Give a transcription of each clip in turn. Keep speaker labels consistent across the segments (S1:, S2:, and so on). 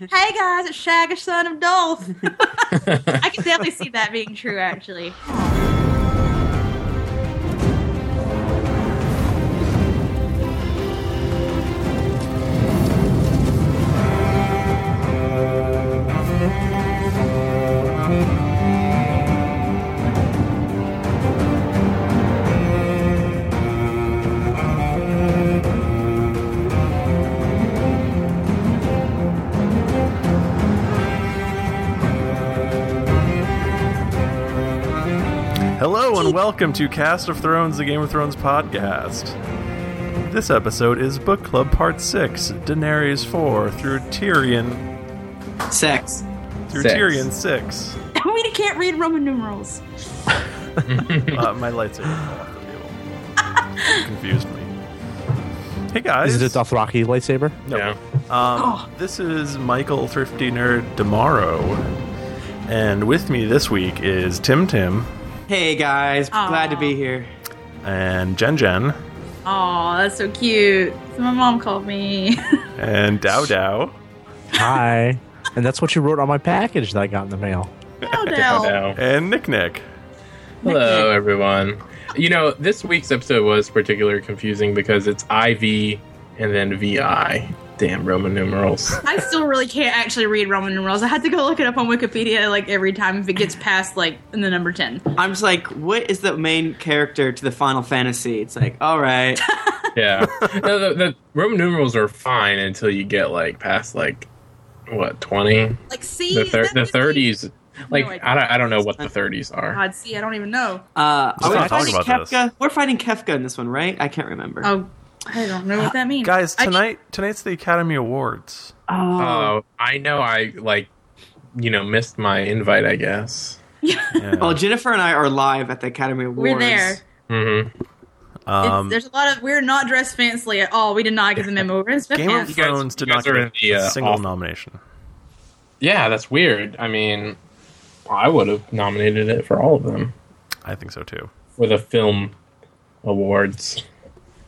S1: hey guys, it's Shaggish son of Dolph. I can definitely see that being true, actually.
S2: Hello and welcome to Cast of Thrones, the Game of Thrones podcast. This episode is Book Club Part 6, Daenerys 4 through Tyrion
S3: Sex.
S2: through
S4: Six.
S2: Tyrion 6.
S1: we can't read Roman numerals.
S2: Uh, my lightsaber fell off the table. You confused me. Hey guys.
S5: Is it a Dothraki lightsaber?
S2: No. Um, This is Michael Thrifty Nerd tomorrow. And with me this week is Tim Tim
S3: Hey guys,
S1: Aw.
S3: glad to be here.
S2: and Jen Jen
S1: Oh, that's so cute. So my mom called me. Oh,
S2: and Dow Dow.
S5: Hi. and that's what you wrote on my package that I got in the mail.
S1: Dow Dow.
S2: and Nick Nick.
S4: Oh. Hello, everyone. You know, this week's episode was particularly confusing because it's IV and then VI. Damn Roman numerals.
S1: I still really can't actually read Roman numerals. I had to go look it up on Wikipedia like every time if it gets past like the number ten.
S3: I'm just like, what is the main character to the Final Fantasy? It's like, all right,
S4: Yeah. no, the, the Roman numerals are fine until you get like past like what twenty,
S1: Like see
S4: the thir-
S1: that
S4: the
S1: gives me-
S4: thirties. Like
S1: idea.
S4: I don't, I don't know what the thirties are.
S1: God, see, I don't even know.
S3: uh, are we
S2: not talking
S3: fighting
S2: about
S3: Kefka?
S2: this.
S3: We're fighting Kefka in this one, right? I can't remember.
S1: Oh, I don't know what that means.
S2: Uh, Guys,
S1: I-
S2: tonight tonight's the Academy Awards.
S4: Oh, I know. I like you know missed my invite. I guess.
S2: Yeah.
S3: Well, Jennifer and I are live at the Academy Awards.
S1: we're there.
S4: hmm
S1: It's-
S2: Um,
S1: there's a lot of we're not dressed fancily at all. We did not get the memo. We're in
S2: Game of
S1: sweatpants.
S4: guys-
S2: Thrones did
S4: you
S2: not
S4: guys are
S2: get
S4: in the,
S2: a
S4: uh,
S2: single
S4: off-
S2: nomination.
S4: Yeah, that's weird. I mean, I would have nominated it for all of them.
S2: I think so too.
S4: for the film awards.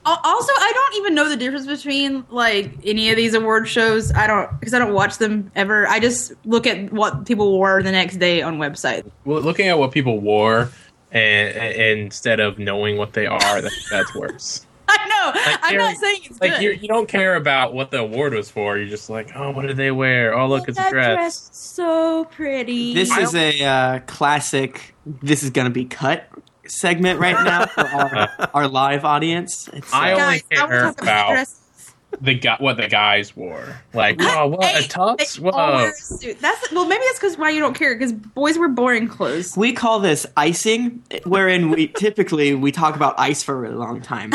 S1: Al- Also, I don't even know the difference between like any of these award shows. I don't because I don't watch them ever. I just look at what people wore the next day on websites.
S4: Well, looking at what people wore and, and instead of knowing what they are, that, that's worse.
S1: I know.
S4: Like,
S1: I'm not
S4: Gary-
S1: saying it's
S4: Like you,
S1: good.
S4: you don't care about what the award was for. You're just like, oh, what did they wear? Oh, look, it's a
S1: That
S4: dress.
S1: is so pretty.
S3: This is a uh, classic. This is gonna be cut segment right now for our, our live audience. It's, uh,
S4: I only
S1: Guys, I
S4: care
S1: wanna talk about
S4: about-
S1: dresses.
S4: The guy, what the guys wore. Like, oh, what
S1: Hey,
S4: a tux.
S1: they all wear
S4: Whoa.
S1: a suit. That's well, maybe that's because why you don't care because boys wear boring clothes.
S3: we call this icing, wherein we typically we talk about ice for a really long time,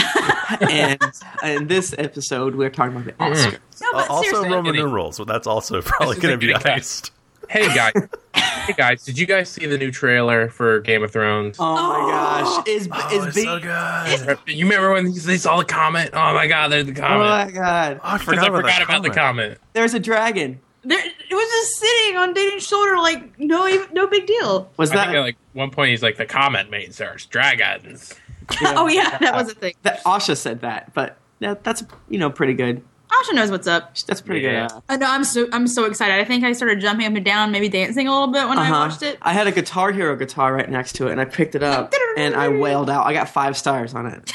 S3: and in this episode we're talking about the Oscar.
S1: No,
S2: Uh,
S1: but
S2: also,
S1: seriously,
S2: Roman
S4: Anthony.
S2: numerals. Well, that's also probably
S4: is
S2: going
S4: a
S2: to be
S4: good guy.
S2: iced.
S4: Hey guys, hey guys, did you guys see the new trailer for Game of Thrones?
S3: Oh, my
S1: Oh.
S3: gosh! Is
S2: Oh,
S3: is
S2: it's
S3: big?
S2: so good.
S4: You remember when they saw the comment? Oh my god, there's the
S3: Oh
S4: comment.
S3: my god!
S2: Oh, I
S4: Because
S2: forgot,
S4: I forgot about the
S2: comment.
S4: comment.
S3: There's a dragon.
S1: there, it was just sitting on Dating's shoulder, like no, even- no big deal.
S3: Was
S4: I think
S3: that
S4: at like one point he's like the comment made search dragons.
S1: Oh yeah, that was a thing.
S3: that Asha said that? But that, that's you know pretty good.
S1: Asha knows what's up.
S3: That's pretty
S4: Yeah.
S3: good. Uh,
S1: I know. I'm so I'm so excited. I think I started jumping up and down, maybe dancing a little bit when I
S3: uh-huh.
S1: watched it.
S3: I had a Guitar Hero guitar right next to it, and I picked it up and I wailed out. I got five stars on it.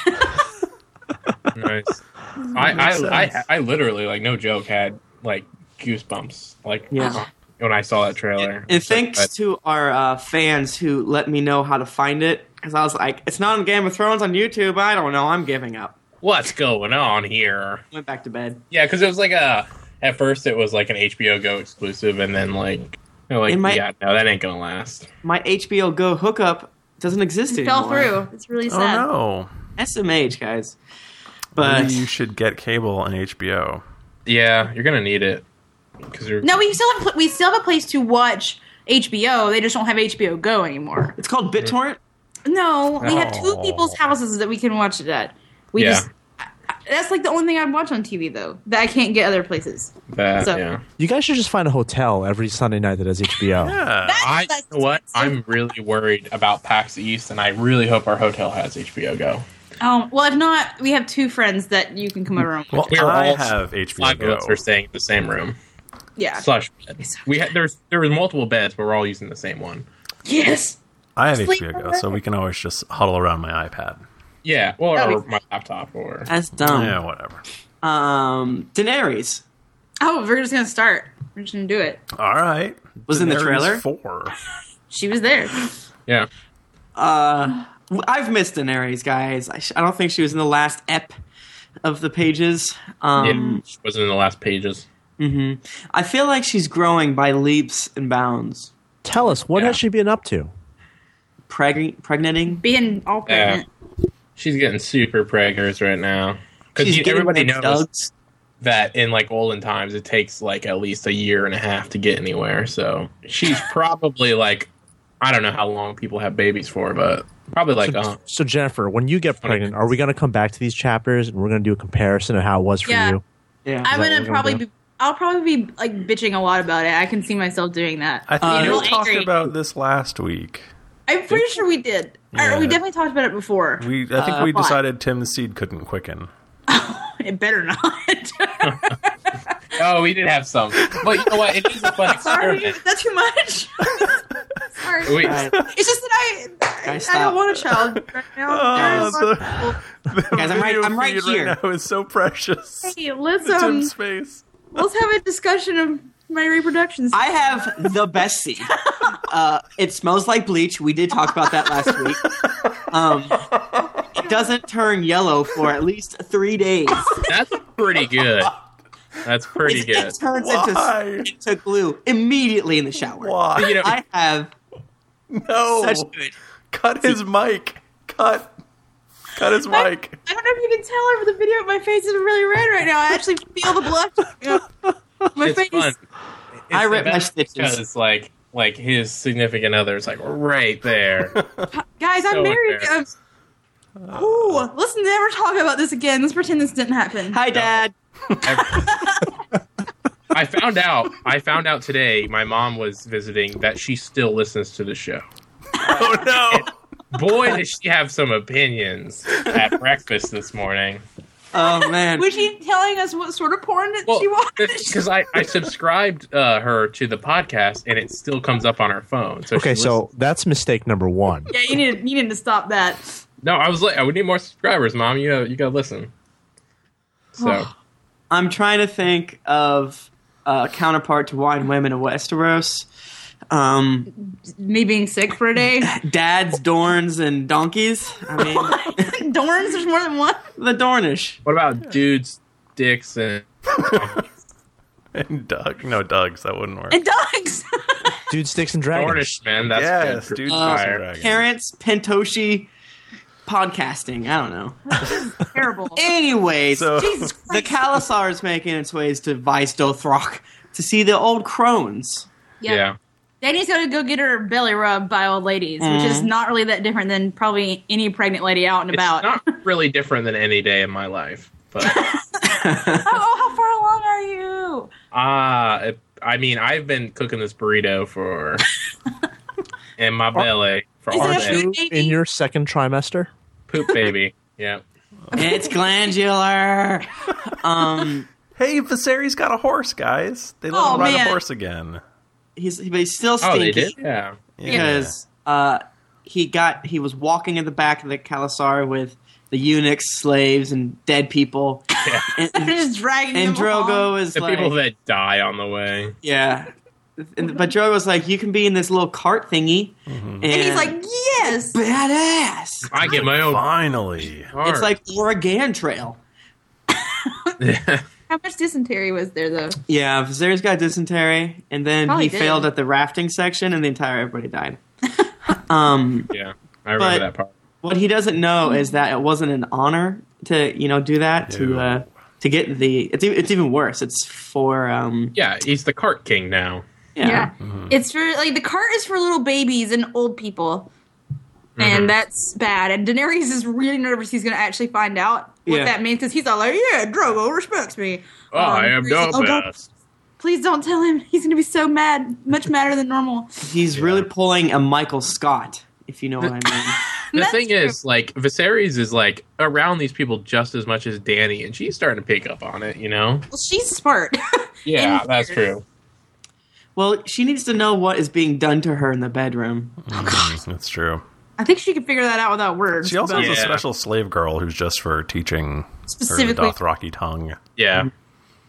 S4: Nice. I, I, I I literally like no joke had like goosebumps like uh,
S3: Yeah.
S4: when I saw that trailer.
S3: And thanks
S4: But-
S3: to our uh, fans who let me know how to find it, because I was like, it's not on Game of Thrones on YouTube. I don't know. I'm giving up.
S4: what's going on here?
S3: Went back to bed.
S4: Yeah, because it was like a at first it was like an HBO Go exclusive, and then like they're like
S3: It might-
S4: yeah no that ain't gonna last.
S3: My HBO Go hookup doesn't exist
S1: It
S3: anymore.
S1: fell through. It's really
S2: Oh
S1: sad.
S2: no!
S3: SMH, guys.
S2: Maybe
S3: But
S2: you should get cable and HBO.
S4: Yeah, you're gonna need it because you're
S1: No, we still have a pl- we still have a place to watch HBO. They just don't have HBO Go anymore.
S3: it's called BitTorrent.
S1: No, we have two
S2: Oh.
S1: people's houses that we can watch it at. We
S4: Yeah.
S1: just I- I- that's like the only thing I watch on TV though that I can't get other places.
S4: that
S1: so-
S4: yeah.
S5: You guys should just find a hotel every Sunday night that has HBO.
S2: Yeah,
S4: I
S1: That's-
S4: you know what I'm really worried about PAX East, and I really hope our hotel has HBO Go.
S1: Um, well, if not, we have two friends that you can come over and watch.
S2: well,
S4: We are
S2: I
S4: all
S2: have
S4: Five
S2: HBO
S4: of us are
S2: Go.
S4: staying in the same room.
S1: Yeah.
S4: Slush bed. We had there's there was multiple beds, but we're all using the same one.
S1: Yes.
S2: I have
S1: Sleep
S2: HBO Go,
S1: over.
S2: so we can always just huddle around my iPad.
S4: Yeah, well,
S1: Oh,
S4: or
S1: it's-
S4: my laptop, or
S3: That's dumb.
S2: yeah, whatever.
S3: Um, Daenerys
S1: Oh, we're just gonna start. We're just gonna do it.
S2: All right.
S3: was in the
S2: Daenerys
S3: trailer.
S2: Four.
S1: She was there.
S4: yeah.
S3: Uh, I've missed Daenerys, guys. I, sh- I don't think she was in the last ep of the pages. Um,
S4: it wasn't in the last pages.
S3: mhm. I feel like she's growing by leaps and bounds.
S5: Tell us what
S4: Yeah.
S5: has she been up to?
S3: Preg- pregnating?
S1: Being all pregnant.
S4: She's getting super preggers right now
S3: She's
S4: because
S3: getting
S4: everybody
S3: red
S4: knows
S3: dugs.
S4: that in like olden times it takes like at least a year and a half to get anywhere. So she's probably like, I don't know how long people have babies for, but probably like
S5: so,
S4: uh,
S5: so Jennifer, when you get pregnant, are we going to come back to these chapters and we're going to do a comparison of how it was for
S1: Yeah.
S5: you?
S3: Yeah.
S1: I'm
S5: that
S1: gonna
S5: what we're
S1: probably
S5: gonna
S1: be. I'll probably be like bitching a lot about it. I can see myself doing that.
S2: I think
S3: Uh,
S2: we
S3: Real
S2: talked
S1: angry.
S2: about this last week.
S1: I'm pretty sure we did. Or we
S2: Yeah.
S1: definitely talked about it before.
S2: We I think
S3: Uh,
S2: we
S1: why?
S2: decided Tim's seed couldn't quicken.
S1: it better not.
S4: oh, we did have some, but you know what? It is a fun
S1: Sorry,
S4: experiment.
S1: is that too much? Sorry.
S4: We,
S3: All right.
S1: It's just that I, I,
S3: Guys,
S1: don't
S3: stop.
S1: want a child right now.
S2: Oh,
S1: There's a lot
S2: the-
S1: of people.
S2: Oh, The
S3: Guys, I'm right-
S2: video
S3: I'm right
S2: feed
S3: here.
S2: now is so precious.
S1: Hey, let's um,
S2: Tim's face.
S1: let's have a discussion of my reproductions.
S3: I have the best seed. Uh, it smells like bleach. We did talk about that last week. Um, it doesn't turn yellow for at least three days.
S4: that's pretty good. That's pretty
S3: It,
S4: good.
S3: it turns into,
S2: Why?
S3: into glue immediately in the shower.
S2: Why?
S4: You know,
S3: I have
S2: no.
S3: such good.
S2: Cut his mic. Cut. Cut his
S1: I-
S2: mic.
S1: I don't know if you can tell over the video, but my face is really red right now. I actually feel the blood. You know, my
S4: it's
S1: face.
S4: fun.
S3: I
S4: It's the
S3: rip my
S4: best
S3: stitches.
S4: Because like like his significant other is like right there.
S1: Guys, I'm
S4: So
S1: married. Um,
S4: embarrassed.
S1: ooh, let's never talk about this again. Let's pretend this didn't happen.
S3: Hi, Dad.
S4: I found out I found out today my mom was visiting that she still listens to the show.
S2: Oh no.
S4: Boy, does she have some opinions at breakfast this morning.
S3: Oh man.
S1: Was she telling us what sort of porn that
S4: Well,
S1: she watched?
S4: because I, I subscribed uh, her to the podcast and it still comes up on her phone. So
S5: Okay,
S4: she
S5: so
S4: listens-
S5: that's mistake number one.
S1: Yeah, you need, you need to stop that.
S4: no, I was like, I would need more subscribers, mom. You you gotta listen. So
S3: I'm trying to think of a counterpart to Wine Women of Westeros. Um,
S1: Me being sick for a day.
S3: dads, Dorns, and donkeys. I mean,
S1: Dorns, there's more than one.
S3: the Dornish.
S4: what about dudes, dicks, and
S2: And Doug. No, Doug's. That wouldn't work.
S1: And dogs.
S5: Dude, sticks and dragons.
S4: Dornish man? That's
S2: yes,
S4: good.
S2: dude.
S3: Uh,
S2: Dungeons and Dragons.
S3: Terrence Pentoshi podcasting. I don't know.
S1: Terrible.
S3: Anyways,
S2: So-
S1: Jesus
S3: the
S1: Christ.
S3: Kalasar is making its ways to Vice Dothrok to see the old crones.
S4: Yeah.
S1: Danny's gonna go get her belly rubbed by old ladies, which is not really that different than probably any pregnant lady out and about.
S4: It's not really different than any day in my life, but
S1: oh, oh, how far along are you?
S4: ah, it- I mean, I've been cooking this burrito for in my belly for
S1: Is
S4: all
S1: it a
S4: day.
S5: You
S1: Baby.
S5: in your second trimester?
S4: Poop baby, yeah.
S3: It's glandular. Um,
S2: Hey, Viserys got a horse, guys. They let
S1: Oh,
S2: him ride
S1: man.
S2: a horse again.
S3: he's but he's still
S4: Oh,
S3: stinky.
S4: they did, yeah.
S2: Yeah.
S3: because uh, he got he was walking in the back of the Kalasar with the eunuchs, slaves, and dead people.
S4: Yeah.
S3: And,
S1: They're just dragging
S3: and
S1: them along.
S3: Drogo is
S4: The
S3: like,
S4: people that die on the way.
S3: yeah. And, but Drogo's like, you can be in this little cart thingy,
S4: Mm-hmm.
S3: and,
S1: And he's like, yes.
S3: badass.
S4: I get
S3: Oh.
S4: my own.
S2: Finally.
S4: card.
S3: It's like Oregon Trail.
S1: How much dysentery was there though?
S3: Yeah, Viserys got dysentery, and then
S1: Probably
S3: he
S1: did.
S3: failed at the rafting section, and the entire everybody died. um,
S4: yeah, I remember
S3: But-
S4: that part.
S3: what he doesn't know is that it wasn't an honor to you know do that to
S2: No.
S3: uh, to get the. It's e- it's even worse. It's for um
S4: Yeah, he's the cart king now.
S3: yeah.
S4: Mm-hmm.
S1: It's for like the cart is for little babies and old people.
S4: Mm-hmm.
S1: And that's bad. And Daenerys is really nervous he's gonna actually find out what
S3: Yeah.
S1: that means because he's all like, Yeah, Drogo respects me.
S4: Oh, I am
S1: Daenerys
S4: no
S1: is like, "Oh, God,
S4: best.
S1: please don't tell him. He's gonna be so mad, much madder than normal.
S3: He's really pulling a Michael Scott, if you know what I mean.
S4: The
S1: That's
S4: thing
S1: true.
S4: is, like, Viserys is like around these people just as much as Danny, and she's starting to pick up on it. You know?
S1: Well, she's smart.
S4: Yeah,
S1: And-
S4: that's true.
S3: Well, she needs to know what is being done to her in the bedroom.
S2: Hmm, That's true.
S1: I think she could figure that out without words.
S2: She also
S1: but-
S2: has a
S4: Yeah.
S2: special slave girl who's just for teaching her the
S1: Specifically-
S2: Dothraki tongue.
S4: Yeah,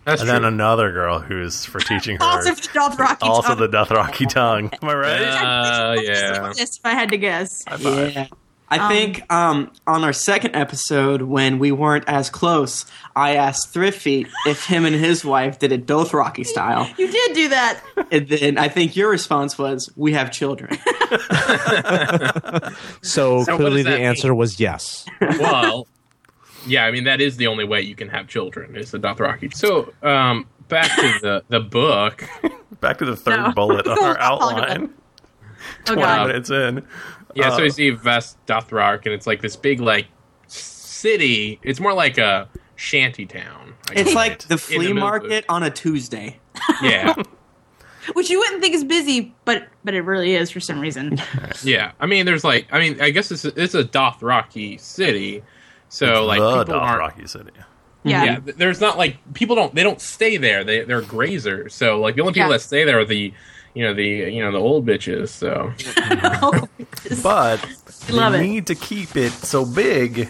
S4: that's
S2: And
S4: true.
S2: then another girl who's for teaching her
S1: also the Dothraki.
S2: also
S1: tongue.
S2: the Dothraki tongue. Am I right?
S4: Yeah. Uh, yeah.
S1: Yes, if I had to guess.
S3: Yeah. I
S1: Um,
S3: think um, on our second episode, when we weren't as close, I asked Thrifty if him and his wife did it Dothraki style.
S1: You did do that. Oh,
S3: And then I think your response was, We have children.
S5: So,
S4: So what
S5: clearly,
S4: does
S5: the
S4: that mean?
S5: answer was yes.
S4: well, yeah, I mean that is the only way you can have children is the Dothraki. So, um, back to the the book.
S2: Back to the third
S1: No.
S2: bullet on our
S1: I'll talk about
S2: outline.
S1: Oh
S2: Twenty
S1: god.
S2: minutes in.
S4: Yeah, so
S2: Uh,
S4: you see Vest Dothraki, and it's like this big like city. It's more like a shanty town. I
S3: It's
S4: guess.
S3: like the
S4: In
S3: flea
S4: middle of-
S3: market on a Tuesday.
S4: yeah,
S1: Which you wouldn't think is busy, but but it really is for some reason.
S4: yeah. I mean, there's like, I mean, I guess it's a, it's a Dothraki city, so like
S2: the
S4: people aren't-
S2: Dothraki city.
S1: Yeah.
S4: yeah, th- there's not like people don't they don't stay there. They they're grazers. So like the only people
S1: Yeah.
S4: that stay there are the you know the you know the old bitches. So
S2: But they
S1: Love it.
S2: need to keep it so big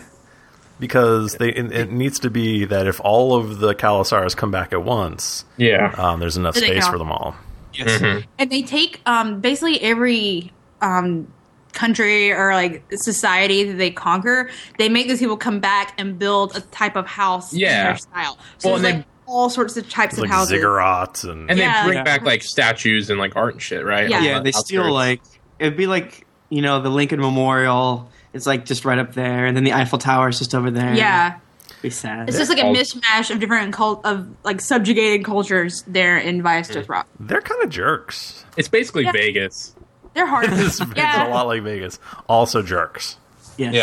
S2: because they it, it needs to be that if all of the Kalasars come back at once,
S4: yeah,
S2: um, there's enough
S1: Did it
S2: space
S1: count?
S2: for them all.
S1: Mm-hmm.
S3: Yes.
S1: and they take um, basically every um, country or like society that they conquer they make these people come back and build a type of house in
S4: Yeah.
S1: their style so
S4: Well,
S1: there's,
S4: and
S1: like all sorts of types
S2: It's
S1: of
S2: like
S1: houses
S2: ziggurats and,
S4: and
S1: Yeah.
S4: they bring
S1: Yeah.
S4: back like statues and like art and shit, right?
S1: Yeah.
S4: On
S3: Yeah,
S4: the
S3: they steal
S4: outskirts.
S3: like it'd be like you know the Lincoln Memorial. It's like just right up there, and then the Eiffel Tower is just over there.
S1: yeah
S3: It'd be sad.
S1: it's just like a
S4: All-
S1: mishmash of different cult of like subjugated cultures there in Vias
S4: Mm.
S1: Rock.
S2: they're kind of jerks.
S4: it's basically
S1: Yeah.
S4: Vegas.
S1: They're hard.
S2: It's, it's a
S1: yeah.
S2: lot like Vegas. Also jerks.
S3: yes.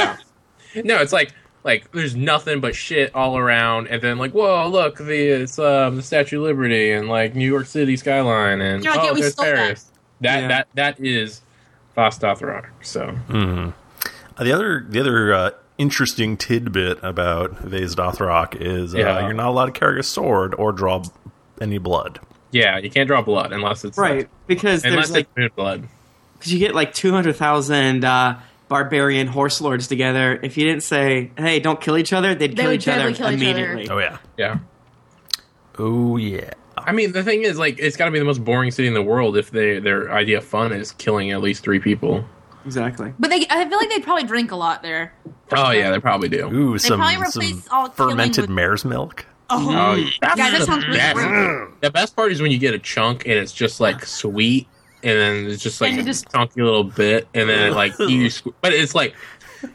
S4: Yeah. no, it's like like there's nothing but shit all around, and then like whoa, look the it's um the Statue of Liberty and like New York City skyline and
S1: You're like,
S4: oh
S1: yeah, we
S4: there's
S1: stole that.
S4: Paris. That
S3: Yeah.
S4: that that is Vast Dothraki. So
S2: Uh, The other the other uh, interesting tidbit about Vase Dothrak is uh,
S4: Yeah.
S2: you're not allowed to carry a sword or draw b- any blood.
S4: yeah, you can't draw blood unless it's
S3: Right, because
S4: Unless
S3: there's like
S4: it's moon blood.
S3: because you get like 200,000 uh, barbarian horse lords together. If you didn't say, hey, don't kill each other, they'd
S1: They
S3: kill
S1: would
S3: each other
S1: definitely kill each other.
S3: immediately.
S2: Oh yeah.
S4: Yeah.
S2: Oh yeah.
S4: I mean, the thing is, like, it's got to be the most boring city in the world if they their idea of fun is killing at least three people.
S3: Exactly.
S1: But they, I feel like they'd probably drink a lot there.
S4: Oh yeah, they probably do.
S2: Ooh, some,
S1: probably
S2: some
S1: replace all killing
S2: fermented
S1: with-
S2: mare's milk. Mm.
S4: Oh, that's
S1: Guys, that
S4: the
S1: sounds really
S4: best.
S1: great.
S4: The best part is when you get a chunk and it's just like sweet, and then it's just like
S1: And you
S4: a
S1: just-
S4: chunky little bit, and then like you, squ- but it's like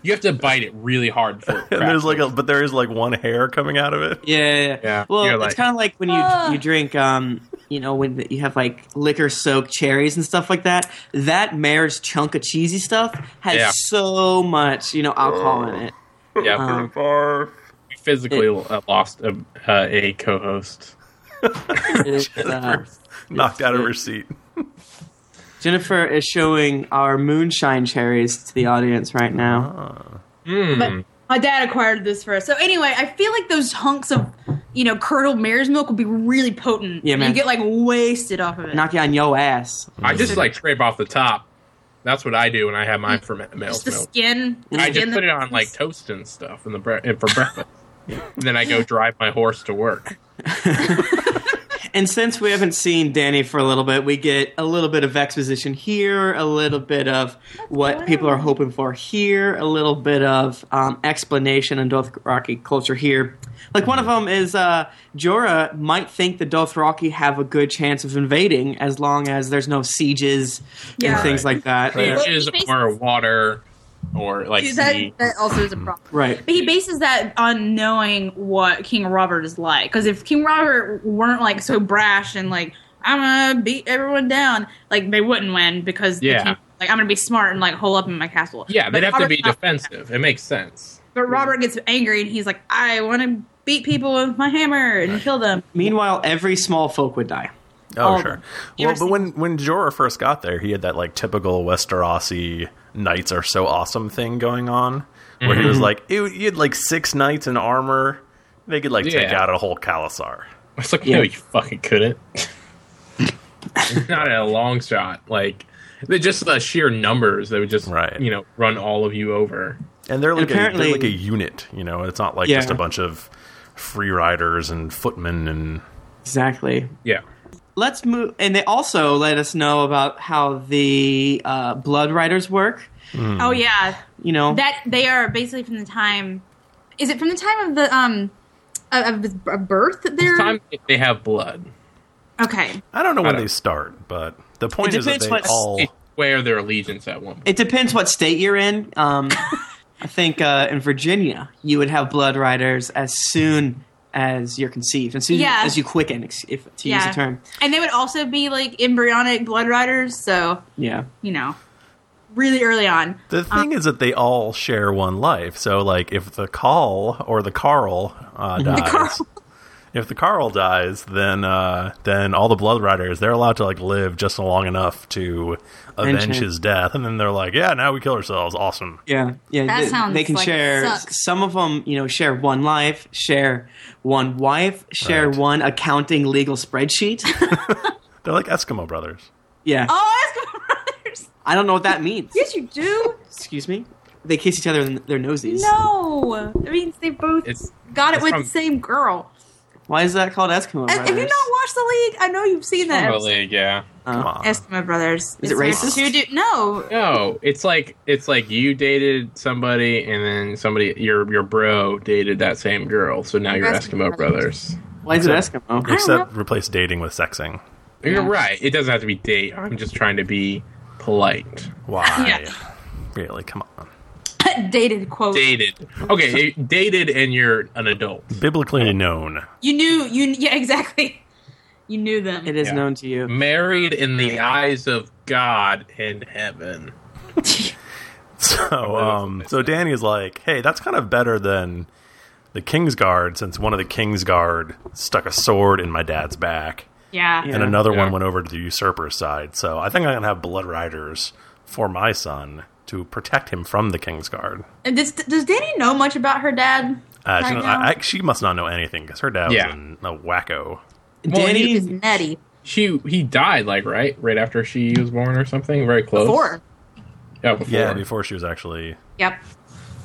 S4: you have to bite it really hard for. It
S2: And there's like a but there is like one hair coming out of it.
S3: Yeah. yeah, yeah.
S4: Yeah,
S3: Well,
S4: you're
S3: it's
S4: like-
S3: kind of like when you
S1: Ah.
S3: you drink, um, you know, when you have like liquor soaked cherries and stuff like that. That mare's chunk of cheesy stuff has
S4: Yeah.
S3: so much, you know, alcohol in it.
S4: yeah,
S1: Uh-huh.
S3: Um,
S4: we physically uh, lost a, uh, a co-host.
S3: It's, uh,
S2: Knocked out of her seat.
S3: Jennifer is showing our moonshine cherries to the audience right now.
S4: Oh. Mm.
S1: But my dad acquired this for us. So anyway, I feel like those hunks of, you know, curdled mare's milk would be really potent.
S3: Yeah, man.
S1: You get like wasted off of it.
S3: Knock you on yo ass.
S4: I just
S1: Mm-hmm.
S4: like scrape off the top. That's what I do when I have my fermented milk.
S1: Mm. just the skin. The
S4: I
S1: skin
S4: just
S1: that-
S4: put it on like toast and stuff in the bre- and for breakfast. And then I go drive my horse to work.
S3: And since we haven't seen Danny for a little bit, we get a little bit of exposition here, a little bit of what
S1: going
S3: people are
S1: on?
S3: hoping for here, a little bit of um, explanation on Dothraki culture here. Like one of them is uh, Jorah might think the Dothraki have a good chance of invading as long as there's no sieges
S1: Yeah.
S3: and things like that.
S1: Right.
S4: Peaches or water or like
S1: Dude, that,
S4: sea.
S1: that also is a problem.
S3: Right.
S1: But he bases that on knowing what King Robert is like. Because if King Robert weren't like so brash and like I'm gonna beat everyone down, like they wouldn't win because they
S4: Yeah.
S1: can't- like I'm gonna be smart and like hole up in my castle.
S4: Yeah,
S1: But
S4: they'd have to
S1: Robert's
S4: be
S1: not-
S4: defensive. It makes sense.
S1: But Robert gets angry and he's like, I want to beat people with my hammer and kill them.
S3: Meanwhile, every small folk would die.
S2: Oh,
S1: All of
S2: sure.
S1: them. You
S2: Well,
S1: ever
S2: but
S1: seen-
S2: when when Jorah first got there, he had that like typical Westerosi knights are so awesome thing going on, where he was like, it, you had like six knights in armor, they could like take
S4: Yeah.
S2: out a whole Kalasar.
S4: It's like,
S3: Yeah.
S4: no, you fucking couldn't. not a long shot. Like they're just the sheer numbers that would just
S2: Right.
S4: you know run all of you over.
S2: And they're like, a,
S3: apparently-
S2: they're like a unit, you know. It's not like
S3: Yeah.
S2: just a bunch of free riders and footmen and
S3: Exactly.
S4: Yeah.
S3: let's move and they also let us know about how the uh, blood riders work
S1: Oh yeah,
S3: you know
S1: that they are basically from the time. Is it from the time of the um of, of- of birth that they're
S4: It's time they have blood.
S1: okay?
S2: I don't know when
S4: don't-
S2: they start, but the point is that
S3: depends
S2: they
S3: what
S2: all
S4: It's where their allegiance at one point.
S3: it depends what state you're in um, i think uh, in virginia you would have blood riders as soon as you're conceived as soon
S1: Yeah.
S3: as you quicken ex- if to
S1: yeah,
S3: use the term
S1: and they would also be like embryonic blood riders, so
S3: yeah
S1: you know, really early on.
S2: The thing is that they all share one life. So, like, if the Carl or the Carl uh, dies,
S1: Carl.
S2: if the Carl dies, then uh, then all the Blood Riders they're allowed to like live just long enough to avenge
S3: Avenge him.
S2: his death, and then they're like, yeah, now we kill ourselves. Awesome.
S3: yeah yeah
S1: That
S3: they,
S1: sounds
S3: they can
S1: like
S3: share
S1: sucks.
S3: some of them you know share one life share one wife share
S2: Right.
S3: one accounting legal spreadsheet
S2: They're like Eskimo brothers.
S3: yeah
S1: Oh, Eskimo brothers.
S3: i don't know what that means
S1: Yes, you do.
S3: excuse me they kiss each other in their noses
S1: No, it means they both
S4: It's-
S1: got it
S4: it's
S1: with
S4: from-
S1: the same girl.
S3: Why is that called Eskimo
S1: Have
S3: Brothers?
S1: Uh, you not watched the league? I know you've seen that. episode.
S4: Probably, yeah.
S2: Come
S3: Uh,
S2: on.
S1: Uh-huh. Eskimo Brothers.
S3: Is it
S1: It's
S3: racist?
S1: two dude- no,
S4: No, it's like it's like you dated somebody, and then somebody your your bro dated that same girl. So now you're
S1: Eskimo
S4: Eskimo brothers.
S3: why is it
S2: Except-
S3: Eskimo?
S2: Except replace dating with sexing.
S4: You're right. It doesn't have to be date. I'm just trying to be polite.
S2: Why?
S1: Yeah.
S2: Really? Come on.
S1: dated quote.
S4: Dated. Okay, it- dated, and you're an adult.
S2: Biblically known.
S1: You knew you yeah exactly. You knew them.
S3: It is
S4: Yeah.
S3: known to you.
S4: Married in the eyes of God in heaven.
S2: So, um, so Danny is like, "Hey, that's kind of better than the Kingsguard, since one of the Kingsguard stuck a sword in my dad's back,
S1: yeah.
S3: Yeah.
S2: and another one
S4: Yeah.
S2: went over to the usurper's side. So I think I'm gonna have Blood Riders for my son to protect him from the Kingsguard."
S1: And does, does Danny know much about her dad?
S2: Uh, she,
S1: Right now?
S2: I, I, she must not know anything because her dad
S4: Yeah.
S2: was an, a wacko.
S3: Danny,
S1: He's nutty.
S4: She he died like right right after she was born or something. Very close.
S1: Before.
S4: Yeah, before.
S2: Yeah, before she was actually
S1: Yep.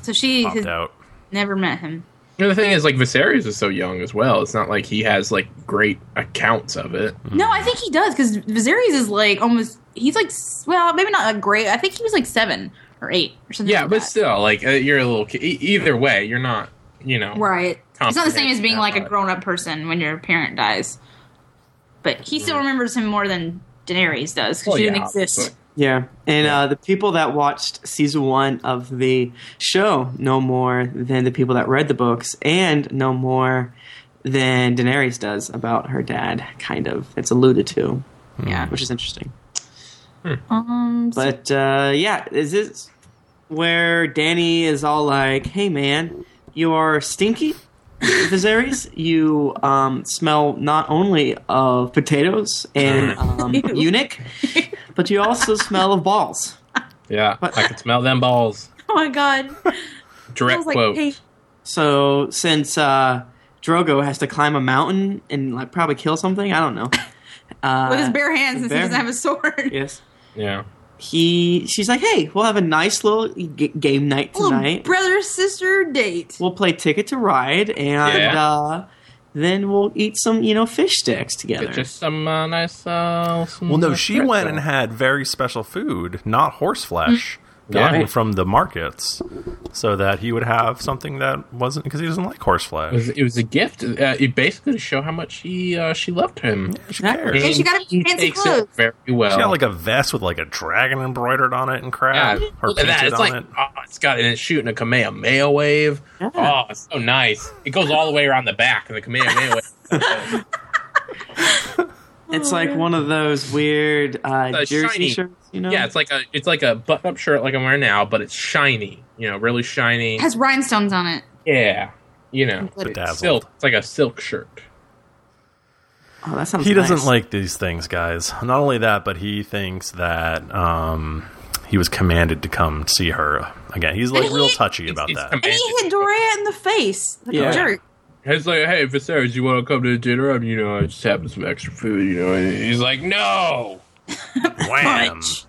S1: So she
S2: popped
S1: has
S2: out.
S1: never met him.
S4: You know, the thing is, like Viserys is so young as well. It's not like he has like great accounts of it.
S1: No, I think he does because Viserys is like almost. He's like s- well, maybe not a great. I think he was like seven or eight or something.
S4: Yeah,
S1: like
S4: but
S1: that.
S4: still, like uh, you're a little kid. E- either way, you're not. You know,
S1: right. It's not the same as being
S4: Comprehend
S1: like a
S4: that.
S1: grown up person when your parent dies. But he still remembers him more than Daenerys does because
S4: Well,
S1: she
S4: yeah,
S1: didn't exist.
S3: yeah, and uh, the people that watched season one of the show know more than the people that read the books, and know more than Daenerys does about her dad. Kind of, it's alluded to,
S1: Yeah.
S3: which is interesting.
S1: Um. so-
S3: But uh, yeah, is this where Danny is all like, "Hey, man, you are stinky, Viserys. You um, smell not only of potatoes and um,
S1: Ew.
S3: eunuch, but you also smell of balls."
S4: Yeah, I could smell them balls.
S1: oh my god. I
S4: Direct
S1: was like,
S4: quote.
S1: hey,
S3: So since uh, Drogo has to climb a mountain and like probably kill something, I don't know. Uh,
S1: with his bare hands since
S3: bare-
S1: he doesn't have a sword.
S3: Yes.
S4: Yeah,
S3: He, she's like, hey, we'll have a nice little g- game night
S1: Little
S3: tonight.
S1: brother sister date.
S3: we'll play Ticket to Ride, and
S4: Yeah.
S3: uh, then we'll eat some, you know, fish sticks together.
S4: It's just some uh, nice. Uh, some
S2: Well, no,
S4: nice
S2: she went
S4: pretzel.
S2: and had very special food, not horse flesh,
S4: Mm. Yeah.
S2: gotten from the markets, so that he would have something that wasn't because he doesn't like horse
S4: It was,
S2: flesh.
S4: it was a gift. Uh, it basically to show how much she uh, she loved him.
S2: She
S3: Exactly.
S2: cares.
S1: And
S2: She
S1: she got
S4: He
S1: fancy
S4: takes
S1: clothes.
S4: it very well.
S2: got like a vest with like a dragon embroidered on it and crap,
S4: yeah,
S2: or
S4: look at
S2: painted
S4: that. It's
S2: on
S4: like
S2: it.
S4: oh, it's got and it's shooting a Kamehameha wave. Oh, it's so nice. It goes all the way around the back of the Kamehameha wave.
S3: It's like one of those weird uh,
S4: The
S3: jersey
S4: shiny-
S3: shirts, you know?
S4: yeah, it's like a it's like a button up shirt like I'm wearing now, but it's shiny. You know, really shiny.
S1: It has rhinestones on it.
S4: Yeah, you know,
S1: Glitter.
S2: Bedazzled.
S4: silk. It's like a silk shirt.
S3: oh, that sounds
S2: He doesn't
S3: nice.
S2: like these things, guys. Not only that, but he thinks that um, he was commanded to come see her again. He's like
S1: And
S2: real
S1: he-
S2: touchy about
S4: He's
S2: that.
S1: And he
S4: commanded.
S1: hit Doria in the face like
S3: Yeah.
S1: a jerk.
S4: He's like, hey, Viserys, you want to come to dinner? I'm, you know, I just having some extra food, you know. And he's like, no,
S2: Wham!
S1: Punch.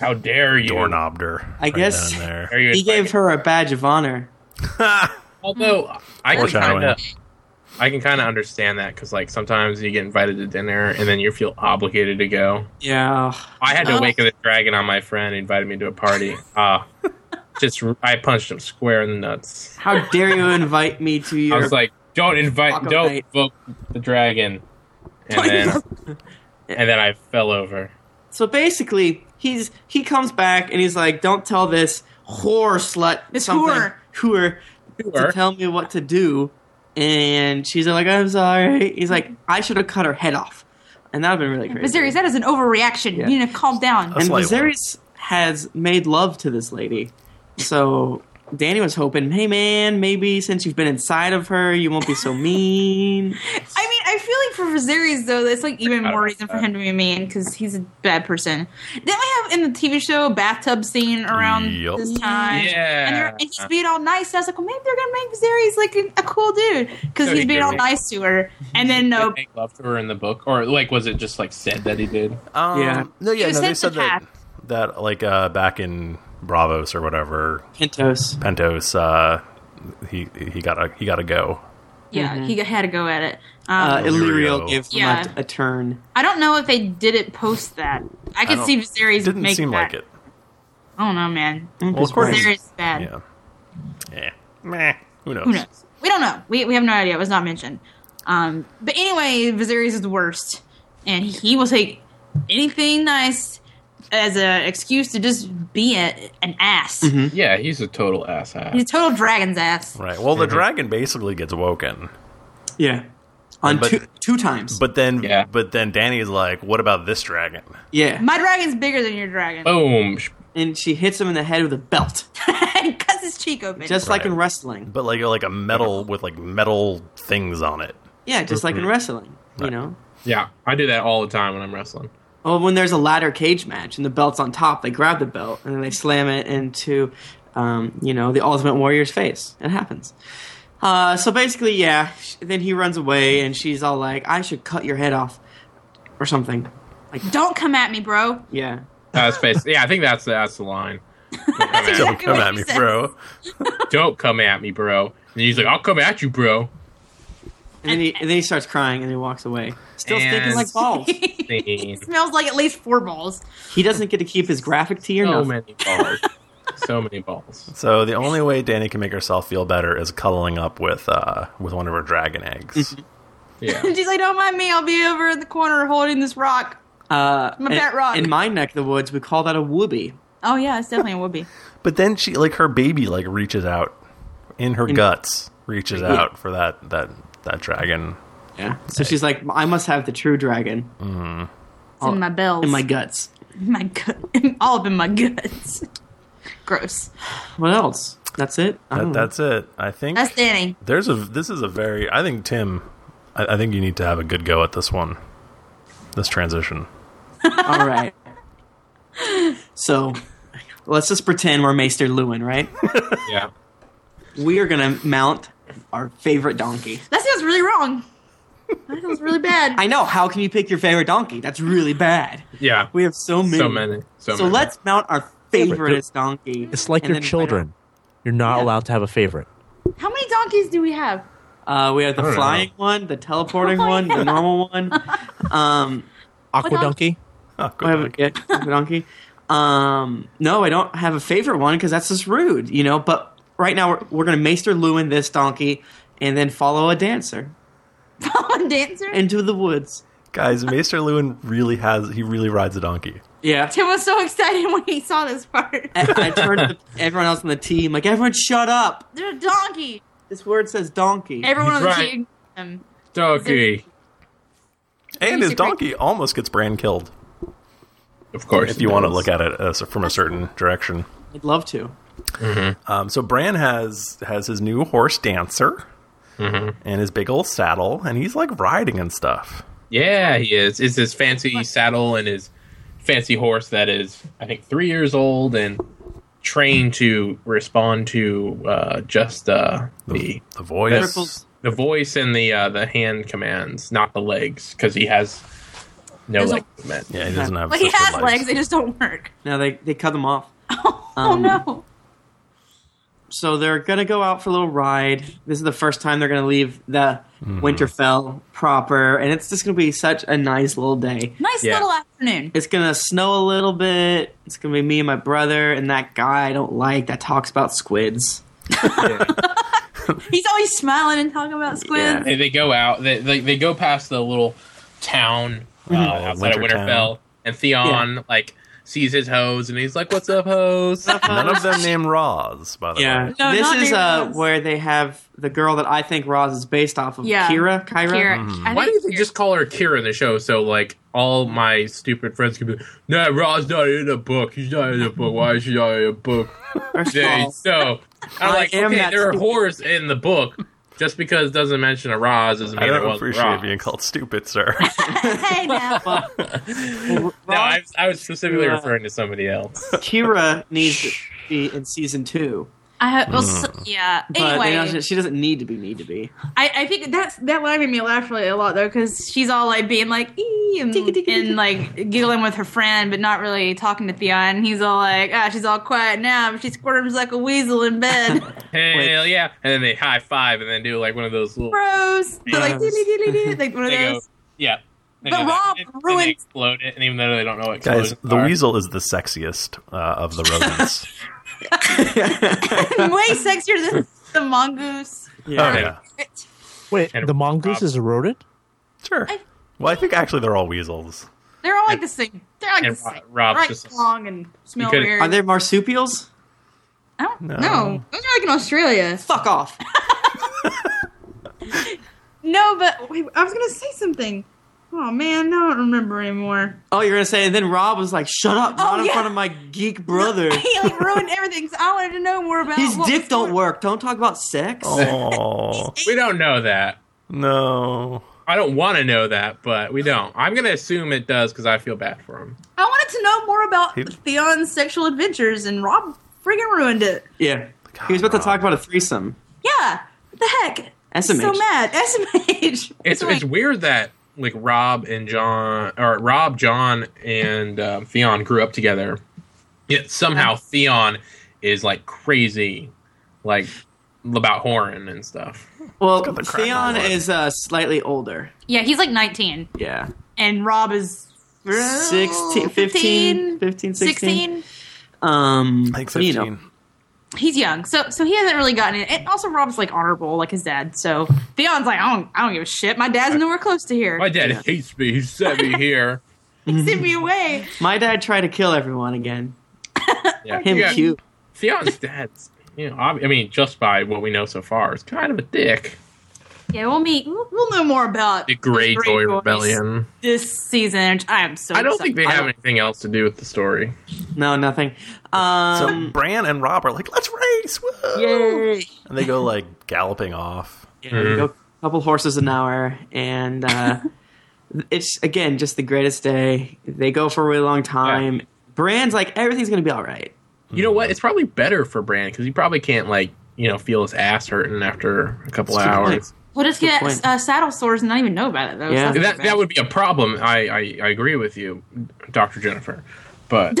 S4: how dare you?
S2: Doorknobber.
S3: I guess-
S2: down
S4: Are
S2: there.
S4: you
S3: He gave her a badge of honor.
S4: Although I
S2: Or
S4: can kind
S2: Shadowing.
S4: of, I can kind of understand that because like sometimes you get invited to dinner and then you feel obligated to go.
S3: Yeah.
S4: I had to
S1: Oh.
S4: wake the dragon on my friend. He invited me to a party. Uh just I punched him square in the nuts.
S3: How dare you invite me to
S4: I
S3: your?
S4: was like, "Don't invite,
S3: Fuck a
S4: don't
S3: mate.
S4: invoke the dragon," and then and then I fell over.
S3: so basically, he's he comes back and he's like, "Don't tell this whore slut
S1: This
S3: something-
S1: whore.
S3: whore to
S4: Sure.
S3: tell me what to do." And she's like, "I'm sorry." He's like, "I should have cut her head off," and that would have been really crazy.
S1: Viserys, that is an overreaction.
S3: Yeah.
S1: You need to calm down.
S2: That's
S3: and
S2: light work.
S3: Viserys has made love to this lady. So Danny was hoping, hey man, maybe since you've been inside of her, you won't be so mean.
S1: I mean, I feel like for Viserys though, that's like even
S4: Forgot
S1: more
S4: about
S1: reason for
S4: that.
S1: him to be mean because he's a bad person. Didn't we have in the TV show a bathtub scene around
S2: Yup.
S1: this time? And, they're-
S4: Yeah,
S1: and he's being all nice. And I was like, well, maybe they're gonna make Viserys like a, a cool dude because
S4: So
S1: he's
S4: he
S1: being all
S4: did.
S1: nice to her. And then
S4: Did
S1: no,
S4: they make love to her in the book, or like was it just like said that he did?
S2: Um,
S3: Yeah.
S2: No, yeah,
S1: It was
S2: no, they
S1: his
S2: said that,
S1: attack.
S2: that, like, uh, back in Bravos or whatever,
S3: Pintos.
S2: Pentos, uh, he he got to he got to go.
S1: yeah, he had to go at it. Um,
S2: Oh,
S3: Uh, Illyrio
S2: Illyrio.
S3: gave him
S1: Yeah.
S3: a, a turn.
S1: I don't know if they did it post that. I could
S2: don't-
S1: see Viserys
S2: Didn't
S1: make
S2: seem
S1: that.
S2: like it.
S1: I don't know, man.
S2: Well, of course.
S1: Viserys is bad.
S2: Yeah. Yeah. Meh. Who knows?
S1: Who knows? We don't know. We, we have no idea. It was not mentioned. Um, but anyway, Viserys is the worst, and he will take anything nice as an excuse to just be a, an ass.
S3: Mm-hmm.
S4: Yeah, he's a total asshat.
S1: He's a total dragon's ass.
S2: Right. Well, the dragon basically gets woken,
S3: Yeah. On
S2: But-
S3: two, two times.
S2: but then
S4: Yeah.
S2: but then Danny is like, "What about this dragon?"
S3: yeah.
S1: My dragon's bigger than your dragon.
S3: Oh.
S4: Boom.
S3: And she hits him in the head with a belt.
S1: and cuts his cheek open.
S3: Just like in
S2: Right.
S3: wrestling.
S2: But like like a metal with like metal things on it.
S3: Yeah, just like in wrestling. You
S2: Mm-hmm. Right.
S3: know?
S4: Yeah, I do that all the time when I'm wrestling.
S3: Well, when there's a ladder cage match and the belt's on top, they grab the belt and then they slam it into, um, you know, the Ultimate Warrior's face. It happens. Uh, so basically, yeah. sh- Then he runs away and she's all like, "I should cut your head off," or something.
S1: don't come at me, bro.
S3: Yeah.
S4: That's basically. Yeah, I think that's that's the line.
S1: That's
S2: Don't
S1: exactly
S2: come
S1: what
S2: at
S1: he
S2: me,
S1: said.
S2: bro.
S4: Don't come at me, bro. And he's like, I'll come at you, bro.
S3: And then, he, and then he starts crying and he walks away, still stinking
S4: And-
S3: like balls.
S1: he smells like at least four balls.
S3: he doesn't get to keep his graphic tee
S2: Oh,
S3: or
S4: so
S3: nothing.
S4: many balls. so many balls.
S2: So the only way Danny can make herself feel better is cuddling up with uh with one of her dragon
S1: Mm-hmm.
S2: eggs.
S4: Yeah.
S1: And she's like, "Don't mind me. I'll be over in the corner holding this rock."
S3: Uh,
S1: I'm a
S3: in-
S1: pet rock.
S3: In my neck of the woods, we call that a whoobie.
S1: Oh yeah, it's definitely a whoopee.
S2: but then she like her baby like reaches out in her guts, reaches out for that that that dragon.
S3: Yeah. So she's like, I must have the true dragon
S1: It's in my bells.
S3: Oh, in my guts.
S1: my gut, all up in my guts. Gross.
S3: What else? That's it. I
S2: That,
S3: don't know.
S2: that's it. I think
S1: That's Danny.
S2: there's a this is a very I think Tim, I, I think you need to have a good go at this one, this transition.
S3: All right. So let's just pretend we're Maester Lewin, right?
S4: Yeah.
S3: We are going to mount our favorite donkey.
S1: That sounds really wrong. That sounds really bad.
S3: I know. How can you pick your favorite donkey? That's really bad.
S4: Yeah.
S3: We have so many.
S4: So many. So,
S3: So
S4: many.
S3: let's mount our favoriteest donkey.
S5: It's like
S3: and
S5: your
S3: then-
S5: children. You're not
S3: Yeah.
S5: allowed to have a favorite.
S1: How many donkeys do we have?
S3: Uh, we have
S4: I
S3: the
S4: don't
S3: flying one, the teleporting one, the normal one. Um,
S5: Aqua
S1: What
S5: Donkey?
S2: Oh, good
S3: I have
S2: luck.
S3: yeah, the donkey. Um, no, I don't have a favorite one because that's just rude, you know. But right now we're, we're gonna Maester Lewin this donkey, and then follow a dancer
S1: Follow a dancer. And
S3: into the woods.
S2: Guys, Maester Lewin really has he really rides a donkey.
S3: Yeah.
S1: Tim was so excited when he saw this part.
S3: And I turned to everyone else on the team like, everyone shut up.
S1: There's a donkey.
S3: This word says donkey.
S1: Everyone on the
S4: Right.
S1: team. Um,
S4: Donkey.
S2: And his
S1: a great-
S2: donkey almost gets brand killed.
S4: Of course.
S2: If you want to look at it as, from a certain direction.
S3: I'd love to.
S2: Um, so Bran has has his new horse dancer and his big old saddle, and he's like riding and stuff.
S4: Yeah, he is. It's his fancy saddle and his fancy horse that is, I think, three years old and trained to respond to uh, just uh, the
S2: The voice,
S3: Miracles,
S4: the voice and the uh, the hand commands, not the legs, because he has no
S1: There's a-
S4: leg movement.
S2: Yeah, he doesn't have.
S1: Well, he
S2: assisted
S1: has legs; they just don't work.
S3: No, they they cut them off.
S1: Oh,
S3: Um,
S1: no!
S3: So they're gonna go out for a little ride. This is the first time they're gonna leave the Winterfell proper, and it's just gonna be such a nice little day.
S1: Nice
S4: yeah.
S1: little afternoon.
S3: It's gonna snow a little bit. It's gonna be me and my brother and that guy I don't like that talks about squids.
S1: He's always smiling and talking about squids.
S4: They, they go out. They, they they go past the little town
S2: Mm-hmm.
S4: uh, outside of
S5: Winter Town.
S4: Winterfell, and Theon like sees his hose, and he's like, "What's up, hose?"
S2: None of them named Roz, by the
S3: Yeah,
S2: way.
S1: No,
S3: this
S1: not
S3: is
S1: Mary
S3: uh,
S1: Rose.
S3: where they have the girl that I think Roz is based off of,
S1: Yeah.
S3: Kira. Kyra.
S1: Kira- I
S4: Mm-hmm. Why do
S1: think
S4: they
S1: Kira-
S4: just call her Kira in the show? So like all my stupid friends could be, "Nah, Rod's not in the book. He's not in the book. Why is she not in the book?"
S3: First of
S4: They,
S3: all,
S4: so I'm
S3: I
S4: like,
S3: am
S4: okay,
S3: that
S4: there are
S3: stupid.
S4: whores in the book. Just because it doesn't mention a Roz doesn't
S2: I
S4: mean it
S2: don't
S4: was
S2: appreciate
S4: Roz.
S2: being called stupid, sir.
S1: hey now,
S4: No, I was, I was specifically
S3: Yeah.
S4: referring to somebody else.
S3: Kira needs to be in season two,
S1: I have,
S4: Mm.
S1: well, s yeah.
S3: but they
S1: Anyway,
S3: don't- she doesn't need to be. Need to be.
S1: I, I think that's that line made me laugh really a lot though because she's all like being like ee and, and like giggling with her friend but not really talking to Theon. And he's all like ah she's all quiet now but she squirms like a weasel in bed.
S4: Hell yeah! And then they high five and then do like one of those little.
S1: Bros, they're like
S3: Yes.
S1: dilly dilly dilly like one of
S4: They go,
S1: those.
S4: yeah. They
S1: But
S4: do that.
S1: Rob
S4: And- and
S1: ruins-
S4: They explode it, and even though they don't know what
S2: Guys,
S4: explosions
S2: the
S4: are.
S2: weasel is the sexiest uh, of the rodents.
S1: Way sexier than the mongoose.
S2: Oh, yeah.
S1: It-
S5: Wait,
S4: And
S5: the mongoose
S4: Rob-
S5: is a rodent?
S2: Sure.
S1: I-
S2: Well, I think actually they're all weasels.
S1: They're all like the same. They're like
S4: and
S1: the same.
S4: Rob- Rob's
S1: right
S4: just-
S1: long and smell
S4: could've-
S1: weird.
S3: Are there marsupials?
S1: I don't
S2: No.
S1: know. Those are like in Australia.
S3: Fuck off.
S1: No, but wait, I was gonna say something. Oh man, I don't remember anymore.
S3: Oh, you're gonna say, and then Rob was like, "Shut up, not in
S1: Oh, yeah.
S3: front of my geek brother.
S1: he like ruined everything. So I wanted to know more about
S3: His
S1: what
S3: dick
S1: was
S3: don't
S1: going-
S3: work. Don't talk about sex."
S2: Oh
S4: We don't know that.
S2: no!
S4: I don't want to know that, but we don't. I'm gonna assume it does because I feel bad for him.
S1: I wanted to know more about
S2: He-
S1: Theon's sexual adventures, and Rob friggin' ruined it.
S3: Yeah,
S2: God,
S3: he was about
S2: Rob.
S3: to talk about a threesome.
S1: Yeah, what the heck.
S3: SMH.
S1: So mad. SMH.
S4: It's
S1: Like,
S4: it's weird that like Rob and John or Rob, John and um, Theon grew up together, yet somehow Theon is like crazy, like about Horan and stuff.
S3: Well,
S2: got the crack
S3: Theon
S2: on one.
S3: is uh, slightly older.
S1: yeah, he's like 19,
S3: Yeah,
S1: and Rob is
S3: 16, 15, 15 16.
S1: 16.
S3: Um,
S2: I think
S3: but, you
S2: fifteen.
S3: know,
S1: He's young, so so he hasn't really gotten it. And also, Rob's like honorable, like his dad. So Theon's like, I don't, I don't give a shit. My dad's nowhere close to here.
S4: My dad
S3: Yeah.
S4: hates me. He sent me here.
S1: He sent
S3: Mm-hmm.
S1: me away.
S3: my dad tried to kill everyone again.
S4: Yeah.
S3: Him
S4: Yeah,
S3: cute.
S4: Theon's dad's. You know, ob- I mean, just by what we know so far, is kind of a dick.
S1: Yeah, we'll meet. We'll, we'll know more about
S4: The Greyjoy
S1: Greyjoys
S4: Rebellion.
S1: this season. I am so.
S4: I don't
S1: excited.
S4: think they have
S3: don't-
S4: anything else to do with the story.
S3: No, nothing.
S2: So
S3: Um,
S2: Bran and Rob are like, "Let's race!" Woo!
S3: yay!
S2: And they go like galloping off.
S3: Yeah, you go a couple horses an hour, and uh, it's again just the greatest day. They go for a really long time. Brand's like everything's gonna be all right.
S4: You know what? It's probably better for Bran because he probably can't like you know feel his ass hurting after a couple
S3: That's a good
S4: hours.
S1: We'll just
S3: Good
S1: get
S3: point.
S1: uh, saddle sores and not even know about it though.
S3: Yeah.
S1: So that's
S4: That
S1: bad.
S4: that would be a problem. I I, I agree with you, Doctor Jennifer. But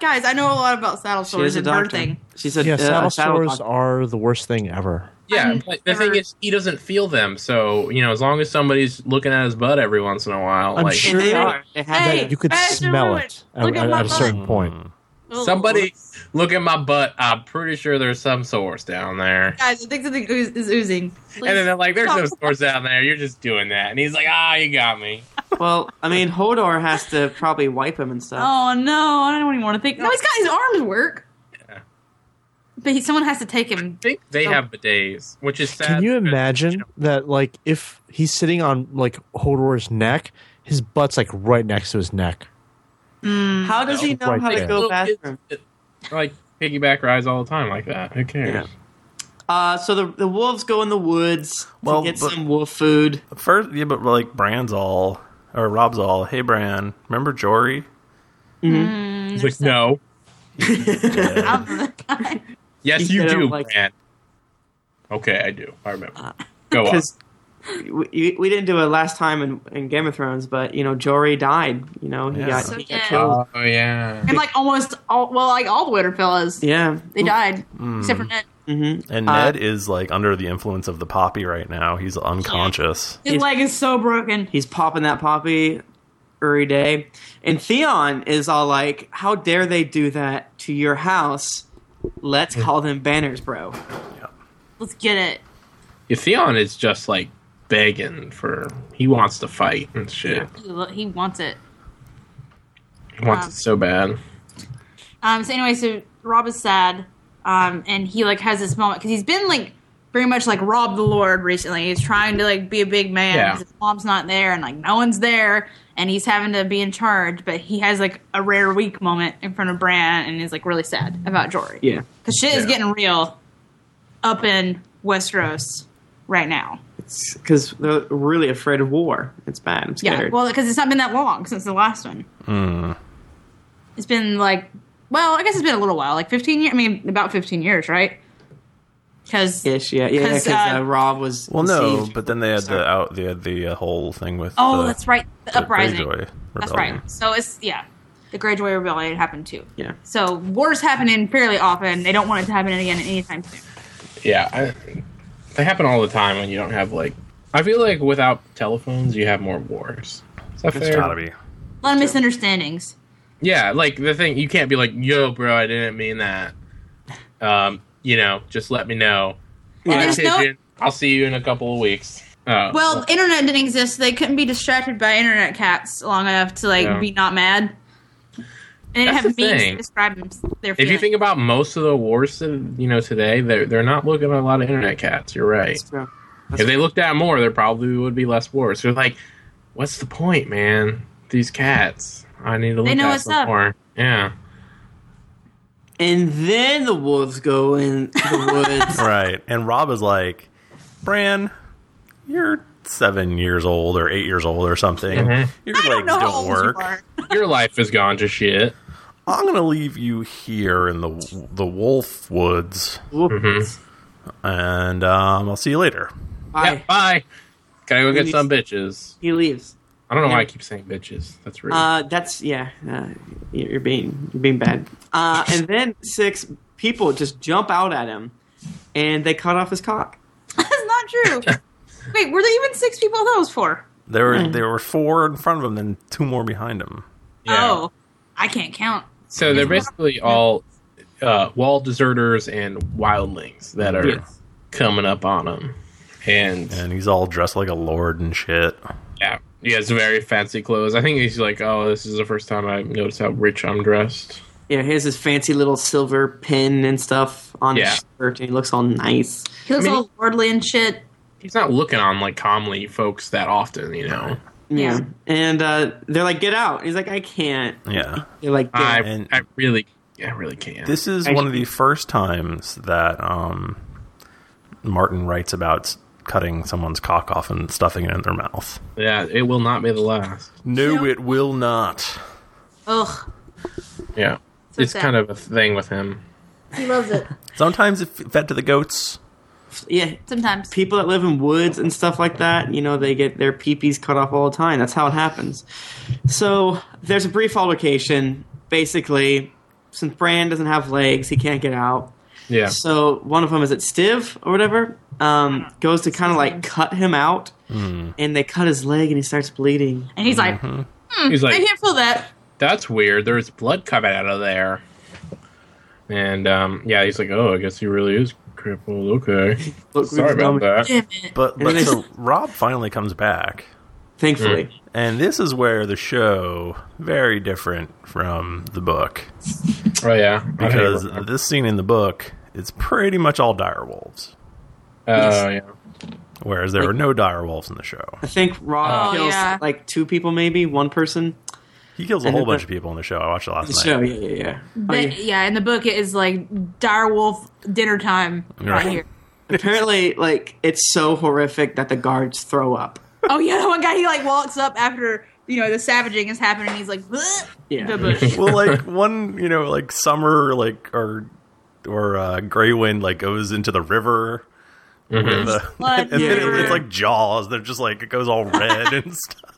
S1: guys, I know a lot about saddle
S3: She
S1: sores
S3: is a
S1: and
S3: doctor.
S1: birthing.
S3: She's a
S5: Yeah,
S3: uh,
S5: saddle sores
S3: doctor.
S5: are the worst thing ever.
S4: yeah,
S1: I'm
S4: but the thing
S1: never-
S4: is, he doesn't feel them. So you know, as long as somebody's looking at his butt every once in a while,
S5: I'm
S4: like
S5: sure
S3: They are. They have
S1: Hey,
S5: that you could
S1: Bad to
S5: smell
S1: ruin.
S5: it
S1: Look at
S5: at, at
S1: my Mm. Oh,
S5: a certain
S1: butt.
S5: point.
S1: Ugh.
S4: somebody look at my butt. I'm pretty sure there's some source down there.
S1: guys, I think something ooze, is oozing. Please.
S4: And then they're like, "There's no
S1: Stop.
S4: source down there. You're just doing that." And he's like, "Ah, you got me."
S3: Well, I mean, Hodor has to probably wipe him and stuff.
S1: Oh no, I don't even want to think. No, he's got his arms work.
S4: Yeah.
S1: But he, someone has to take him.
S4: I think they
S1: So-
S4: have bidets, which is sad.
S5: Can you
S4: because,
S5: imagine
S4: know,
S5: that? Like, if he's sitting on like Hodor's neck, his butt's like right next to his neck.
S3: How does he know
S5: Right
S3: how to
S5: there.
S3: go
S4: little kids
S3: bathroom?
S4: that, like piggyback rides all the time like that. Who cares?
S3: Yeah. Uh, so the the wolves go in the woods
S2: Well,
S3: to get
S2: but-
S3: some wolf food.
S2: First, yeah, but like Bran's all or Rob's all. Hey, Bran, remember Jory?
S4: He's like, no.
S1: I'm the guy.
S4: Yes,
S3: You
S4: you,
S3: know,
S4: do,
S3: like-
S4: man. Okay, I do. I remember. Go on.
S3: because we, we didn't do it last time in, in Game of Thrones, but you know Jory died. You know he
S2: Yeah. Uh,
S3: got,
S1: So
S3: he got
S1: dead.
S3: killed.
S4: Oh yeah.
S1: And like almost all, well, like all the Winterfellas,
S3: Yeah,
S1: they died except for Ned.
S3: hmm
S2: And
S3: Uh,
S2: Ned is like under the influence of the poppy right now. He's unconscious.
S1: His
S3: He's-
S1: leg is so broken.
S3: he's popping that poppy every day, and Theon is all like, "How dare they do that to your house? Let's call them banners, bro."
S1: Let's get it.
S4: Yeah, Theon is just like begging for he wants to fight and shit.
S1: He, lo- he wants it.
S4: He wants
S1: Wow.
S4: it so bad.
S1: Um, so anyway, so Rob is sad, um, and he like has this moment because he's been like very much like Rob the Lord recently. He's trying to like be a big man.
S4: Yeah.
S1: 'cause His mom's not there, and like no one's there, and he's having to be in charge. But he has like a rare weak moment in front of Bran, and is like really sad about Jory.
S3: Yeah,
S1: because shit is
S4: Yeah.
S1: getting real up in Westeros right now.
S3: it's because they're really afraid of war. It's bad. I'm
S1: Yeah,
S3: scared.
S1: well, because it's not been that long since the last one.
S4: Hmm.
S1: It's been like, well, I guess it's been a little while, like fifteen years. I mean, about fifteen years, right? Because
S3: Ish, yeah, yeah,
S1: 'Cause,
S3: because
S1: uh,
S3: uh, Rob was
S2: Well, no,
S3: deceived.
S2: but then they had
S3: Sorry.
S2: the out. They had the uh, whole thing with
S1: oh,
S2: the,
S1: that's right, the,
S2: the
S1: uprising.
S2: Greyjoy
S1: That's
S2: rebellion.
S1: right. So it's yeah, the Greyjoy rebellion happened too.
S3: yeah.
S1: So wars happening fairly often. They don't want it to happen again anytime soon.
S4: Yeah, I, they happen all the time when you don't have like. I feel like without telephones, you have more wars. Is that
S2: It's
S4: fair?
S2: gotta be.
S1: A lot of misunderstandings.
S4: Yeah, like the thing you can't be like, "Yo, bro, I didn't mean that." Um, you know, just let me know.
S1: And
S4: Bye,
S1: there's no-
S4: pigeon. I'll see you in a couple of weeks. Oh,
S1: Well, the internet didn't exist. so They couldn't be distracted by internet cats long enough to like
S4: Yeah.
S1: be not mad. And
S4: That's
S1: have
S4: the
S1: memes
S4: thing.
S1: to describe them, their
S4: if
S1: feelings.
S4: you think about most of the wars, that, you know, today they're they're not looking at a lot of internet cats. You're right.
S3: That's true.
S4: If they looked at more, there probably would be less wars. So like, what's the point, man? These cats. I need to look
S1: They know
S4: at
S1: what's
S4: some
S1: up.
S4: more. Yeah.
S3: And then the wolves go in the woods.
S4: Uh,
S2: Right. And Rob is like, Bran, you're seven years old or eight years old or something.
S4: Mhm.
S2: Your
S1: I don't
S2: legs
S1: know
S2: don't,
S1: how old
S2: work.
S1: you are.
S4: Your life is gone to shit.
S2: I'm gonna leave you here in the the wolf woods,
S3: Wolves.
S4: mm-hmm.
S2: and um, I'll see you later.
S3: Bye.
S4: Yeah, bye. Gotta go get
S3: Please.
S4: some bitches.
S3: He leaves.
S4: I don't know why I keep saying bitches. That's rude.
S3: Uh, that's yeah. Uh, you're you're being you're being bad. Uh, and then six people just jump out at him, and they cut off his cock.
S1: That's not true. Wait, were there even six people those for?
S2: There
S1: Hmm.
S2: were there were four in front of him, then two more behind him.
S4: Yeah.
S1: Oh, I can't count.
S4: So they're basically all uh, wall deserters and wildlings that are
S3: Yes.
S4: coming up on them. And
S2: And he's all dressed like a lord and shit.
S4: yeah, he has very fancy clothes. I think he's like, oh, this is the first time I noticed how rich I'm dressed.
S3: Yeah, here's his fancy little silver pin and stuff on
S4: Yeah.
S3: his shirt, and he looks all nice.
S1: He looks
S3: I mean,
S1: all lordly and shit.
S4: He's not looking on like comely folks that often, you know.
S1: Yeah.
S3: Yeah, and uh, they're like, "Get out!" He's like, "I can't."
S2: Yeah.
S3: They're like, "Get
S4: I
S3: out."
S2: And-
S4: I really I really can't.
S2: This is one of the first times that um, Martin writes about s- cutting someone's cock off and stuffing it in their mouth.
S4: yeah, it will not be the last.
S2: No,
S1: Yeah.
S2: it will not.
S1: Ugh,
S4: Yeah.
S1: So
S4: it's
S1: sad.
S4: kind of a thing with him.
S1: he loves it
S2: Sometimes it f- fed to the goats.
S3: Yeah,
S1: sometimes.
S3: people that live in woods and stuff like that, you know, they get their peepees cut off all the time. That's how it happens. So there's a brief altercation. Basically, since Bran doesn't have legs, he can't get out.
S4: Yeah.
S3: So one of them is at Stiv or whatever, um, goes to kind of like cut him out,
S4: Hmm.
S3: and they cut his leg and he starts bleeding.
S1: And he's like,
S2: Mm-hmm.
S4: He's like
S1: Hmm. I can't feel that.
S4: that's weird. There's blood coming out of there. And um, yeah, he's like, oh, I guess he really is crippled. Okay,
S3: Look,
S4: sorry about that.
S1: Damn it.
S2: But
S3: And
S2: but
S3: then
S2: so Rob finally comes back,
S3: Thankfully,
S4: Hmm.
S2: and this is where the show very different from the book
S4: Oh yeah, I
S2: because
S4: don't remember.
S2: this scene in the book is pretty much all direwolves,
S4: oh yeah,
S2: whereas there are no direwolves in the show.
S3: I think Rob
S1: Oh,
S3: kills
S1: yeah.
S3: like two people, maybe one person.
S2: He kills a
S3: And
S2: whole
S3: then
S2: bunch
S3: the-
S2: of people in the show. I watched it last
S3: The
S2: night.
S3: show, yeah, yeah, yeah. Oh, yeah.
S1: But, yeah, in the book it is like direwolf dinner time right,
S2: Right.
S1: here.
S3: Apparently, like it's so horrific that the guards throw up.
S1: Oh yeah, the one guy he like walks up after you know the savaging is happening. and He's like, "Bleh."
S3: Yeah.
S1: the bush.
S2: well, like one, you know, like summer, like or or uh, Grey Wind, like goes into the river
S4: Mm-hmm.
S2: with, uh,
S1: Blood
S2: and then it-
S1: everywhere.
S2: it's like jaws. They're just like it goes all red and stuff.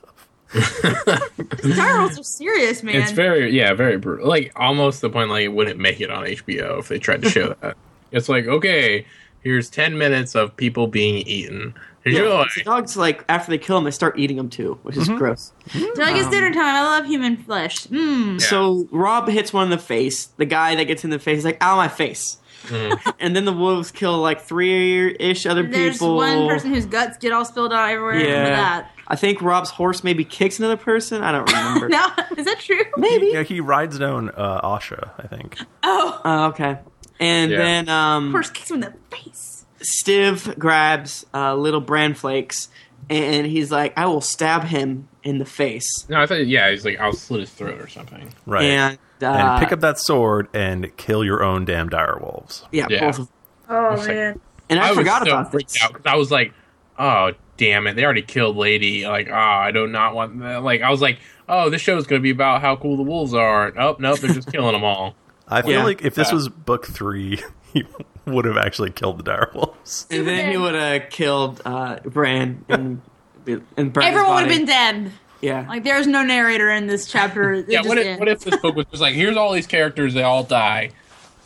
S1: These titles are serious, man.
S4: It's very yeah, very brutal. Like almost the point like it wouldn't make it on HBO if they tried to show that. It's like okay, here's ten minutes of people being eaten. Enjoy. Mm-hmm.
S3: The dogs like after they kill them, they start eating them too, which is gross.
S1: Doug, it's dinner time. I love human flesh. Mmm.
S3: So Rob hits one in the face. The guy that gets in the face is like, "Ow, my face!"
S4: Mm.
S3: and then the wolves kill like three ish other
S1: There's
S3: people.
S1: one person whose guts get all spilled out everywhere. I remember
S3: yeah,
S1: that.
S3: I think Rob's horse maybe kicks another person. I don't remember.
S1: No, is that true?
S3: Maybe.
S2: Yeah, he rides down uh, Asha, I think.
S1: Oh,
S3: Oh, okay. And
S4: Yeah.
S3: then um,
S1: horse kicks him in the face.
S3: Stiv grabs uh, little bran flakes, and he's like, "I will stab him in the face."
S4: No, I thought yeah, he's like I'll slit his throat or something.
S2: Right.
S3: And, uh,
S2: and pick up that sword and kill your own damn direwolves.
S3: yeah,
S4: Yeah.
S3: both of them.
S1: Oh
S4: It's like- man.
S3: And I, forgot
S4: was so
S3: about
S4: freaked
S3: this.
S4: out 'cause I was like, oh damn it, they already killed Lady. Like ah, I do not want that. Like I was like, oh, this show's gonna be about how cool the wolves are. Oh nope, they're just killing them all.
S2: I feel
S3: Yeah.
S2: like if this
S4: Yeah.
S2: was book three, he would have actually killed the direwolves.
S3: And then he
S1: Superman.
S3: would have killed uh, Bran and and Bran's
S1: Everyone would have
S3: body.
S1: been dead.
S3: yeah.
S1: Like there's no narrator in this chapter. It
S4: yeah,
S1: just
S4: what if,
S1: ends.
S4: what if this book was just like, here's all these characters, they all die,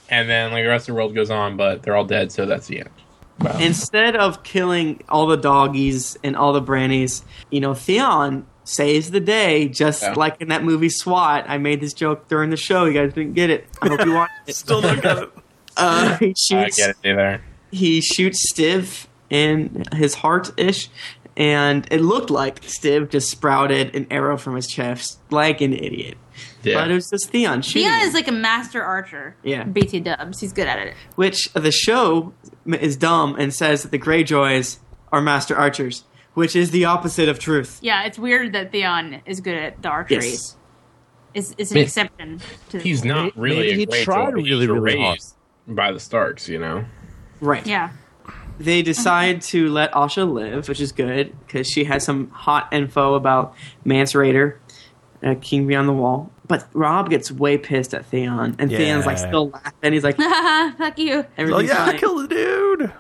S4: and then like the rest of the world goes on, but they're all dead, so that's the end. Wow.
S3: Instead of killing all the doggies and all the brannies, you know, Theon saves the day, just
S4: Yeah.
S3: like in that movie SWAT. I made this joke during the show. You guys didn't get it. I hope you watched it.
S2: Still don't got it.
S3: Uh, he
S4: I
S3: shoots.
S4: get it there.
S3: He shoots Stiv in his heart ish, and it looked like Stiv just sprouted an arrow from his chest, like an idiot. But it
S4: Yeah.
S3: was just Theon shooting.
S1: Dion
S3: him.
S1: is like a master archer.
S3: Yeah.
S1: BT Dubs. He's good at it.
S3: which the show is dumb and says that the Greyjoys are master archers, which is the opposite of truth.
S1: Yeah, it's weird that Theon is good at the archery.
S3: Yes.
S1: It's, it's an
S4: Man.
S1: exception to
S4: He's not
S5: Maybe
S4: really. a
S5: he
S4: great
S5: tried
S4: Joel. He's
S5: really, really hard.
S4: raised by the Starks, you know.
S3: Right.
S1: Yeah.
S3: They decide to let Asha live, which is good because she has some hot info about Mance Raider, uh, King Beyond the Wall. But Rob gets way pissed at Theon, and Theon's like
S2: Yeah.
S3: still laughing. He's like,
S1: Uh, Fuck you.
S2: Oh
S3: everything's
S2: yeah, I
S3: fine.
S2: killed the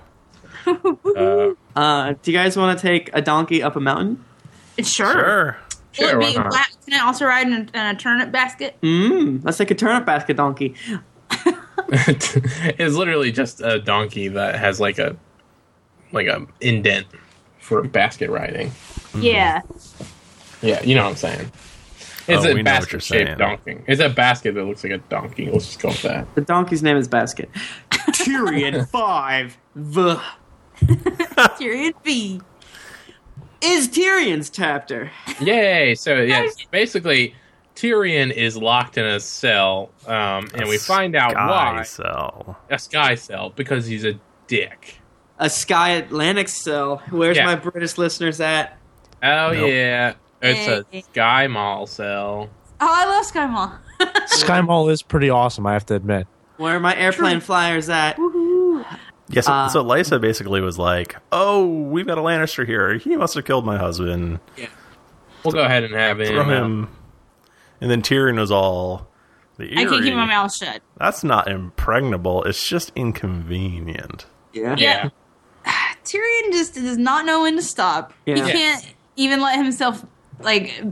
S2: dude.
S4: Uh,
S3: Uh, do you guys want to take a donkey up a mountain?
S1: Sure.
S2: Sure.
S1: Will
S4: Sure,
S1: it
S4: why
S1: be
S4: not?
S1: flat? Can it also ride in a, in a turnip basket?
S3: Mm, let's take a turnip basket donkey.
S4: it's literally just a donkey that has like a like a indent for basket riding.
S1: Yeah.
S4: Yeah, you know what I'm saying. It's
S2: Oh, we
S4: a
S2: know what
S4: basket
S2: you're saying.
S4: shaped donkey. It's a basket that looks like a donkey. Let's just go with that.
S3: The donkey's name is Basket. Tyrion five. The
S1: Tyrion B.
S3: is Tyrion's chapter.
S4: Yay! So yeah, basically Tyrion is locked in a cell, um, and we find out
S2: Guy
S4: why
S2: cell.
S4: a sky cell because he's a dick.
S3: a Sky Atlantic cell. Where's
S4: Yeah.
S3: my British listeners at?
S4: Oh
S2: Nope.
S4: yeah, it's
S1: Hey.
S4: a sky mall cell.
S1: Oh, I love Sky Mall.
S5: Sky Mall is pretty awesome, I have to admit.
S3: Where are my airplane flyers at?
S1: Woohoo.
S2: Yes. Yeah,
S3: Uh,
S2: so, so Lysa basically was like, "Oh, we've got a Lannister here. He must have killed my husband.
S4: We'll go ahead and have him.
S2: Throw
S4: uh,
S2: him." And then Tyrion was all, "The
S1: I can't keep
S2: Eerie,
S1: my mouth shut.
S2: That's not impregnable. It's just inconvenient."
S3: Yeah.
S4: Yeah.
S1: Tyrion just does not know when to stop. He
S3: Yeah.
S1: can't even let himself like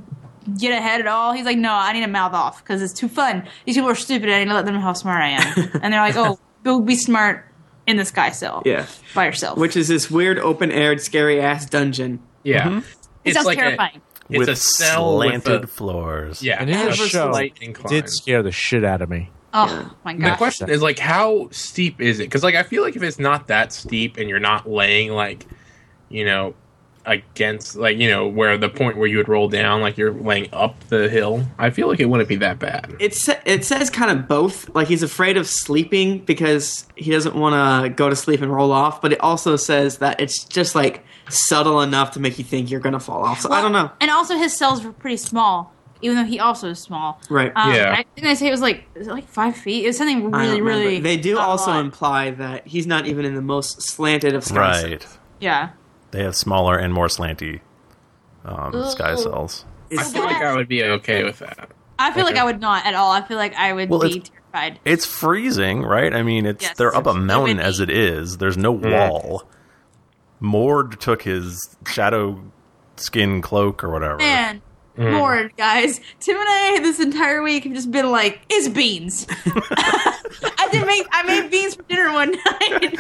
S1: get ahead at all. He's like, no, I need to mouth off because it's too fun. These people are stupid. I need to let them know how smart I am. and they're like, oh, go be smart in the sky cell.
S3: Yeah.
S1: by yourself.
S3: Which is this weird open aired scary ass dungeon.
S4: Yeah.
S5: Mm-hmm.
S1: it sounds
S4: like a-
S1: terrifying.
S4: it's
S2: with
S4: a cell with
S2: slanted
S4: a-
S2: floors.
S4: yeah.
S5: And in
S4: a
S5: the show,
S4: slight
S5: it
S4: incline.
S5: did scare the shit out of me.
S1: oh my
S4: the
S1: gosh.
S4: question is like, how steep is it? Because like, I feel like if it's not that steep and you're not laying like, you know, against like you know where the point where you would roll down, like you're laying up the hill. I feel like it wouldn't be that bad.
S3: It, sa- it says kind of both. Like he's afraid of sleeping because he doesn't want to go to sleep and roll off, but it also says that it's just like subtle enough to make you think you're going to fall off. So I don't know.
S1: And also, his cells were pretty small, even though he also is small.
S3: Right.
S1: Um,
S4: Yeah.
S1: I think they say it was like is it like five feet. It was something
S3: I don't
S1: really,
S3: remember.
S1: really.
S3: They do
S1: not a
S3: also
S1: lot.
S3: imply that he's not even in the most slanted of sky cells.
S2: Right.
S1: yeah.
S2: They have smaller and more slanty um, sky
S1: Ooh.
S2: cells.
S4: I feel like I would be okay with that.
S1: I feel like
S4: Okay.
S1: I would not at all. I feel like I would
S2: Well,
S1: be
S2: it's-
S1: terrified.
S2: It's freezing, right? I mean, it's
S1: Yes.
S2: they're up a
S1: It's
S2: mountain
S1: windy.
S4: Mm.
S2: as it is. There's no
S4: Yeah.
S2: wall. Mord took his shadow skin cloak or whatever.
S1: Man,
S4: Hmm.
S1: bored, guys. Tim and I this entire week have just been like, it's beans. I did make I made beans for dinner one night.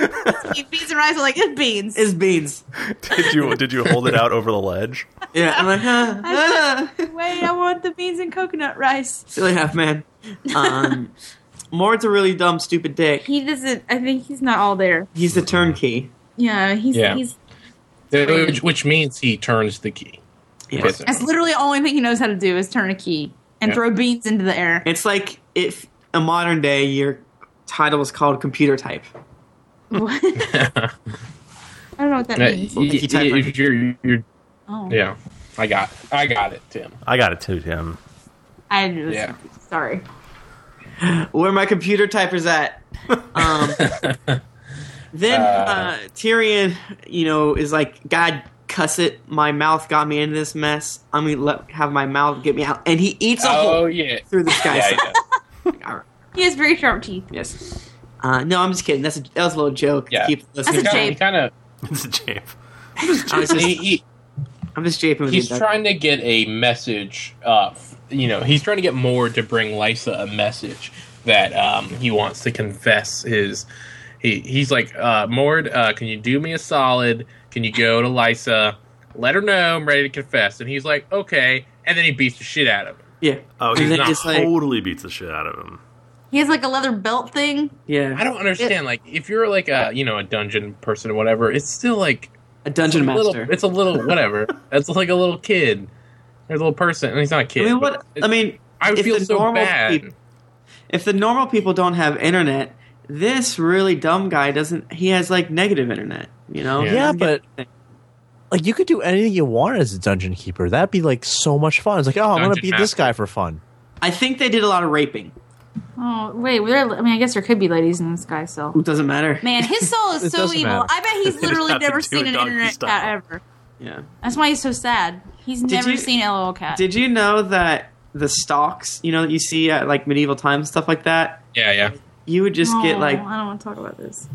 S1: beans and rice. I'm like, it's beans.
S3: Is beans.
S2: Did you did you hold it out over the ledge?
S3: Yeah, I'm like, huh,
S1: I-
S3: huh.
S1: Wait, I want the beans and coconut rice.
S3: silly half man. Um, Mord's a really dumb, stupid dick.
S1: He doesn't. I think he's not all there.
S3: He's the turnkey.
S1: Yeah, he's
S4: Yeah.
S1: he's.
S4: Which, which means he turns the key.
S3: Yes.
S1: That's literally the only thing he knows how to do is turn a key and
S4: Yeah.
S1: throw beans into the air.
S3: It's like if a modern day your title was called computer type.
S1: What? I don't know what that means.
S4: Y-
S3: If you type
S4: y-
S3: like-
S4: you're- you're-
S1: Oh,
S4: yeah, I got, I got it, Tim.
S2: I got it to him.
S1: I was,
S4: Yeah.
S1: sorry.
S3: Where my computer typers at? Um, then uh, Tyrion, you know, is like, God, cuss it! My mouth got me into this mess. I'm gonna let have my mouth get me out, and he eats a
S4: Oh
S3: hole
S4: yeah,
S3: through this
S4: yeah,
S3: guy's side.
S4: yeah.
S3: All right.
S1: He has very sharp teeth.
S3: Yes. Uh, no, I'm just kidding. That's a, that was a little joke.
S4: Yeah.
S3: Keep
S1: a
S3: listening.
S1: joke.
S4: He kind of,
S2: It's a jape.
S3: I was just,
S4: he, he-
S3: I'm just japing with
S4: he's
S3: you. Doug.
S4: trying to get a message. Uh, you know, he's trying to get more to bring Lysa a message that um, he wants to confess his. He, he's like, uh, Mord, uh, can you do me a solid? Can you go to Lysa? Let her know I'm ready to confess. And he's like, okay. And then he beats the shit out of him.
S3: Yeah.
S2: Oh,
S3: And
S2: he
S3: then it's like-
S2: totally beats the shit out of him.
S1: He has like a leather belt thing.
S3: Yeah.
S4: I don't understand. Like, if you're like a you know a dungeon person or whatever, it's still like
S3: a dungeon
S4: a little.
S3: master.
S4: It's a little whatever. it's like a little kid, or a little person. And he's not a
S3: I
S4: kid.
S3: mean,
S4: but
S3: what? I mean,
S4: I would
S3: if
S4: feel
S3: the
S4: so
S3: normal
S4: bad.
S3: peop- if the normal people don't have internet, this really dumb guy doesn't. He has like negative internet. You know?
S4: Yeah.
S5: Yeah, but like you could do anything you want as a dungeon keeper. That'd be like so much fun. It's like, oh, I'm gonna
S4: Dungeon
S5: beat this
S4: master.
S5: guy for fun.
S3: I think they did a lot of raping.
S1: Oh wait, were there, I mean, I guess there could be ladies in this guy's cell.
S3: It doesn't matter.
S1: Man, his soul is
S5: It
S1: so
S5: doesn't
S1: evil.
S5: matter.
S1: I bet he's
S2: It
S1: literally
S2: has to
S1: never
S2: do
S1: seen
S2: with
S1: an
S2: donkey
S1: internet
S2: style.
S1: cat ever.
S3: Yeah.
S1: That's why he's so sad. He's never
S3: you-
S1: seen LOL cat.
S3: Did you know that the stalks, you know, that you see at like medieval times stuff like that,
S4: Yeah, yeah.
S3: you would just get
S1: Oh,
S3: like
S1: I don't want to talk about this.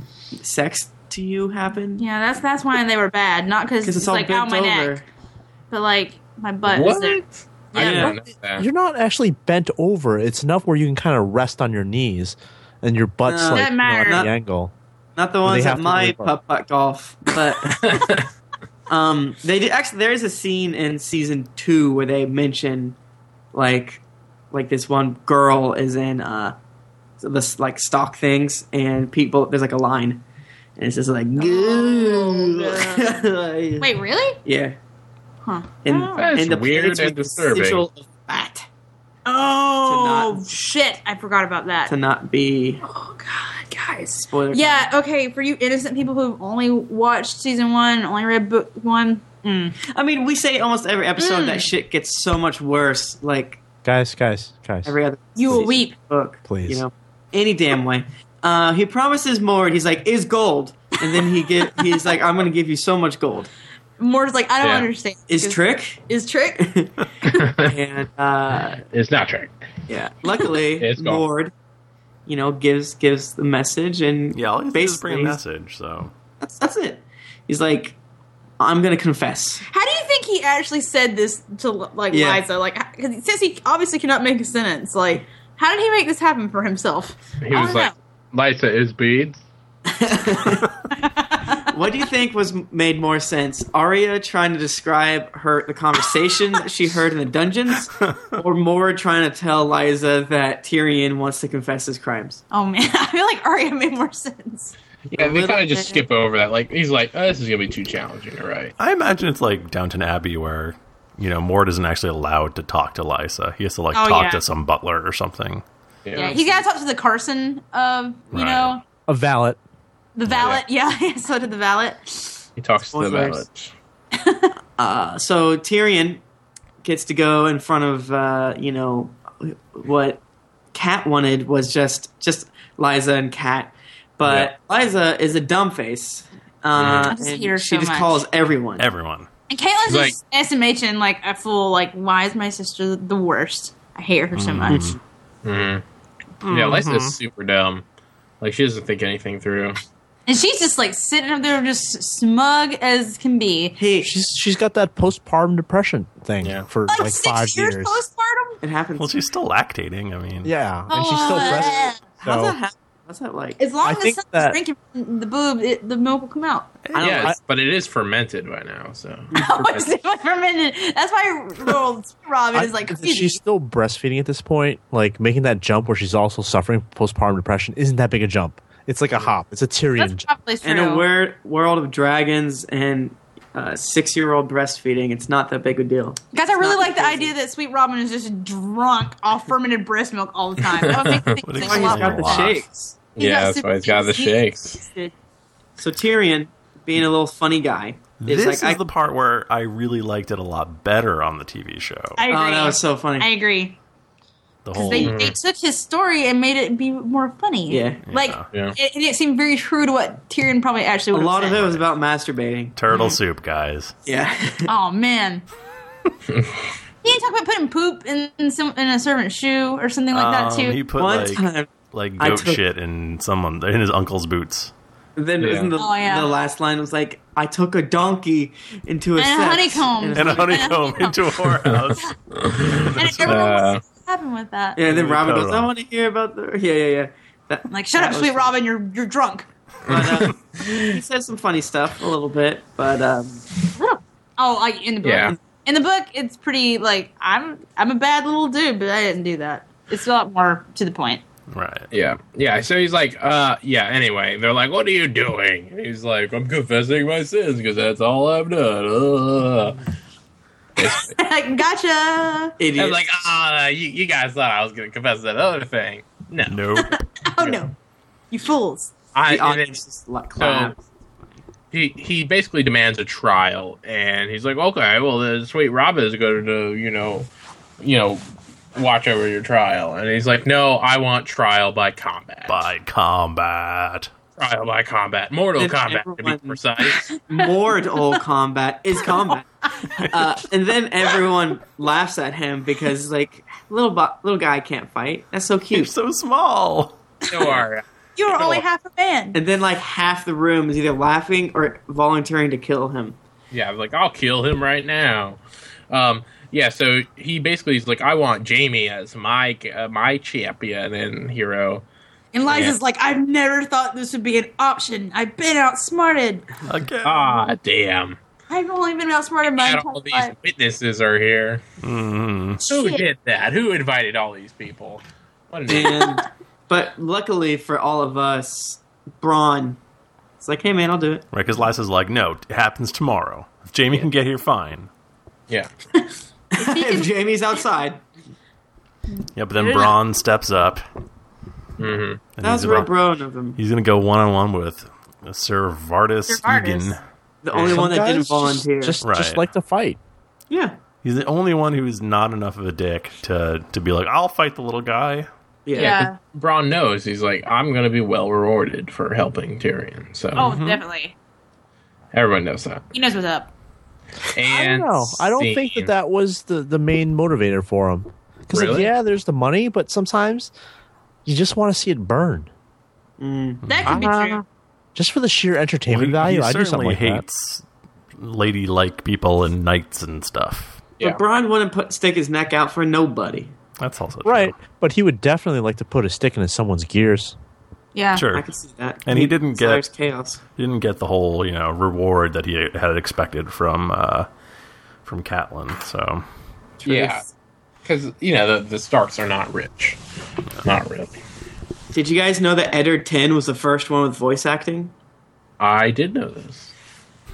S3: sex to you happen?
S1: Yeah, that's that's why they were bad. Not because
S3: Because
S1: it's,
S3: it's, all
S1: like
S3: bent
S1: out my
S3: over.
S1: neck, but like my butt is
S4: what?
S1: there.
S4: I
S1: Yeah.
S4: didn't know that.
S5: You're not actually bent over. It's enough where you can kind of rest on your knees and your butt's
S3: No.
S5: like
S1: Doesn't
S5: you know, at
S1: matter.
S5: the angle.
S3: Not the
S5: Well, they
S3: ones
S5: have
S3: at
S5: to
S3: my
S5: live up.
S3: putt putt golf, but um, they did, actually there is a scene in season two where they mention like like this one girl is in uh this like stock things and people there's like a line and it's just like
S1: Oh,
S3: goo.
S1: Wait, really?
S3: yeah
S1: Huh.
S3: and,
S1: Oh.
S4: That's
S3: and the
S4: weird
S3: parents
S4: and
S3: with the
S4: disturbing.
S3: sigil of fat
S1: Oh
S3: To not-
S1: shit! I forgot about that.
S3: to not be
S1: Oh god, guys.
S3: spoiler
S1: Yeah, okay, for you innocent people who've only watched season one, only read book one, mm.
S3: I mean we say almost every episode
S1: Mm.
S3: that shit gets so much worse like
S5: Guys, guys, guys.
S3: every other
S1: you will
S3: season.
S1: weep.
S3: book.
S5: Please.
S3: You know, any damn way. Uh, he promises more, and he's like, "Is gold," and then he get he's like, "I'm going to give you so much gold."
S1: Moore's like, I don't
S4: Yeah.
S1: understand.
S3: Is trick?
S1: Is trick?
S3: and uh,
S4: it's not true.
S3: yeah, luckily
S4: It's gold.
S3: Mord, you know, gives gives the message, and
S2: Yeah, all he has to do is bring a
S3: basically-
S2: message. So
S3: That's that's it. He's like, "I'm going to confess."
S1: How do you think he actually said this to like
S3: Yeah.
S1: Liza? Like, because since he obviously cannot make a sentence, like, how did he make this happen for himself?
S4: He
S1: I
S4: was
S1: don't
S4: like, Lysa is beads.
S3: What do you think was made more sense? Arya trying to describe her the conversation that she heard in the dungeons, or Mord trying to tell Liza that Tyrion wants to confess his crimes?
S1: oh man, I feel like Arya made more sense.
S4: Yeah, they
S3: little
S4: kind of just
S3: bit.
S4: skip over that. Like he's like, oh, this is gonna be too challenging. All right.
S2: I imagine it's like Downton Abbey where you know Mord isn't actually allowed to talk to Lysa. He has to like
S1: Oh,
S2: talk
S1: yeah.
S2: to some butler or something.
S1: Yeah, he's got to talk to the Carson of you
S2: Right.
S1: know
S5: a valet.
S1: the valet. Yeah, so did the valet.
S4: he talks to the
S3: Spoilers.
S4: valet.
S3: Uh, so Tyrion gets to go in front of uh, you know what Kat wanted was just just Liza and Kat, but Liza is a dumb face. Uh,
S1: I just
S3: and
S1: hate her
S3: she
S1: so
S3: just
S1: much.
S3: calls everyone.
S2: Everyone.
S1: And Caitlin's
S4: Like-
S1: just SMHing like a fool. Like, why is my sister the worst? I hate her so much.
S3: Mm-hmm.
S4: Yeah, Lysa's super dumb. Like she doesn't think anything through.
S1: And she's just like sitting up there, just smug as can be.
S3: Hey,
S5: She's she's got that postpartum depression thing
S2: Yeah.
S5: for
S1: Like,
S3: Oh,
S5: like,
S1: six
S5: five
S1: years,
S5: years.
S1: postpartum.
S3: it happens.
S2: Well, she's still lactating. I mean,
S5: yeah, and she's still
S1: Oh,
S5: breastfeeding.
S3: How's that
S5: So
S3: happen? How's that like?
S1: As long
S5: I
S1: as
S5: think
S1: someone's
S5: that-
S1: drinking from the boob, it, the milk will come out.
S3: I don't
S4: yeah,
S3: like-
S4: it's- but it is fermented by now, so
S1: Oh, it's different from it. That's why little Robin
S5: I
S1: is like,
S5: think that she's still breastfeeding at this point. Like making that jump where she's also suffering postpartum depression isn't that big a jump. It's like a hop. It's a Tyrion.
S1: that's
S5: jump.
S1: probably true.
S3: in a weird world of dragons and uh, six-year-old breastfeeding, it's not that big a deal.
S1: Guys, I really
S3: not
S1: like the
S3: crazy.
S1: idea that Sweet Robin is just drunk off fermented breast milk all the time. That would make
S2: What
S1: things
S2: explains
S1: a
S3: He's
S1: lot
S2: got the
S3: got the
S1: worse.
S3: shakes.
S4: Yeah, that's why he's got the shakes.
S3: Oh, So Tyrion, being a little funny guy, is
S2: this
S3: like,
S2: is
S3: I,
S2: the part where I really liked it a lot better on the TV show.
S1: I agree.
S3: oh, that was so funny.
S1: I agree.
S2: the
S1: 'Cause
S2: whole
S1: They,
S5: Oh.
S1: they took his story and made it be more funny.
S3: Yeah.
S1: Like,
S4: Yeah.
S1: It, and it seemed very true to what Tyrion probably actually
S3: a
S1: would
S3: lot
S1: have
S3: of
S1: said.
S3: it was about masturbating.
S2: turtle soup, guys.
S3: Yeah.
S1: Oh, man. He didn't talk about putting poop in, in, some, in a servant's shoe or something like that,
S2: Um,
S1: too.
S2: He put
S3: One
S2: like
S3: time,
S2: like
S3: I
S2: goat
S3: took-
S2: shit in someone in his uncle's boots.
S3: then
S4: Yeah.
S3: isn't the,
S1: Oh, yeah.
S3: the last line was like, I took a donkey into a
S1: And a
S3: sex."
S1: honeycomb.
S3: And a-
S2: and a honeycomb
S1: honeycomb.
S2: into a whorehouse.
S1: and
S2: That's-
S1: everyone was
S4: Uh,
S1: like, what happened with that?
S3: yeah, and then
S2: Yeah,
S3: Robin goes,
S2: totally.
S3: I want to hear about the. Yeah, yeah, yeah. That,
S1: I'm like, shut
S3: that
S1: up,
S3: was
S1: Sweet
S3: funny.
S1: Robin, you're, you're drunk.
S3: But, uh, he says some funny stuff a little bit, but um,
S1: Oh, like in the book.
S4: Yeah.
S1: In the book, it's pretty like I'm I'm a bad little dude, but I didn't do that. It's a lot more to the point.
S2: right.
S4: Yeah. Yeah. So he's like, uh, yeah, anyway. They're like, what are you doing? And he's like, I'm confessing my sins because that's all I've done. Uh.
S1: like, gotcha. Oh,
S4: And I'm
S3: idiot.
S4: like, ah, you, you guys thought I was going to confess that other thing. No.
S2: Nope.
S1: Oh no, you fools!
S4: I,
S3: the
S4: and
S3: audience
S4: it's,
S3: just like claps.
S4: he, he basically demands a trial. And he's like, okay, well, the sweet Robin is going to, you know, you know, watch over your trial. And he's like, no, I want trial by combat.
S2: By combat.
S4: Trial by combat. Mortal
S3: If
S4: combat, to be
S3: everyone-
S4: precise.
S3: Mortal combat is combat. Uh, and then everyone laughs at him because like little bo- little guy can't fight. That's so
S2: You're
S3: cute.
S2: so small.
S4: so are
S1: You are
S4: Come
S1: only
S4: on.
S1: half a man.
S3: And then like half the room is either laughing or volunteering to kill him.
S4: Yeah, like I'll kill him right now. Um, yeah, so he basically is like, I want Jamie as my uh, my champion and hero.
S1: And Liza's
S4: Yeah.
S1: like, I've never thought this would be an option. I've been outsmarted.
S2: Okay.
S3: Oh.
S4: Ah, damn!
S1: I've only been outsmarted my
S4: And
S1: entire
S4: all these
S1: life.
S4: witnesses are here.
S2: Mhm.
S4: Who
S1: Shit.
S4: did that? Who invited all these people? What an idiot.
S3: And but luckily for all of us, Braun, it's like, hey man, I'll do it.
S2: Right, because Lysa's like, no, it happens tomorrow. If Jamie can get here, fine.
S4: yeah,
S3: if Jamie's outside,
S2: Yeah, but then
S1: Yeah.
S2: Braun steps up.
S4: hmm
S2: And
S3: Mm-hmm. that was
S2: he's
S3: real
S2: gonna-
S3: bro of him.
S2: He's going to go one on one with Sir Vardis,
S1: Sir Vardis.
S2: Egan.
S3: The only
S5: Some
S3: one that
S5: guys
S3: didn't
S5: just-
S3: volunteer.
S5: Just, just,
S2: Right.
S5: like to fight.
S3: yeah,
S2: He's the only one who's not enough of a dick to, to be like, I'll fight the little guy.
S3: yeah.
S1: Yeah.
S4: 'cause Braun knows he's like, I'm gonna be well rewarded for helping Tyrion. So
S1: Oh, definitely.
S4: everyone knows that.
S1: He knows what's up.
S5: I don't
S4: And
S5: know. I don't think
S4: scene.
S5: that that was the, the main motivator for him. Because like,
S4: Really?
S5: yeah, there's the money, but sometimes you just want to see it burn,
S3: Mm.
S1: That could be true.
S5: just for the sheer entertainment
S2: Well, he-
S5: value.
S2: He
S5: I do
S2: certainly
S5: something like that.
S2: hates ladylike people and knights and stuff.
S4: Yeah.
S3: But Braun wouldn't put stick his neck out for nobody.
S2: That's also true.
S5: Right, but he would definitely like to put a stick into someone's gears.
S1: Yeah.
S2: Sure,
S3: I can see that.
S2: And he didn't get-
S3: There's chaos.
S2: he didn't get the whole you know reward that he had expected from uh, from Catelyn. So
S4: yeah, because you know the, the Starks are not rich, not really.
S3: Did you guys know that Eddard Ten was the first one with voice acting?
S4: I did know this.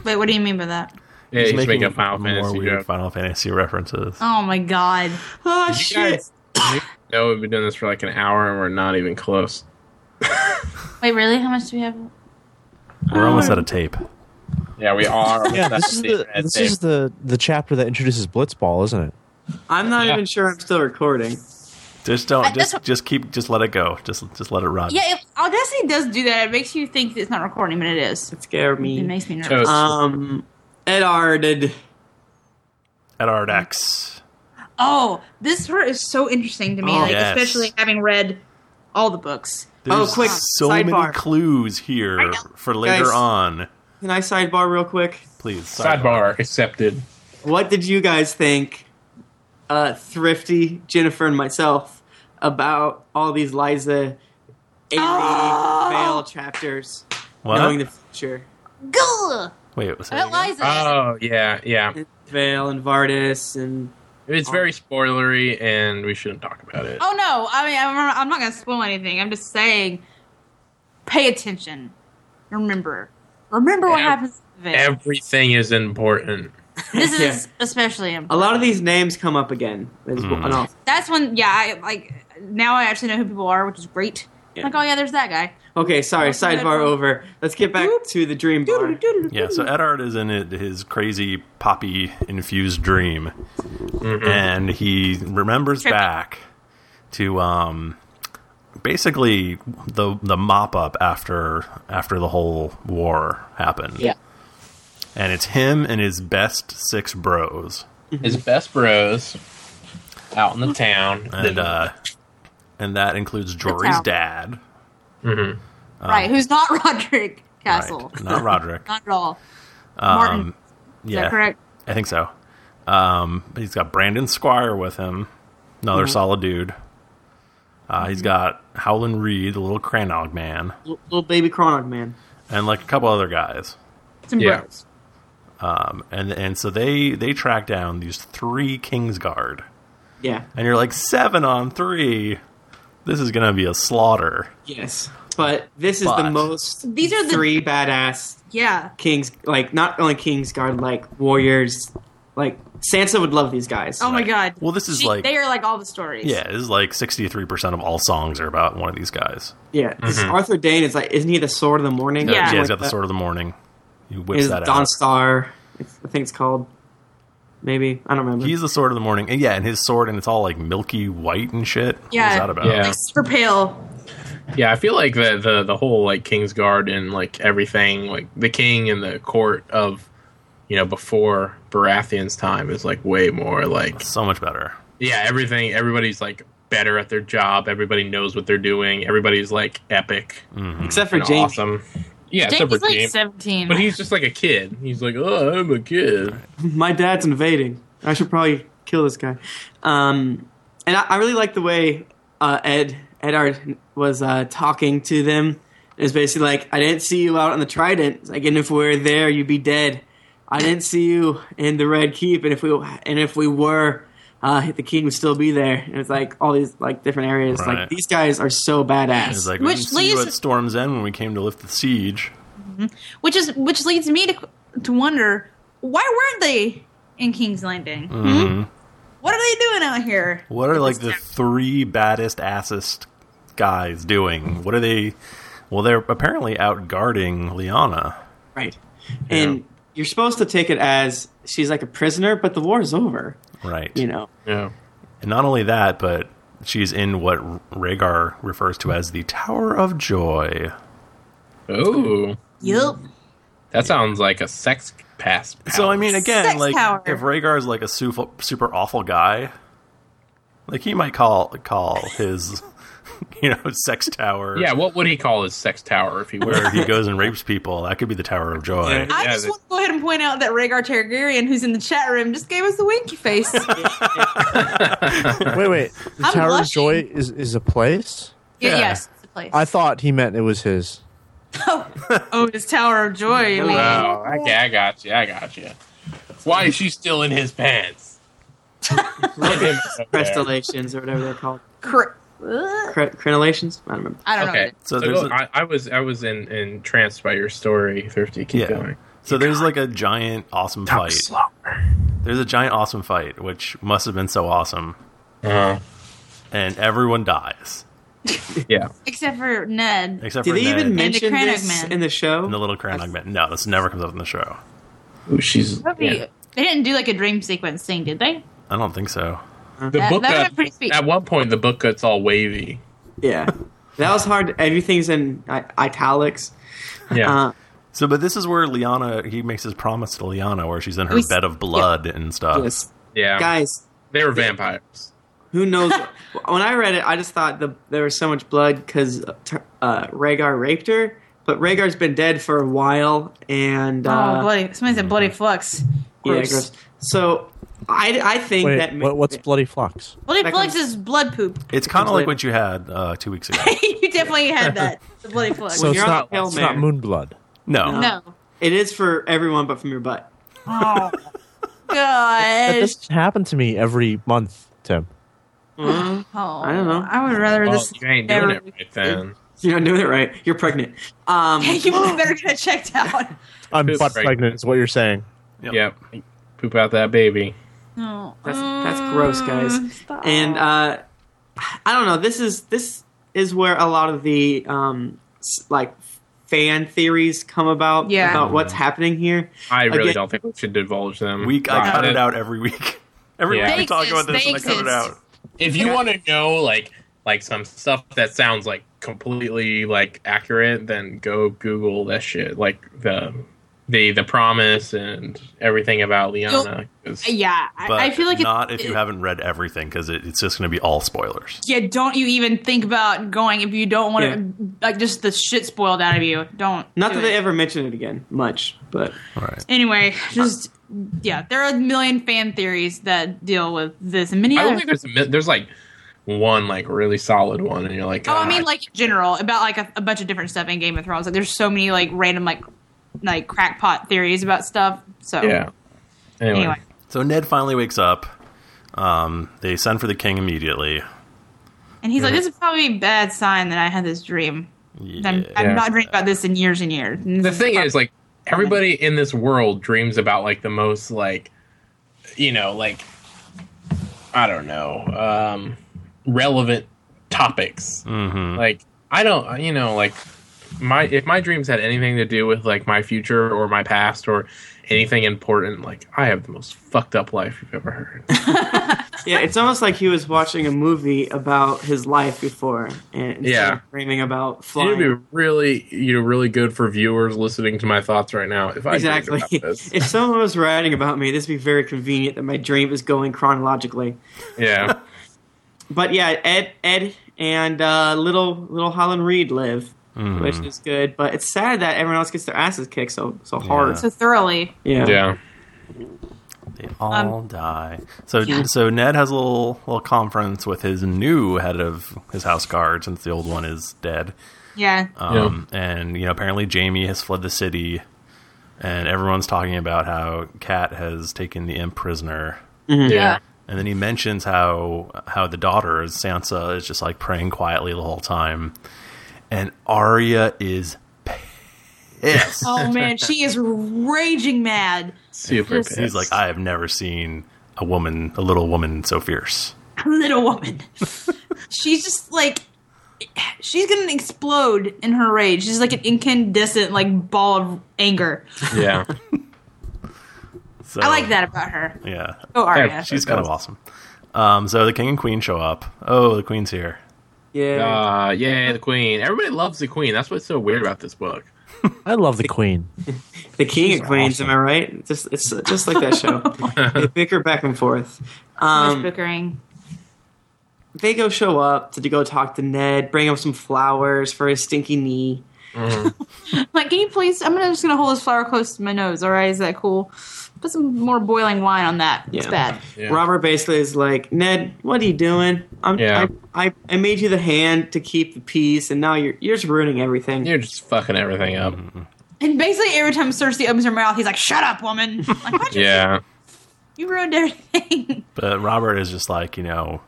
S1: Wait, what do you mean by that?
S4: Yeah, he's, making, a Final
S2: more
S4: Fantasy
S2: weird
S4: joke.
S2: Final Fantasy references.
S1: Oh my god.
S3: Oh
S4: You
S3: shit!
S4: guys- no, we've been doing this for like an hour and we're not even close.
S1: Wait, really? How much do we have?
S2: We're almost out of tape.
S4: Yeah, we are.
S5: Yeah, this is the this is the the chapter that introduces Blitzball, isn't it?
S3: I'm not
S4: Yeah.
S3: even sure I'm still recording.
S2: Just don't.
S1: But that's
S2: Just
S1: what-
S2: just keep. Just let it go. Just just let it run.
S1: Yeah, if Audacity does do that, it makes you think that it's not recording, but it is.
S3: It scared
S1: It
S3: me.
S1: makes me nervous.
S4: Toast.
S3: Um, Eddarded.
S2: At Ardax.
S1: Oh, this part is so interesting to me,
S3: Oh,
S1: like
S2: yes.
S1: especially having read all the books.
S2: There's
S3: quick
S2: so many
S3: sidebar.
S2: clues here for later
S3: Guys.
S2: on.
S3: Can I sidebar real quick?
S2: Please
S4: Sidebar accepted.
S3: What did you guys think, uh, Thrifty, Jennifer, and myself, about all these Liza Avery
S1: Oh.
S3: Vale chapters,
S2: What?
S3: knowing the future?
S1: Gah!
S2: Wait, was
S1: That
S2: that?
S1: lies
S4: Oh yeah, yeah.
S3: Vale and Vardis and
S4: It's very spoilery, and we shouldn't talk about it.
S1: Oh no! I mean, I'm, I'm not going to spoil anything. I'm just saying, pay attention. Remember, remember what
S4: Ev-
S1: happens. to Vic.
S4: Everything is important.
S1: this is
S3: Yeah.
S1: especially important.
S3: a lot of these names come up again. There's
S2: Mm.
S3: one off.
S1: That's when, yeah, I, like now I actually know who people are, which is great.
S3: Yeah.
S1: Like, oh yeah, there's that guy.
S3: Okay, sorry,
S1: That's a good
S3: sidebar
S1: one.
S3: over. Let's get back
S1: Boop.
S3: to the dream bar.
S2: Yeah, so Edard is in it, his crazy poppy infused dream, and he remembers
S1: Mm-hmm. Trippy.
S2: back to um, basically the the mop up after after the whole war happened.
S3: Yeah.
S2: and it's him and his best six bros,
S4: His best bros out in the town.
S2: and uh, and that includes Jory's
S1: how-
S2: dad,
S1: right, who's not Roderick Castle?
S2: um, right? Not Roderick.
S1: Not at all. Martin, is
S2: yeah,
S1: that correct?
S2: I think so. Um, but he's got Brandon Squire with him, another
S1: Mm-hmm.
S2: solid dude. Uh, he's got Howlin' Reed, the little Cranog man,
S3: L- little baby Chronog man.
S2: and like a couple other guys.
S1: Some
S4: Yeah.
S1: bros.
S2: Um, and and so they they track down these three Kingsguard,
S3: Yeah.
S2: and you're like seven on three. This is gonna be a slaughter.
S3: Yes. But this is
S2: But-
S3: the most
S1: These are the-
S3: three badass
S1: Yeah,
S3: kings like not only kings guard like warriors like Sansa would love these guys.
S1: Oh my god.
S2: Well, this is like-
S1: they are like all the stories.
S2: Yeah, this is like sixty three percent of all songs are about one of these guys.
S3: yeah. This Arthur Dane is like isn't he the sword of the morning?
S1: Yeah.
S2: Mm-hmm. yeah
S1: Something
S2: he's got the sword of the morning. He whips
S3: Is
S2: that
S3: Don
S2: out.
S3: Star? It's, I think it's called. Maybe I don't remember.
S2: He's the sword of the morning, and yeah, and his sword, and it's all like milky white and shit.
S1: Yeah.
S2: What's that about?
S4: Yeah.
S1: Like super pale.
S4: Yeah, I feel like the, the the whole like Kingsguard and like everything, like the king and the court of, you know, before Baratheon's time is like way more like
S2: So much better.
S4: yeah, everything. Everybody's like better at their job. Everybody knows what they're doing. Everybody's like epic
S2: Mm-hmm.
S3: Except for
S4: and
S3: James.
S4: awesome. Yeah, except
S1: James
S4: for
S1: is like
S4: Jaime.
S1: seventeen.
S4: But he's just like a kid. He's like, oh, I'm a kid.
S3: My dad's invading. I should probably kill this guy. Um, and I, I really like the way uh, Ed Edard was uh, talking to them. It was basically like, I didn't see you out on the Trident. It's Like, and if we were there, you'd be dead. I didn't see you in the Red Keep, and if we and if we were, uh, the king would still be there. And it's like all these like different areas.
S2: Right.
S3: Like these guys are so badass.
S2: It's like
S1: Which
S2: we didn't see you
S1: leaves-
S2: at Storm's End when we came to lift the siege.
S1: which is which leads me to to wonder why weren't they in King's Landing?
S4: Hmm?
S2: Mhm.
S1: What are they doing out here?
S2: What are like the
S1: Yeah.
S2: three baddest assest guys doing? What are they? Well, they're apparently out guarding Liana.
S3: right. And you're supposed to take it as she's like a prisoner, but the war is over.
S2: Right.
S3: You know.
S4: Yeah.
S2: And not only that, but she's in what Rhaegar refers to as the Tower of Joy.
S4: Oh,
S1: Yup.
S4: that sounds like a sex pass.
S2: So I mean, again,
S1: Sex
S2: like
S1: tower.
S2: if Rhaegar's like a super, super awful guy, like he might call call his, you know, sex tower.
S4: yeah. What would he call his sex tower if he were?
S2: where he goes and rapes people. That could be the Tower of Joy.
S4: Yeah.
S1: I
S4: Yeah,
S1: just
S4: they-
S1: want to go ahead and point out that Rhaegar Targaryen, who's in the chat room, just gave us the winky face. yeah,
S5: Wait, wait. The
S1: I'm
S5: Tower of
S1: blushing.
S5: Joy is, is a place?
S2: Yeah.
S1: Yes, it's a place.
S5: I thought he meant it was his.
S1: oh, it's Tower of Joy. I mean,
S4: Wow. Oh, Okay, I got you. I got you. Why is she still in his pants? Look at him over there.
S3: Crestellations or whatever they're called.
S1: cr- I
S3: Cre- crenellations? I don't remember.
S1: don't
S4: Okay,
S1: know.
S2: So
S4: so,
S2: there's
S4: go-
S2: a-
S4: I I was I was in entranced by your story, Thrifty. Keep
S2: Yeah.
S4: going.
S2: So there's like a giant awesome fight. There's a giant awesome fight, which must have been so awesome,
S4: Uh,
S2: and everyone dies
S4: yeah,
S1: Except for Ned.
S2: except
S3: Did
S2: for
S3: they
S2: Ned
S3: even
S1: the
S3: mention
S1: Crannog
S3: this
S1: man.
S3: in the show?
S2: and the little Cranog man. No, this never comes up in the show.
S4: Ooh, she's yeah.
S1: They didn't do like a dream sequence thing, did they?
S2: I don't think so.
S4: the
S1: That-
S4: book.
S1: that would've
S4: got-
S1: pretty sweet.
S4: at one point, the book gets all wavy.
S3: Yeah. That was hard. Everything's in I- italics.
S4: Yeah,
S2: Uh-huh.
S3: Uh,
S2: So, but this is where Liana. He makes his promise to Liana, where she's in her
S1: We s-
S2: bed of blood and stuff.
S3: yes.
S4: yeah.
S3: Guys,
S4: they were vampires.
S3: Who knows? when I read it, I just thought the, there was so much blood because uh, Rhaegar raped her. But Rhaegar's been dead for a while, and uh,
S1: oh, bloody! Somebody said bloody flux.
S3: yeah,
S1: Gross.
S3: gross. So I, I think
S5: Wait,
S3: that
S5: what, what's bloody flux?
S1: Bloody
S3: That
S1: flux
S3: comes-
S1: is blood poop.
S2: It's kind of like
S3: later.
S2: what you had uh, two weeks ago.
S1: you definitely had that. The bloody flux.
S5: So it's
S3: you're on
S5: not,
S3: the Hail
S5: it's not
S3: Mary.
S5: moon blood.
S2: No.
S1: no.
S3: it is for everyone, but from your butt.
S1: Oh
S5: That
S1: God.
S5: doesn't happen to me every month, Tim.
S1: Oh,
S3: I don't know.
S1: I would rather
S4: Well,
S1: this.
S4: you ain't doing
S1: never-
S4: it right then.
S3: You're not doing it right. You're pregnant. Um,
S1: Yeah, you better get it checked out.
S5: I'm
S4: Poop
S5: butt
S4: pregnant.
S5: pregnant is what you're saying.
S4: Yep. Poop out that baby.
S1: No.
S3: That's that's gross,
S1: Mm,
S3: guys.
S1: stop.
S3: And uh, I don't know. This is this is where a lot of the um, s- like fan theories come about
S1: Yeah.
S3: about what's
S4: Mm-hmm.
S3: happening here.
S4: I really
S3: Again-
S4: don't think we should divulge them.
S2: Week I
S4: Wow.
S2: cut it out every week. Every
S4: Yeah.
S2: week we
S1: They
S2: talk about
S1: exist,
S2: this
S1: they
S2: and I cut it
S1: exist.
S2: out.
S4: If you want to know like like some stuff that sounds like completely like accurate, then go Google that shit. Like the the the promise and everything about Liana. 'Cause-
S1: uh, Yeah, I,
S2: But
S1: I feel like it-
S2: not if you
S1: it-
S2: haven't read everything because it, it's just going to be all spoilers.
S1: Yeah, don't you even think about going if you don't want to.
S3: Yeah.
S1: Like, just the shit spoiled out of you. Don't.
S3: Not
S1: do
S3: that they
S1: it.
S3: ever mention it again much, but
S2: All right.
S1: Anyway,
S4: Uh,
S1: just yeah, there are a million fan theories that deal with this and many
S4: I
S1: other.
S4: don't think there's a, mi- there's like one like really solid one, and you're like,
S1: oh,
S4: "Ah,
S1: I mean, like in general about like a, a bunch of different stuff in Game of Thrones. Like, there's so many like random like like crackpot theories about stuff. So
S4: yeah. Anyway,
S1: Anyway,
S2: So Ned finally wakes up. Um, they send for the king immediately.
S1: and he's like, "This is probably a bad sign that I had this dream. I'm,
S2: Yeah.
S1: I'm
S4: Yeah.
S1: not dreaming about this in years and years." And
S4: the
S1: this
S4: thing
S1: prob-
S4: is, like, everybody in this world dreams about like the most like, you know, like I don't know, um, relevant topics.
S2: Mm-hmm.
S4: Like, I don't, you know, like my if my dreams had anything to do with like my future or my past or anything important, like I have the most fucked up life you've ever heard.
S3: yeah, it's almost like he was watching a movie about his life before, and instead
S4: Yeah.
S3: of dreaming about
S4: It'd
S3: flying.
S4: be really, you know, really good for viewers listening to my thoughts right now if I dreamed
S3: Exactly.
S4: about this.
S3: If someone was writing about me, this would be very convenient that my dream is going chronologically.
S4: Yeah,
S3: But yeah, Ed, Ed, and uh, little little Holland Reed live,
S4: Mm-hmm.
S3: which is good. But it's sad that everyone else gets their asses kicked so so hard.
S1: so thoroughly.
S3: Yeah.
S4: yeah.
S2: They all die. So so Ned has a little little conference with his new head of his house guard since the old one is dead.
S1: Yeah,
S2: Um, And you know, apparently Jamie has fled the city, and everyone's talking about how Kat has taken the imp prisoner.
S4: yeah.
S2: And then he mentions how how the daughter Sansa is just like praying quietly the whole time, and Arya is pissed.
S1: Oh man, she is raging mad.
S4: Super
S1: Just-
S4: pissed.
S2: He's like, I have never seen a woman, a little woman, so fierce.
S1: Little woman. she's just like she's gonna explode in her rage. She's like an incandescent like ball of anger.
S4: yeah.
S2: So,
S1: I like that about her.
S2: Yeah,
S1: Go Arya.
S2: she's kind of awesome. Um, so the king and queen show up. Oh, the queen's here.
S3: Yeah.
S4: Uh, yeah, the queen. Everybody loves the queen. That's what's so weird about this book.
S5: I love the queen.
S3: the King of Queens, am I right? Just it's just like that show. they bicker back and forth.
S1: Much
S3: Um,
S1: bickering.
S3: they go show up to go talk to Ned, bring him some flowers for his stinky knee.
S1: Like, can you please? I'm gonna just gonna hold this flower close to my nose. All right, is that cool? Put some more boiling wine on that. It's
S3: Yeah.
S1: bad.
S4: Yeah.
S3: Robert basically is like, Ned, what are you doing? I'm,
S4: Yeah.
S3: I, I, I made you the hand to keep the peace, and now you're you're just ruining everything.
S4: You're just fucking everything up.
S1: And basically, every time Cersei opens her mouth, he's like, "Shut up, woman! Like, what?
S4: Yeah.
S1: You ruined everything."
S2: But Robert is just like, you know,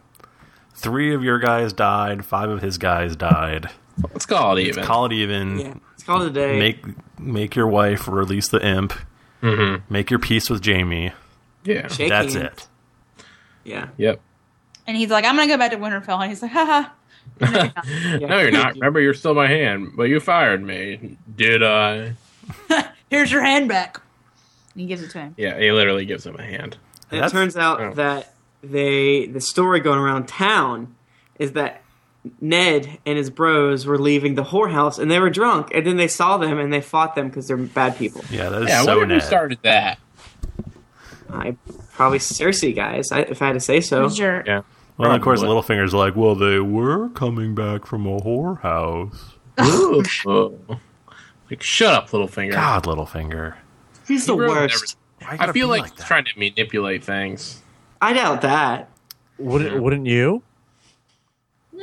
S2: three of your guys died, five of his guys died.
S4: Let's call it even.
S2: Call it even.
S3: yeah. It's called a day.
S2: Make make your wife release the imp.
S4: Mm-hmm.
S2: Make your peace with Jamie.
S4: yeah.
S3: Shake
S2: That's
S3: hands.
S2: it.
S3: Yeah.
S4: Yep.
S1: and he's like, "I'm gonna go back to Winterfell." And he's like, "Haha." No, you're not.
S4: No, you're not. Remember, you're still my hand, but you fired me. Did uh, I?
S1: here's your hand back. And he gives it to him.
S4: Yeah, he literally gives him a hand.
S3: And it
S2: That's-
S3: turns out
S4: oh.
S3: that they the story going around town is that Ned and his bros were leaving the whorehouse and they were drunk and then they saw them and they fought them because they're bad people.
S2: Yeah, that is
S4: Yeah,
S2: so
S4: whatever
S2: Ned.
S4: started that.
S3: I probably Cersei guys, I, if I had to say so.
S1: Sure.
S4: Yeah.
S2: Well, of course,
S4: Probably.
S2: Littlefinger's like, well, they were coming back from a whorehouse.
S4: Ooh. like, shut up, Littlefinger.
S2: God, Littlefinger.
S3: He's the
S4: He ruined
S3: worst.
S2: Why you
S4: I
S2: gotta
S4: feel
S2: be
S4: like, he's
S2: that?
S4: trying to manipulate things.
S3: I doubt that.
S5: Wouldn't wouldn't you?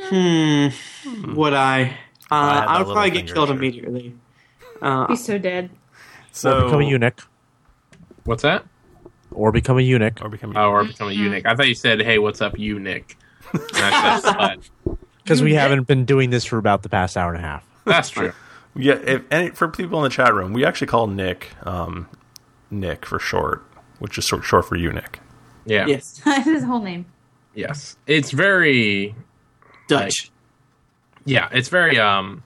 S3: Hmm. Would
S2: I
S3: I? Uh,
S2: had
S3: I
S2: that
S3: would
S2: little
S3: probably get
S2: finger,
S3: killed
S2: sure.
S3: immediately. Uh,
S1: He's so dead.
S5: or
S2: so
S3: Oh.
S5: become a eunuch,
S4: What's that?
S5: or become a eunuch.
S2: Or become
S4: Oh, or become a eunuch. I thought you said, "Hey, what's up, eunuch?" And I said, "Slut."
S5: Because we haven't been doing this for about the past hour and a half.
S4: That's true.
S2: yeah. If, and for people in the chat room, we actually call Nick um, Nick for short, which is short, short for eunuch.
S4: Yeah. Yes.
S3: yes,
S1: That's his whole name.
S4: It's very.
S3: Dutch.
S4: Yeah. It's very um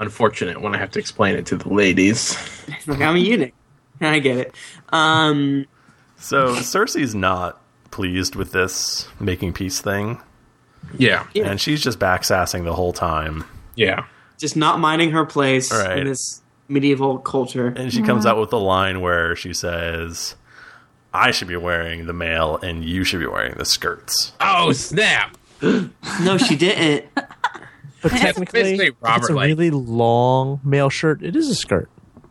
S4: unfortunate when I have to explain it to the ladies.
S3: Like, I'm a eunuch. I get it. Um,
S2: So Cersei's not pleased with this making peace thing,
S4: Yeah.
S3: Yeah.
S2: and she's just backsassing the whole time.
S4: Yeah.
S3: just not minding her place
S2: Right.
S3: in this medieval culture.
S2: And she comes out with a line where she says, "I should be wearing the mail, and you should be wearing the skirts."
S4: Oh snap!
S3: No, she didn't.
S5: But
S4: That's
S5: technically,
S4: basically
S5: if it's
S4: Robert,
S5: a
S4: like-
S5: really long male shirt. It is a skirt.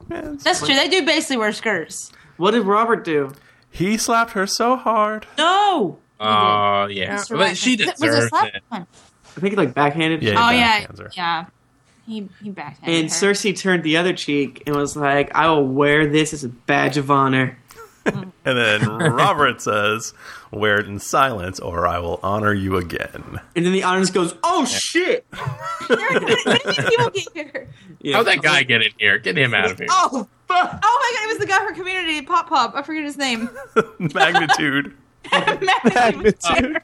S2: Yeah, it's-
S1: That's true. They do basically wear skirts.
S3: What did Robert do?
S2: He slapped her so hard.
S1: No.
S4: Oh yeah.
S1: That's
S4: But
S1: right.
S4: she
S1: Mm-hmm. Was it
S4: deserves
S1: slap?
S4: it.
S3: I think he like backhanded.
S2: Yeah.
S1: Oh yeah,
S2: backhands her.
S1: yeah. He he backhanded
S3: And
S1: her.
S3: Cersei turned the other cheek and was like, "I will wear this as a badge of honor."
S2: And then Robert says, Wear it in silence, or I will honor you again.
S3: And then the audience goes, "Oh shit!"
S1: people get here.
S3: Yeah.
S4: How'd that guy get in here? Get him out of here.
S3: Oh fuck!
S1: Oh my god, it was the guy from Community, Pop Pop. I forget his name.
S2: Magnitude.
S1: Magnitude.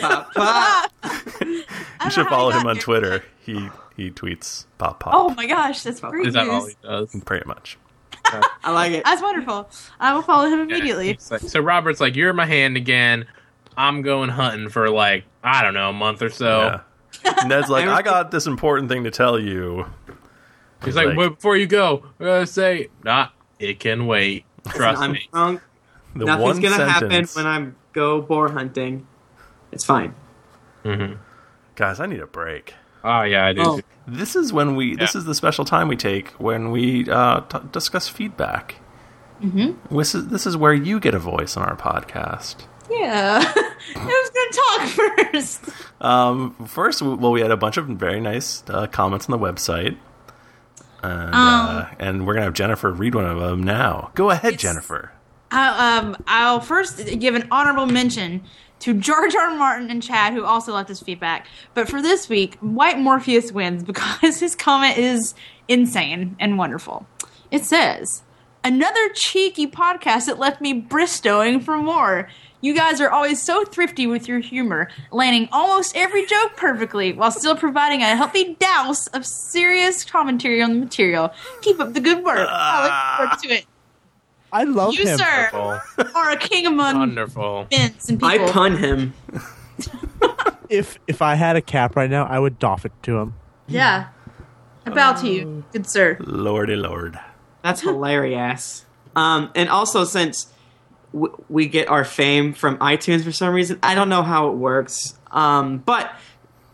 S3: Pop, pop.
S1: Ah,
S2: You should follow him on Twitter. He he tweets pop pop
S1: Oh my gosh, that's great
S4: Is that all he
S1: news.
S4: does?
S2: pretty much.
S3: I like it.
S1: That's wonderful. I will follow him immediately.
S4: It's like- so Robert's like, "You're in my hand again. I'm going hunting for like I don't know a month or so."
S2: Yeah. Ned's like, I got this important thing to tell you.
S4: He's like,
S2: Like-
S4: "Well, "Before you go, uh, say not. it can wait. Trust
S3: I'm
S4: me."
S3: drunk.
S2: The
S3: Nothing's
S2: one
S3: gonna
S2: sentence.
S3: happen when I go boar hunting. It's fine.
S2: Guys, I need a break.
S4: Oh yeah, I do.
S3: Oh.
S2: This is when we. This
S4: Yeah.
S2: is the special time we take when we uh, t- discuss feedback. Mm-hmm. This is this is where you get a voice on our podcast.
S1: Yeah. I was gonna talk first.
S2: Um, first, w- well, we had a bunch of very nice uh, comments on the website, and, uh, and we're gonna have Jennifer read one of them now. Go ahead,
S1: Yes.
S2: Jennifer.
S1: I, um, I'll first give an honorable mention to George R. R. Martin and Chad, who also left us feedback. But for this week, White Morpheus wins because his comment is insane and wonderful. It says, Another cheeky podcast that left me bristowing for more. You guys are always so thrifty with your humor, landing almost every joke perfectly while still providing a healthy douse of serious commentary on the material. Keep up the good work. I look forward to it.
S5: I love
S1: You,
S5: him.
S1: sir,
S4: Wonderful.
S1: are a king among
S4: Wonderful.
S1: bins and people.
S3: I pun him.
S5: If if I had a cap right now, I would doff it to him.
S1: Yeah. I bow to you, good sir.
S2: Lordy Lord.
S3: That's hilarious. Um, and also, since w- we get our fame from iTunes for some reason, I don't know how it works. Um, but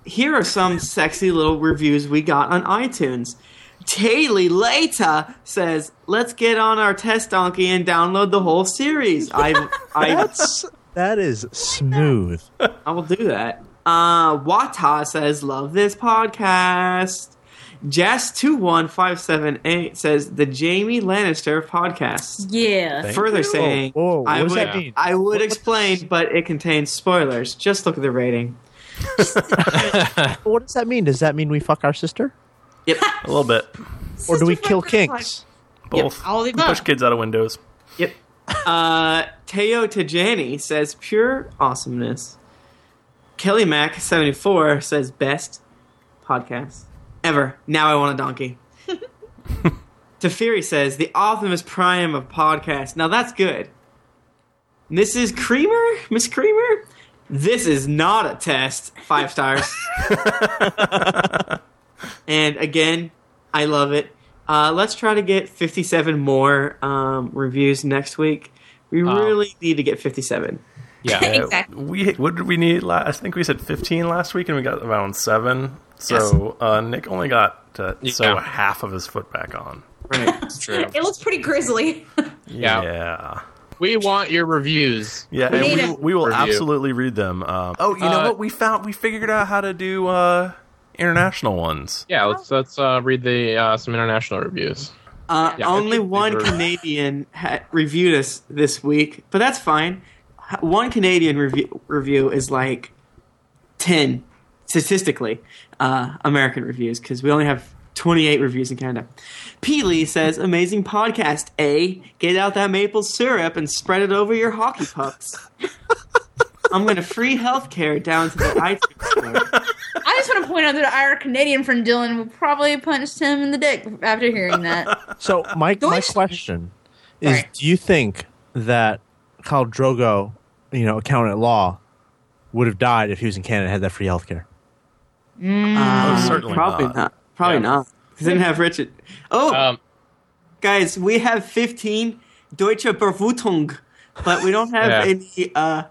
S3: here are some sexy little reviews we got on iTunes. Taylor Lata says, "Let's get on our test donkey and download the whole series." I, I,
S5: That's that is smooth.
S3: I will do that. Uh, Wata says, "Love this podcast." Jess two one five seven eight says, "The Jamie Lannister podcast."
S1: Yeah.
S2: Thank
S3: further
S2: you.
S3: saying
S5: Whoa, what
S3: I
S5: does
S3: would
S5: that mean?
S3: I would
S5: What- what-
S3: explain, but it contains spoilers. Just look at the rating.
S5: What does that mean? Does that mean we fuck our sister,
S3: Yep.
S2: A little bit.
S5: or do we
S1: Sister
S5: kill
S1: fuck her
S5: kings?
S2: Both.
S1: all of the above.
S2: Push kids out of windows.
S3: yep. Uh Teo Tajani says pure awesomeness. Kelly Mac 74 says best podcast ever. Now I want a donkey. Teferi says the Optimus Prime of podcasts. Now that's good. Mrs. Creamer, Miss Creamer, this is not a test. Five stars. and again, I love it. Uh, let's try to get 57 more um, reviews next week. We really need to get 57.
S4: Yeah.
S2: Uh,
S1: Exactly.
S2: We what did we need last? I think we said fifteen last week, and we got around seven. So uh, Nick only got uh, so
S4: Yeah.
S2: half of his foot back on.
S4: Right. True.
S1: It looks pretty grisly.
S4: Yeah.
S2: yeah,
S6: We want your reviews.
S2: Yeah,
S1: We need
S2: and we,
S1: it.
S2: we will
S4: Review.
S2: absolutely read them. Um, oh, you know
S6: Uh,
S2: what? We found we figured out how to do uh, international ones.
S6: Yeah, let's let's uh, read the uh, some international reviews.
S3: Uh,
S6: Yeah, I
S3: only
S6: think they
S3: one
S6: were-
S3: Canadian ha- reviewed us this week, but that's fine. H- One Canadian review review is like ten statistically uh, American reviews because we only have twenty eight reviews in Canada. Peely says, "Amazing podcast, a get out that maple syrup and spread it over your hockey pucks." I'm gonna free healthcare down to the iTunes store.
S1: I just want to point out that our Canadian friend Dylan will probably punched him in the dick after hearing that.
S5: So my my
S1: Deutsch-
S5: question is:
S1: Right.
S5: Do you think that Khal Drogo, you know, accountant at law, would have died if he was in Canada and had that free healthcare?
S6: Oh,
S3: Uh,
S2: certainly
S3: probably
S2: not.
S3: not. Probably
S4: Yeah.
S3: not. 'Cause Didn't have Richard. Oh,
S4: Um,
S3: guys, we have 15 Deutsche Bewertung, but we don't have
S6: Yeah.
S3: any uh, uh,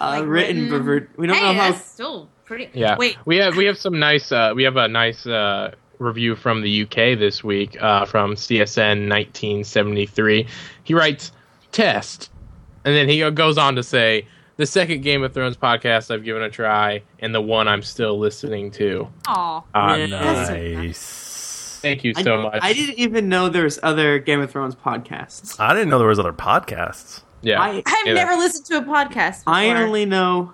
S1: Like written-
S3: written Bewertung. We don't
S1: hey,
S3: know how.
S1: that's still pretty.
S6: Yeah.
S1: Wait,
S6: We have we have some nice uh, we have a nice uh, review from the UK this week uh, from CSN 1973. He writes test, and then he goes on to say the second Game of Thrones podcast I've given a try, and the one I'm still listening to.
S1: aw.
S4: Uh,
S3: Yeah.
S4: no.
S1: That's so
S2: Nice.
S4: Thank you
S3: I,
S4: so much.
S3: I didn't even know there was other Game of Thrones podcasts.
S2: I didn't know there was other podcasts.
S4: Yeah.
S3: I,
S1: I've
S4: Yeah.
S1: never listened to a podcast. Before.
S3: I only know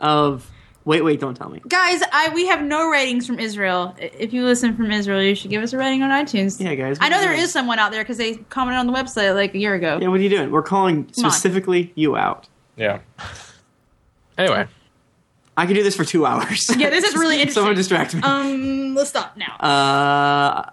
S3: of. Wait, wait, don't tell me.
S1: guys, I we have no ratings from Israel. I- If you listen from Israel, you should give us a rating on iTunes.
S3: Yeah, guys.
S1: I know there
S3: what are you
S1: is someone out there because they commented on the website like a year ago.
S3: doing? Yeah, what are you doing? We're calling
S1: on.
S3: specifically you out.
S4: yeah. Anyway.
S3: I could do this for two hours.
S1: Yeah, this is really
S3: Someone
S1: interesting.
S3: distract me.
S1: Um, let's stop now.
S3: Uh,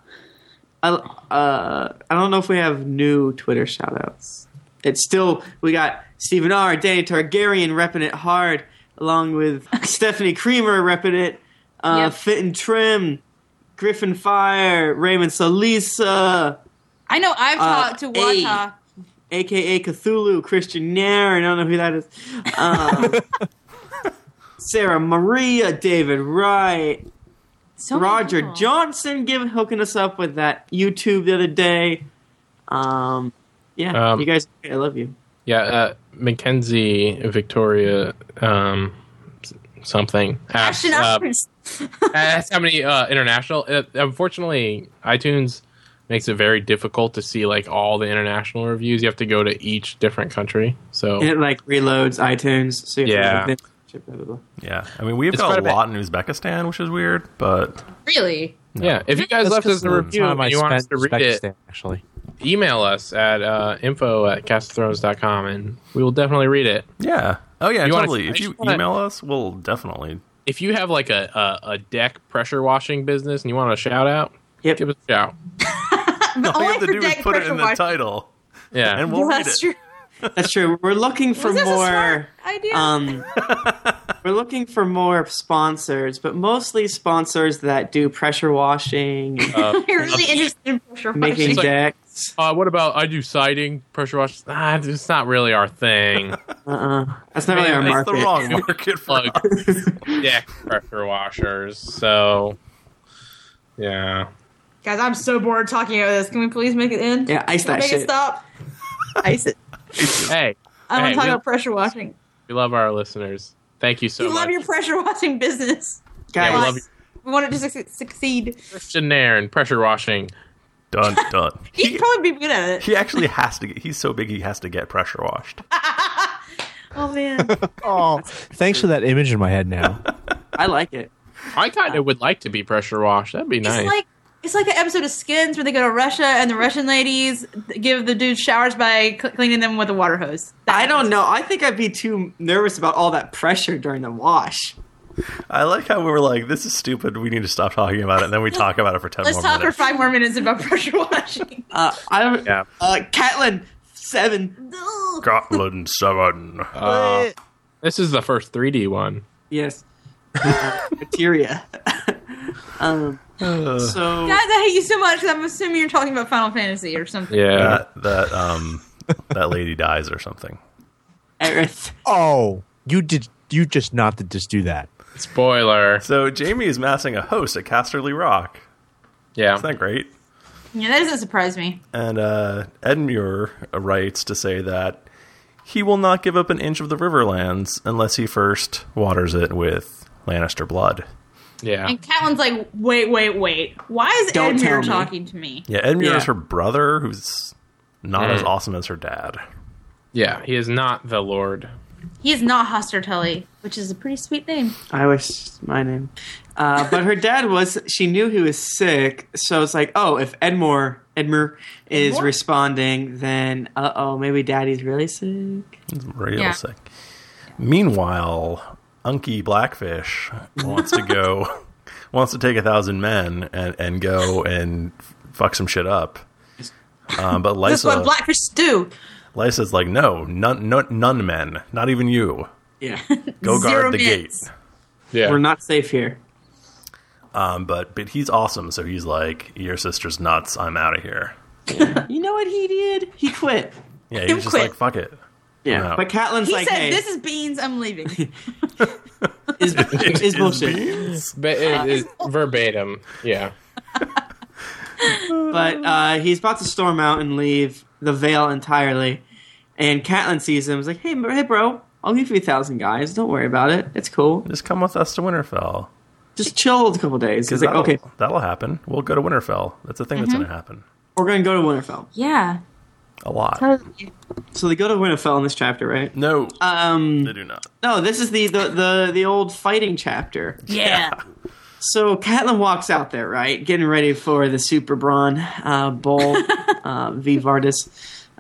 S3: I, uh, I don't know if we have new Twitter shout outs. It's still, we got Stephen R., Danny Targaryen repping it hard, along with Stephanie Creamer repping it, uh,
S1: Yep.
S3: Fit and Trim, Griffin Fire, Raymond Salisa,
S1: I know I've
S3: uh,
S1: talked to
S3: hey.
S1: Wata.
S3: aka Cthulhu, Christian Nair, I don't know who that is. Um, Sarah Maria, David Wright,
S1: So many
S3: Roger
S1: people.
S3: Johnson giving hooking us up with that YouTube the other day. Um, yeah,
S4: Um,
S3: you guys, I love you.
S4: Yeah, uh, Mackenzie Victoria um, s- something. asks,
S1: Ashton
S4: uh,
S1: Ashton's-
S4: asks how many uh, international. Uh, unfortunately, iTunes makes it very difficult to see like all the international reviews. You have to go to each different country. So
S3: And it like reloads iTunes. So you have to- blah, blah, blah.
S2: Yeah, I mean we've
S4: It's
S2: got
S4: quite
S2: a
S4: a bit.
S2: lot in Uzbekistan, which is weird, but
S1: really?
S4: yeah, if you guys left us a review and you want us to read it,
S5: actually.
S4: email us at uh, info at castthrones.com and we will definitely read it.
S2: yeah. Oh yeah,
S4: You wanna-
S2: totally.
S4: I
S2: if
S4: just
S2: you
S4: wanna-
S2: email us, we'll definitely.
S4: If you have like a, a, a deck pressure washing business and you want a shout out,
S3: Yep.
S4: give us a shout.
S2: All you
S1: only
S2: have to
S1: for
S2: do is
S1: deck
S2: put it
S1: pressure
S2: in the
S1: washing.
S2: title,
S4: Yeah.
S2: and we'll read
S1: That's
S2: it.
S1: true.
S3: That's true. We're looking for
S1: Was this a smart
S3: more.
S1: idea?
S3: Um, we're looking for more sponsors, but mostly sponsors that do pressure washing, and
S4: Uh,
S1: You're really interested in pressure washing.
S3: making
S4: like-
S3: decks.
S4: uh, what about I do siding, pressure wash? Ah, it's not really our thing.
S3: Uh-uh. That's not really our
S2: That's the
S3: market.
S2: wrong market for
S4: Plug deck pressure washers. So, yeah.
S1: Guys, I'm so bored talking about this. Can we please make it end?
S3: Yeah, ice
S1: Can we
S3: that
S1: make
S3: shit.
S1: it stop. Ice it.
S4: Hey,
S1: I want
S4: Hey,
S1: to talk
S4: we-
S1: about pressure washing.
S4: we love our listeners. Thank you so
S1: We
S4: much.
S1: love your pressure washing business.
S3: Guys,
S4: yeah, we love your
S1: We want it to suc- succeed.
S4: questionnaire and pressure washing.
S2: done. Done.
S1: He'd probably be good at it.
S2: He actually has to. Get, he's so big, he has to get pressure washed.
S1: Oh man.
S5: Oh, thanks for that image in my head now.
S3: I like it.
S4: I kind of would like to be pressure washed. That'd be nice.
S1: It's like it's like an episode of Skins where they go to Russia and the Russian ladies give the dudes showers by cl- cleaning them with a water hose.
S3: I don't know. I think I'd be too nervous about all that pressure during the wash.
S2: I like how we were like, "This is stupid. We need to stop talking about it." And then we talk about it for 10
S1: Let's
S2: more
S1: talk
S2: minutes.
S1: for five more minutes about pressure washing.
S3: Uh, I
S4: Yeah.
S3: uh, Catlin seven.
S1: Ugh.
S2: Scotland Seven.
S4: Uh, this is the first 3D one.
S3: Yes, uh, bacteria. um, so
S1: Guys, I hate you so much 'cause I'm assuming you're talking about Final Fantasy or something.
S4: Yeah.
S2: that that um that lady dies or something.
S3: Aerith.
S5: Oh, you did. You just not to just do that.
S6: Spoiler.
S2: So Jamie is massing a host at Casterly Rock.
S6: Yeah.
S2: Isn't that great?
S1: Yeah, that doesn't surprise me.
S2: And uh, Ed Muir writes to say that he will not give up an inch of the Riverlands unless he first waters it with Lannister blood.
S6: Yeah.
S1: And Catelyn's like, wait, wait, wait. Why is
S3: Don't
S1: Edmure
S3: tell me.
S1: talking to me?
S2: Yeah, Ed Muir
S6: Yeah.
S2: is her brother, who's not
S6: Mm.
S1: Hmm.
S2: as awesome as her dad.
S6: Yeah. He is not the Lord.
S1: He is not Hoster Tully, which is a pretty sweet name.
S3: I wish my name. Uh, but her dad was. She knew he was sick, so it's like, oh, if Edmore Edmure is
S1: Edmure?
S3: responding, then uh oh, maybe Daddy's really sick.
S2: He's real
S1: Yeah.
S2: sick. Meanwhile, Unky Blackfish wants to go, wants to take a thousand men and, and go and fuck some shit up. Um, but
S1: This is what
S2: Lysa,
S1: blackfish do.
S2: Lysa's like, no, none, no, none men, not even you.
S3: Yeah,
S2: Go guard
S1: Zero
S2: the
S1: minutes.
S2: gate.
S6: Yeah.
S3: we're not safe here.
S2: Um, but but he's awesome, so he's like, your sister's nuts. I'm out of here.
S3: You know what he did? He quit.
S2: Yeah,
S1: Him
S2: he's just
S1: quit.
S2: like, fuck it.
S3: Yeah,
S2: No.
S3: but Catelyn's
S1: He
S3: like,
S1: said,
S3: hey,
S1: "This is beans. I'm leaving."
S3: is, is,
S2: Is
S3: bullshit.
S2: beans?
S6: But it is verbatim. Yeah.
S3: But uh, he's about to storm out and leave the Vale entirely. And Catelyn sees him. Is like, hey, bro- hey, bro, I'll give you a thousand guys. Don't worry about it. It's cool.
S2: Just come with us to Winterfell.
S3: Just chill a couple days. He's
S2: Because
S3: like, okay,
S2: that'll happen. We'll go to Winterfell. That's a thing that's
S1: Mm-hmm.
S2: going to happen
S3: we're gonna go to Winterfell.
S1: yeah.
S2: a lot.
S3: So they go to Winterfell in this chapter, right?
S2: No,
S3: Um,
S2: they do not.
S3: no, this is the the the, the old fighting chapter.
S1: Yeah.
S3: So Catelyn walks out there, right, getting ready for the Super Braun uh, Bowl uh, v Vardis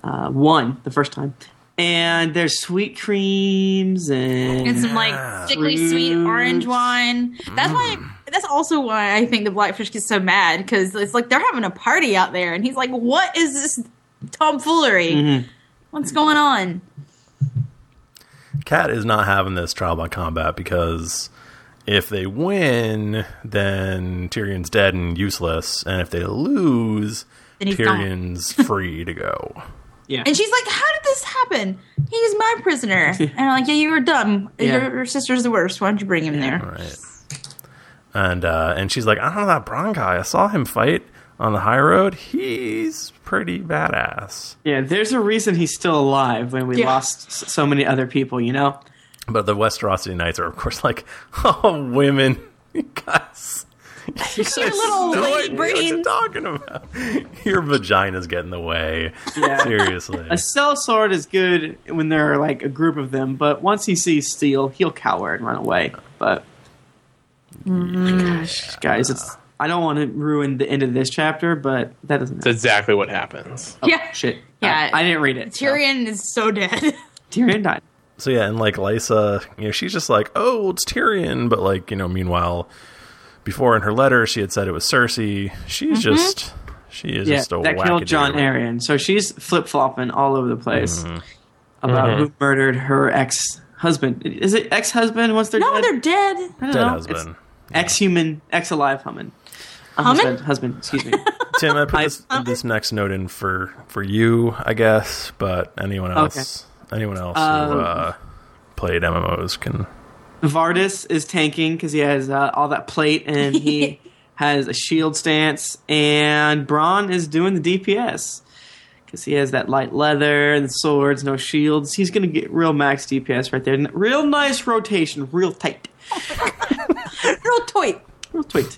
S3: uh, one the first time, and there's sweet creams and
S1: And some
S2: Yeah.
S1: like sickly sweet
S3: Fruits. Mm.
S1: orange wine. That's why. That's also why I think the blackfish gets so mad because it's like they're having a party out there, and he's like, "What is this tomfoolery?
S3: Mm-hmm.
S1: What's going on?"
S2: Cat is not having this trial by combat because if they win, then Tyrion's dead and useless, and if they lose,
S1: Then he's gone.
S2: Tyrion's free to go.
S3: yeah.
S1: And she's like, "How did this happen? He's my prisoner." And I'm like, "Yeah, you were dumb.
S3: Yeah.
S1: Your, your sister's the worst. Why don't you bring him there?"
S2: Right. And uh, and she's like, I don't know that Bron guy. I saw him fight on the high road. He's pretty badass.
S3: Yeah, there's a reason he's still alive when we
S1: Yeah.
S3: lost s- so many other people, you know?
S2: But the Westerosi knights are, of course, like, oh, women, you guys. You
S3: so
S2: guys
S1: little
S2: no
S1: lady
S2: idea what you're
S1: brains.
S2: talking about. Your vagina's get in the way.
S3: Yeah.
S2: Seriously.
S3: a cell sword is good when there are like a group of them, but once he sees steel, he'll cower and run away. But
S1: Mm-hmm.
S3: gosh, guys, it's I don't want to ruin the end of this chapter, but that doesn't Oh,
S6: That's exactly what happens.
S1: Yeah.
S3: shit.
S1: Yeah.
S3: I, I didn't read it. so.
S1: Tyrion is so dead.
S3: Tyrion died.
S2: So yeah, and like Lysa, you know, she's just like, oh, it's Tyrion, but like, you know, meanwhile, before in her letter, she had said it was Cersei. She's just, she is
S3: Mm-hmm. Yeah,
S2: just a
S3: that killed
S2: wackadoo.
S3: John Arion. So she's flip flopping all over the place
S2: Mm-hmm.
S3: about who murdered her ex husband. Is it ex husband once they're
S1: no,
S3: dead?
S1: they're dead.
S3: I don't
S2: Dead
S3: know. It's-
S2: husband.
S3: ex human, ex alive human. Uh,
S1: Human?
S3: Husband, husband, excuse me.
S2: Tim, I put
S3: I-
S2: this, this next note in for for you, I guess, but anyone else, anyone else who
S3: Um,
S2: uh, played MMOs can.
S3: Vardis is tanking because he has uh, all that plate and he has a shield stance. And Braun is doing the DPS because he has that light leather and swords, no shields. He's going to get real max DPS right there. N- Real nice rotation, real tight.
S1: Real toy.
S3: Real tweet.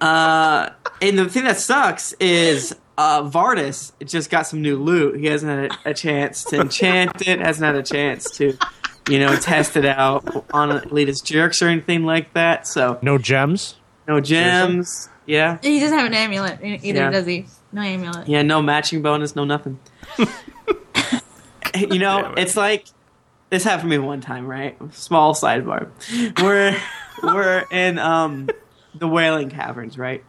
S3: uh, and the thing that sucks is uh, Vardis just got some new loot. He hasn't had a, a chance to enchant it. Hasn't had a chance to, you know, test it out on Alita's jerks or anything like that. So
S5: No gems.
S3: no gems. Yeah,
S1: He doesn't have an amulet e- either,
S3: Yeah.
S1: does he? No amulet.
S3: yeah. No matching bonus. No nothing. you know,
S2: Damn it.
S3: it's like this happened to me one time. Right? Small sidebar. We're we're in um the whaling caverns, right?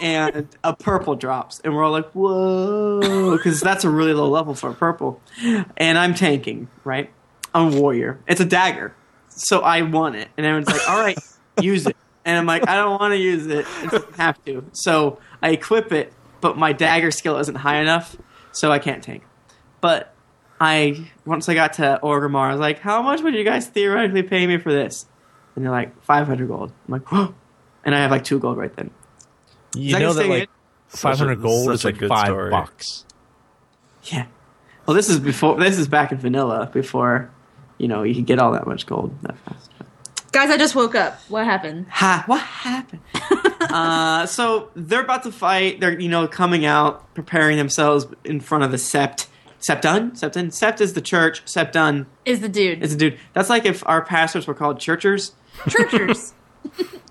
S3: and a purple drops, and we're all like, "Whoa!" Because that's a really low level for a purple. And I'm tanking, right? I'm warrior. It's a dagger, so I want it. And everyone's like, "All right, use it." And I'm like, "I don't want to use it. It doesn't have to." So I equip it, but my dagger skill isn't high enough, so I can't tank. But I once I got to Orgrimmar, I was like, "How much would you guys theoretically pay me for this?" And they're like, 500 gold." I'm like, "Whoa!" And I have like two gold right then.
S5: You
S3: Second
S5: know that
S3: thing
S5: like
S2: Such a-
S5: five hundred gold
S2: such
S5: is
S2: a
S5: like
S2: good
S5: five
S2: story.
S5: bucks.
S3: Yeah. Well, this is before. This is back in vanilla before, you know, you could get all that much gold that fast.
S1: Guys, I just woke up. What happened?
S3: Ha! What happened? uh, so they're about to fight. They're you know coming out, preparing themselves in front of the Sept. Septon? Septon? Sept is the church. Septon
S1: Is the dude.
S3: is the dude. That's like if our pastors were called churchers,
S1: Churchers.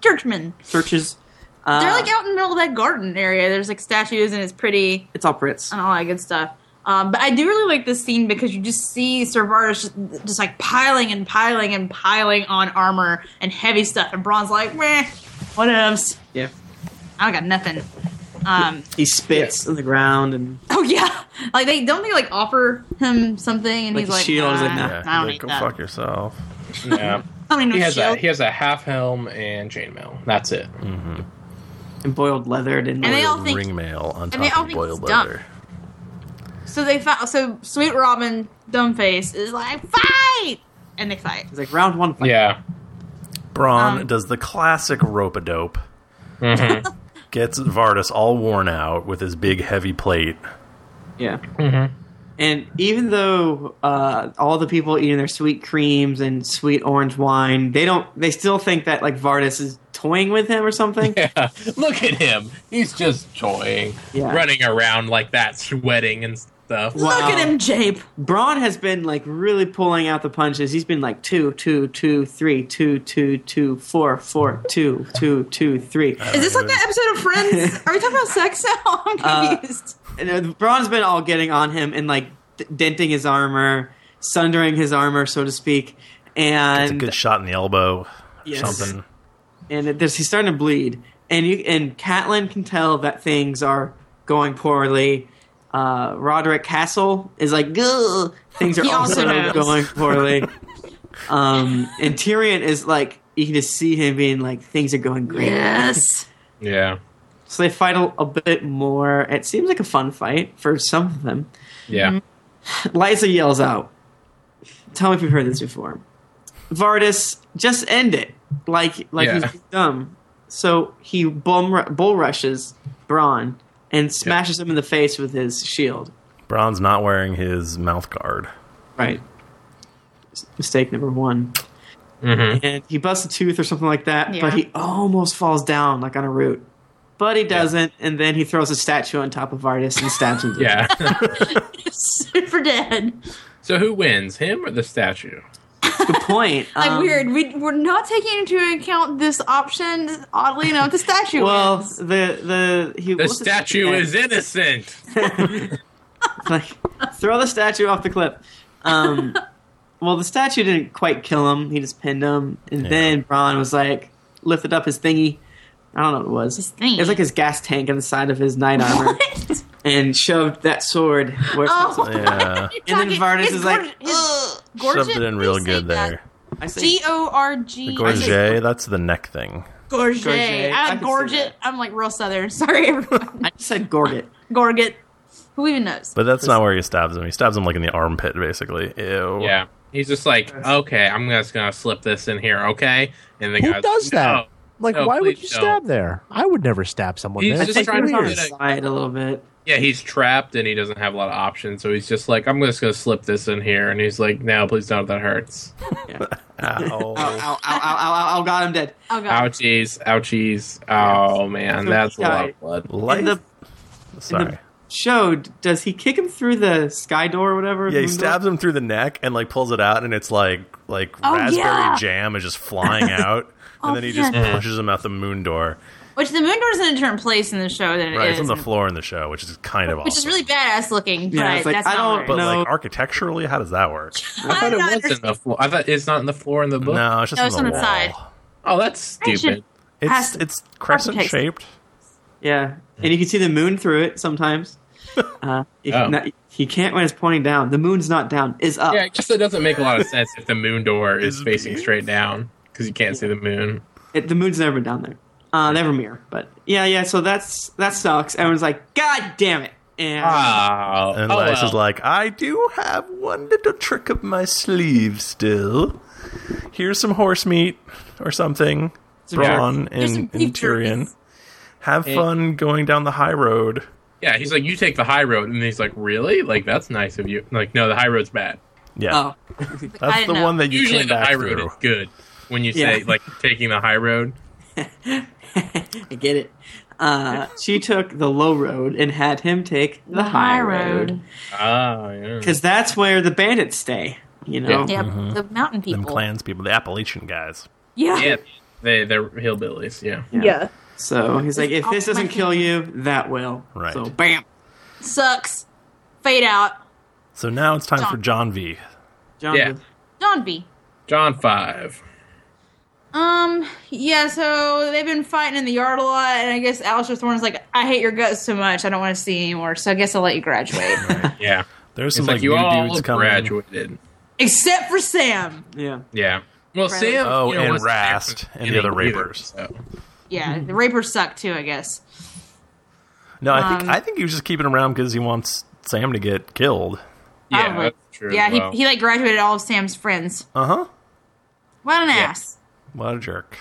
S1: Churchmen.
S3: churches. Uh,
S1: They're like out in the middle of that garden area. There's like statues and it's pretty
S3: it's all Brits.
S1: and all that good stuff. Um, but I do really like this scene because you just see Sir Vardas just, just like piling and piling and piling on armor and heavy stuff, and Braun's like, "Meh, whatevs.
S3: Yeah.
S1: I don't got nothing." Um,
S3: He spits on the ground and
S1: oh yeah, like they don't they like offer him something, and
S3: Like
S1: he's
S3: a
S1: like,
S3: shield, he's like,
S1: "Nah,
S3: nah."
S2: Yeah,
S1: I don't
S2: like,
S1: need
S2: go
S1: that.
S2: fuck yourself.
S6: Yeah.
S1: I don't need no
S6: he has
S1: shield."
S6: a he has a half helm and chainmail. That's it.
S3: and boiled leathered and,
S1: And they all
S2: Boiled
S1: think-
S2: ring mail on
S1: they
S2: top
S1: all
S2: of
S1: think
S2: boiled
S1: it's dumb.
S2: leather.
S1: so they found so Sweet Robin Dumbface is like, "Fight!" and they fight.
S3: it's like round one. Fight.
S6: Yeah.
S2: Braun
S1: Um,
S2: does the classic rope a dope. Gets Vardis all worn out with his big heavy plate.
S3: Yeah.
S2: Mm-hmm.
S3: And even though uh, all the people eating their sweet creams and sweet orange wine, they don't. They still think that like Vardis is toying with him or something.
S6: Yeah. Look at him. He's just toying,
S3: Yeah.
S6: running around like that, sweating and stuff.
S1: Look
S3: Wow.
S1: at him, Jape.
S3: Braun has been like really pulling out the punches. He's been like two, two, two, three, two, two, two, four, four, two, two, two, three.
S2: Uh.
S1: Is this like that episode of Friends? Are we talking about sex now? I'm confused.
S3: And, uh, Braun's been all getting on him and like d- denting his armor, sundering his armor, so to speak.
S2: It's a
S3: And
S2: good shot in the elbow.
S3: Yes.
S2: Something.
S3: and it, there's, he's starting to bleed. And you and Catelyn can tell that things are going poorly. Uh, Roderick Castle is like, Gah! things are
S1: He
S3: also,
S1: also knows.
S3: going poorly. um, and Tyrion is like, you can just see him being like, things are going great.
S1: yes.
S6: Yeah.
S3: So they fight a, a bit more. It seems like a fun fight for some of them.
S6: Yeah.
S5: Mm-hmm.
S3: Liza yells out, "Tell me if you've heard this before." Vardis, just end it. Like like
S6: Yeah.
S3: he's dumb. So he bum, bull rushes Braun and smashes him in the face with his shield.
S2: Braun's not wearing his mouth guard.
S3: Right. S- Mistake number one.
S6: Mm-hmm.
S3: And he busts a tooth or something like that,
S1: Yeah.
S3: but he almost falls down like on a root. But he doesn't, and then he throws a statue on top of Vardis and stabs him. to death.
S6: Yeah.
S1: Super dead.
S6: so who wins, him or the statue?
S3: Good point.
S1: Like
S3: Um,
S1: weird. We we're not taking into account this option. Oddly enough, the statue.
S3: Well,
S1: wins.
S3: the the he
S6: The
S3: what's his-
S6: statue is innocent.
S3: like throw the statue off the cliff. Um, well, the statue didn't quite kill him; he just pinned him, and
S2: Yeah.
S3: then Braun was like lifted up his thingy. I don't know what it was.
S1: His thingy.
S3: It was like his gas tank on the side of his knight armor, and shoved that sword. Where it's
S1: Oh.
S3: supposed to-
S2: Yeah.
S3: And then Vardas
S1: His
S3: is
S1: gor-
S3: like,
S1: his
S2: Shoved it in real
S1: they say
S2: good
S1: that.
S2: there.
S3: I say-
S1: G O R G.
S2: Gorget, that's the neck thing.
S1: Gorget.
S3: Gorget. I
S1: I
S3: can see
S1: gorget.
S3: that.
S1: I'm like real southern. Sorry, everyone.
S3: I just said gorget.
S1: gorget. Who even knows?
S2: But that's not where he stabs him. He stabs him like in the armpit, basically. Ew.
S6: Yeah. He's just like, okay, I'm just gonna slip this in here, okay? And the
S5: Who
S6: guy's
S5: does that?
S6: "No."
S5: Like,
S6: No,
S5: why would
S6: please
S5: you
S6: don't.
S5: stab there? I would never stab someone
S6: He's
S5: there.
S6: just
S5: It's like
S6: trying to
S5: weird.
S6: find it.
S3: Side a little bit.
S6: Yeah, he's trapped and he doesn't have a lot of options, so he's just like, I'm just gonna slip this in here, and he's like, no, please don't, that hurts.
S3: Ow,
S2: Ow.
S3: ow, ow, ow, ow, ow, got him dead.
S1: Oh god.
S6: Ouchies, ouchies. Oh man,
S3: So
S6: that's a
S3: he
S6: lot
S3: died.
S6: of blood.
S3: And
S2: Life.
S3: the
S2: Sorry.
S3: showed does he kick him through the sky door or whatever?
S2: Yeah, he
S3: moon door?
S2: stabs him through the neck and like pulls it out, and it's like like
S1: Oh,
S2: raspberry
S1: yeah.
S2: jam is just flying out, and
S1: Oh,
S2: then he
S1: yeah.
S2: just pushes him out the moon door
S1: Which the moon door's in a different place in the show than it is.
S2: right from the
S1: in the-
S2: floor in the show, which is kind of awesome.
S1: which is really badass looking.
S3: Yeah,
S1: but
S3: it's like,
S1: that's
S3: I
S1: not
S3: don't-
S1: where it
S2: but
S1: is.
S3: No.
S2: like architecturally, how does that work?
S6: I thought
S1: do
S6: it
S1: not
S6: was in the floor. I thought it's not in the floor in the book.
S2: No, it's just
S1: No,
S2: on
S1: it's
S2: the
S1: on the
S2: wall.
S1: side.
S6: Oh, that's
S1: I should-
S6: stupid.
S2: It's
S1: Has-
S2: it's crescent
S1: architects.
S2: shaped.
S3: Yeah, and you can see the moon through it sometimes. Uh, you,
S6: Oh.
S3: no, you can't when it's pointing down. The moon's not down; is up.
S6: Yeah, I guess it doesn't make a lot of sense if the moon door is
S2: Is
S6: facing
S2: big.
S6: straight down because you can't see the moon.
S3: It, the moon's never been down there. Uh, never mirror, but yeah, yeah. So that's that sucks. Everyone's like, "God damn it!" And
S6: Ah,
S4: Wow.
S2: And
S4: Oh,
S2: Elias
S4: well.
S2: is like, I do have one little trick up my sleeve still. Here's some horse meat or something. Brawn
S1: Here's some
S2: and,
S1: beef
S2: and Tyrion.
S1: jerkies.
S2: Have fun going down the high road.
S4: yeah, he's like, you take the high road, and he's like, really? Like that's nice of you. Like, no, the high road's bad.
S2: Yeah,
S3: oh,
S1: I
S2: that's the
S1: know.
S2: one that you
S4: Usually,
S2: came
S4: the
S2: back
S4: high road
S2: through.
S4: is good. When you say
S3: Yeah.
S4: like taking the high road,
S3: I get it. Uh, she took the low road and had him take the, high road
S4: ah, yeah.
S3: because that's where the bandits stay. You know,
S1: Yep,
S4: Mm-hmm.
S1: the mountain people.
S2: Them clans people, the Appalachian guys.
S1: Yeah.
S4: yeah, they they're hillbillies. Yeah,
S1: Yeah.
S3: So he's like, if
S1: Oh,
S3: this
S1: my
S3: doesn't kill you, that will.
S2: Right.
S3: So bam,
S1: Sucks. Fade out.
S2: So now it's time for
S1: John.
S2: John V.
S3: John.
S4: Yeah.
S1: John B.
S4: John five.
S1: Um, yeah, so they've been fighting in the yard a lot, and I guess Alistair Thorne's like, I hate your guts so much, I don't want to see you anymore, so I guess I'll let you graduate.
S4: Yeah,
S2: There's some
S4: it's like,
S2: like,
S4: you
S2: new
S4: all
S2: dudes coming.
S4: graduated.
S1: Except for Sam.
S3: Yeah.
S4: Yeah. Well,
S1: Right.
S4: Sam.
S2: Oh,
S4: you know,
S2: and
S4: wasn't
S2: Rast
S4: active
S2: and the other
S4: either,
S2: rapers.
S4: so.
S1: Yeah,
S4: Mm-hmm.
S1: the rapers suck too, I guess.
S2: No, I think
S1: Um,
S2: I think he was just keeping around because he wants Sam to get killed.
S4: Yeah,
S1: Probably.
S4: that's true.
S1: Oh, yeah,
S4: Wow.
S1: he, he like graduated all of Sam's friends.
S2: Uh
S4: Uh-huh.
S2: huh.
S1: What an
S4: Yeah.
S1: ass.
S2: What a jerk.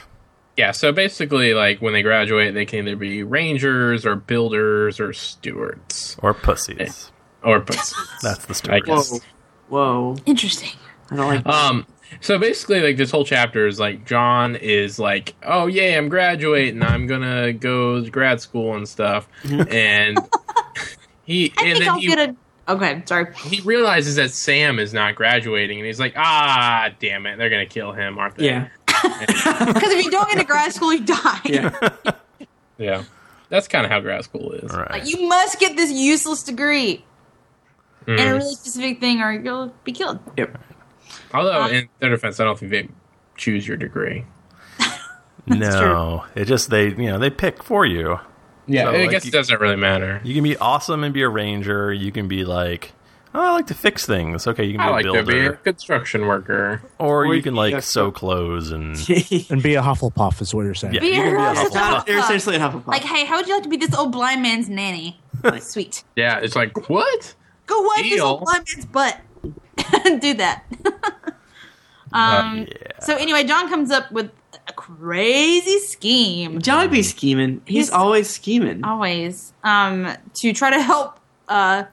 S4: Yeah, so basically, like when they graduate, they can either be rangers or builders or stewards
S2: Or pussies.
S4: or pussies,
S2: That's the story.
S4: I guess.
S3: Whoa.
S1: Interesting.
S3: I don't like.
S4: Um, so basically, like this whole chapter is like John is like, "Oh yay, I'm graduating. I'm gonna go to grad school and stuff,"
S2: Mm-hmm.
S4: and he
S1: I
S4: and
S1: think
S4: then
S1: I'll
S4: he,
S1: get a. Okay, sorry.
S4: he realizes that Sam is not graduating, and he's like, "Ah, damn it, they're gonna kill him, aren't they?"
S3: yeah.
S1: Because if you don't get to grad school, you die.
S3: Yeah.
S4: yeah. That's kind of how grad school is.
S2: All right.
S1: Like, Uh, you must get this useless degree
S4: Mm.
S1: in a really specific thing, or you'll be killed.
S4: Although,
S1: Uh,
S4: in their defense, I don't think they choose your degree.
S2: no, it just they you know they pick for you.
S4: Yeah,
S2: So,
S4: I
S2: like,
S4: guess
S2: you-
S4: it doesn't really matter.
S2: You can be awesome and be a ranger. You can be like, oh, I like to fix things. Okay, you can be
S4: I
S2: a
S4: like to be a
S2: builder,
S4: construction worker.
S2: or
S3: Or
S2: you
S3: you
S2: can
S3: can
S2: like
S3: just-
S2: sew clothes and
S5: and be a Hufflepuff is what you're saying.
S2: yeah,
S1: Be
S2: you can be a
S1: a
S2: Hufflepuff.
S1: Hufflepuff.
S3: You're essentially a Hufflepuff.
S1: Like, hey, how would you like to be this old blind man's nanny? Sweet.
S4: Yeah, it's like what?
S1: Go wipe this
S4: Deal.
S1: old blind man's butt. Do that. um,
S2: yeah.
S1: So anyway, John comes up with a crazy scheme,
S3: John be scheming. He's,
S1: He's-
S3: always scheming.
S1: always, um, to try to help uh,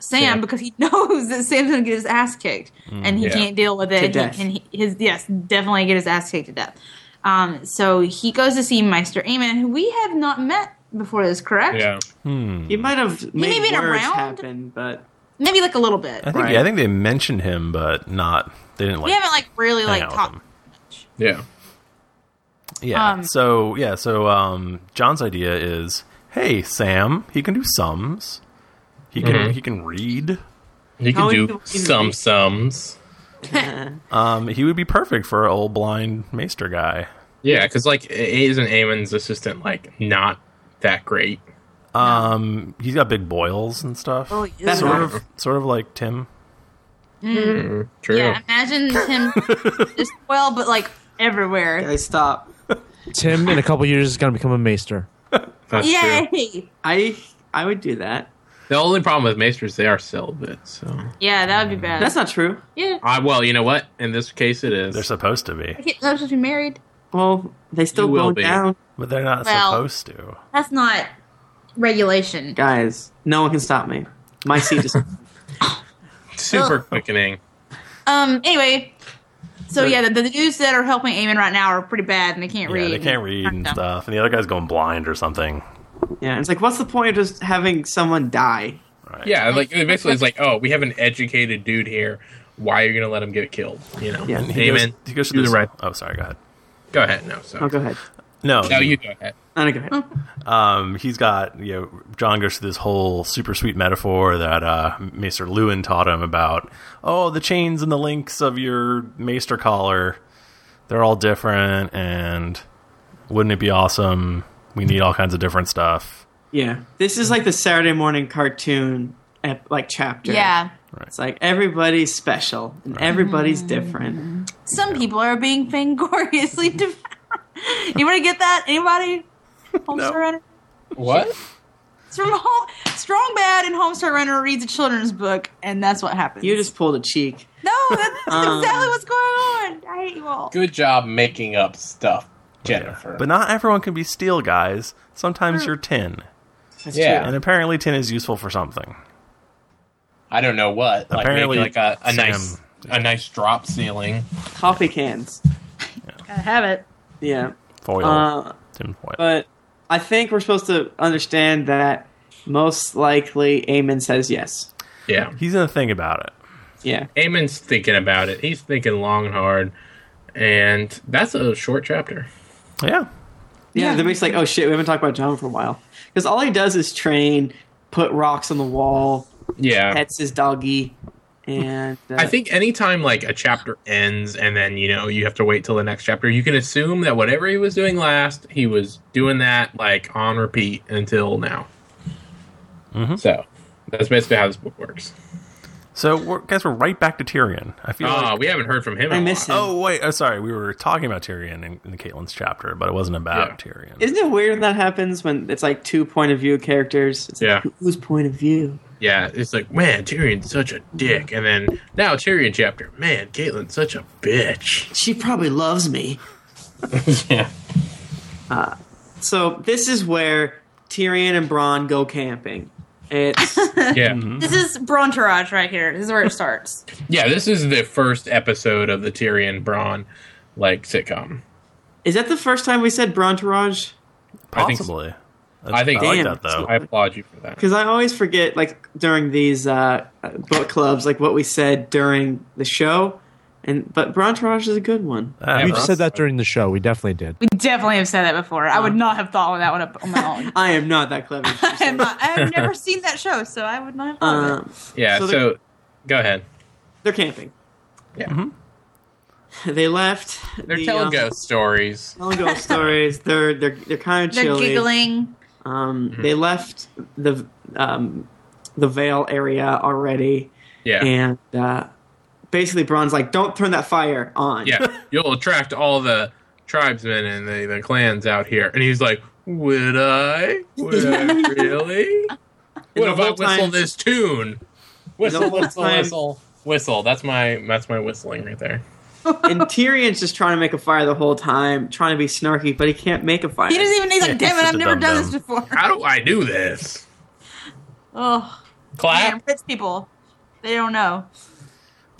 S1: Sam
S4: Sam.
S1: because he knows that Sam's gonna get his ass kicked and he
S4: Yeah.
S1: can't deal with it.
S3: To
S1: and
S3: death.
S1: He, and he, his yes, definitely get his ass kicked to death. Um, so he goes to see Meister Aemon, who we have not met before this, correct?
S4: Yeah,
S2: Hmm.
S3: He might have made
S1: been
S3: words
S1: around.
S3: happen, but
S1: Maybe like a little bit.
S2: I think
S3: Right.
S2: I think they mentioned him, but not they didn't like.
S1: we haven't like really
S2: hang
S1: like
S2: out with
S1: talked.
S2: him.
S4: yeah,
S2: Yeah.
S1: Um,
S2: so yeah, so um, John's idea is, hey Sam, he can do sums. He can he can read.
S4: you
S3: How
S4: can
S3: is
S4: do
S3: the-
S4: some sums.
S2: Um, he would be perfect for an old blind maester guy.
S4: Yeah, because like A isn't Amon's assistant like not that great?
S2: Um, he's got big boils and stuff.
S1: Oh, ew.
S3: That's
S2: sort
S3: right.
S2: of sort of like Tim.
S4: True.
S1: Yeah, imagine him just well, but like everywhere.
S3: I stop.
S5: Tim in a couple years is gonna become a maester.
S4: That's
S1: Yay!
S4: true.
S3: I I would do that.
S4: The only problem with maesters they are celibate. So
S1: Yeah, that would be bad.
S3: That's not true.
S1: yeah.
S4: I well, you know what? In this case, it is.
S2: They're supposed to be,
S1: They're supposed to be married.
S3: Well, they still
S4: You will
S3: go
S4: be.
S3: down,
S2: but they're not
S1: Well-
S2: supposed to.
S1: That's not regulation.
S3: guys. No one can stop me. My seat is.
S4: super quickening.
S1: Um. Anyway, so yeah, the, the dudes that are helping Eamon right now are pretty bad, and they can't
S2: Yeah,
S1: read.
S2: they can't read and
S1: Yeah.
S2: stuff, and the other guy's going blind or something.
S3: yeah, it's like, what's the point of just having someone die?
S2: Right.
S4: Yeah, like it basically, it's like, oh, we have an educated dude here. Why are you gonna let him get killed? You know,
S3: Yeah.
S2: And he
S4: Aemon,
S2: goes, he goes to
S4: do
S2: this,
S4: the right.
S2: Oh, sorry, go ahead.
S4: Go ahead. No, so
S3: Oh, go ahead.
S2: No,
S4: no, you go ahead.
S3: No, no, go ahead.
S2: um, he's got you know John goes through this whole super sweet metaphor that uh, Maester Lewin taught him about. Oh, the chains and the links of your Maester collar, they're all different, and wouldn't it be awesome? We need all kinds of different stuff.
S3: Yeah, this is like the Saturday morning cartoon, ep- like chapter.
S1: Yeah.
S3: it's like everybody's special and everybody's different.
S1: Some people are being fangloriously devoured. Anybody get that? Anybody? Home
S2: No.
S1: surrender?
S4: What?
S1: It's from home. Strong Bad and Homestar Runner reads a children's book, and that's what happens.
S3: You just pulled a cheek.
S1: no. That's, that's
S3: Um.
S1: exactly what's going on. I hate you all.
S6: Good job making up stuff, Jennifer.
S2: But not everyone can be steel, guys.
S1: Hmm.
S2: Sometimes you're tin.
S3: That's
S6: Yeah.
S2: And apparently, tin is useful for something.
S6: I don't know what. Like
S2: Apparently,
S6: maybe like a, a
S2: Sam-
S6: nice a nice drop ceiling.
S3: true. Coffee cans.
S1: Gotta have it.
S3: Yeah.
S2: Foil.
S3: Uh,
S2: tin foil.
S3: but I think we're supposed to understand that most likely Eamon says yes.
S4: Yeah.
S2: He's going to think about it.
S3: Yeah.
S4: Eamon's thinking about it. He's thinking long and hard. And that's a short chapter.
S2: Yeah.
S3: Yeah,
S1: Yeah.
S3: that makes like, oh shit, we haven't talked about John for a while. Because all he does is train, put rocks on the wall,
S4: Yeah.
S3: pets his doggy, and uh,
S4: I think anytime like a chapter ends and then you know you have to wait till the next chapter, you can assume that whatever he was doing last, he was doing that like on repeat until now. So that's basically how this book works.
S2: So, we're, guys, we're right back to Tyrion. I feel
S4: Ah,
S2: like.
S4: we haven't heard from him. in
S3: I
S4: a
S3: miss
S4: while.
S3: him.
S2: Oh, wait. Oh, sorry. We were talking about Tyrion in, in Caitlin's chapter, but it wasn't about
S4: Yeah.
S2: Tyrion.
S3: Isn't it weird when that happens when it's like two point of view characters? It's
S4: Yeah.
S3: like, who- whose point of view?
S4: Yeah, it's like man, Tyrion's such a dick, and then now Tyrion chapter, man, Caitlyn's such a bitch.
S3: She probably loves me.
S4: yeah,
S3: Uh, So this is where Tyrion and Bronn go camping. It's
S4: yeah,
S2: Mm-hmm.
S1: This is Brontourage right here. This is where it starts.
S4: yeah. This is the first episode of the Tyrion Braun like sitcom.
S3: is that the first time we said Brontourage?
S4: I think-
S2: Possibly. I,
S4: I think-
S2: like
S3: Damn.
S2: that, though.
S4: I applaud you for that.
S3: Because I always forget, like during these uh, book clubs, like what we said during the show. And but Brontourage is a good one.
S2: Ah,
S5: We've
S4: that's
S5: said that during the show. We definitely did.
S1: We definitely have said that before. I would not have thought of that one up on my own.
S3: I am not that clever. she
S1: I
S3: said.
S1: have not. I have never seen that show, so I would not have thought of it.
S3: um,
S4: Yeah,
S3: So
S4: so,
S3: the-
S4: go ahead.
S3: they're camping.
S4: Yeah.
S3: They left.
S4: They're
S3: the,
S4: telling
S3: um,
S4: ghost stories.
S3: Telling ghost stories. They're they're they're kind of
S1: They're
S3: chilly.
S1: giggling.
S3: Um,
S4: Mm-hmm.
S3: They left the um, the Vale area already,
S4: Yeah.
S3: and uh, basically Bron's like, "Don't turn that fire on."
S4: yeah. You'll attract all the tribesmen and the, the clans out here. And he's like, Would I? Would I really?
S3: And
S4: what
S3: the
S4: if I
S3: whole
S4: whistle
S3: time-
S4: this tune? Whistle,
S3: whole
S4: whistle,
S3: time-
S4: whistle. Whistle. That's my that's my whistling right there.
S3: And Tyrion's just trying to make a fire the whole time, trying to be snarky, but he can't make a fire.
S1: He doesn't even. He's like, damn it!
S2: Such
S1: I've
S2: a
S1: never done
S2: dum-dum.
S1: this before.
S4: How do I do this?
S1: Oh,
S4: Clap.
S1: man, rich people. They don't know.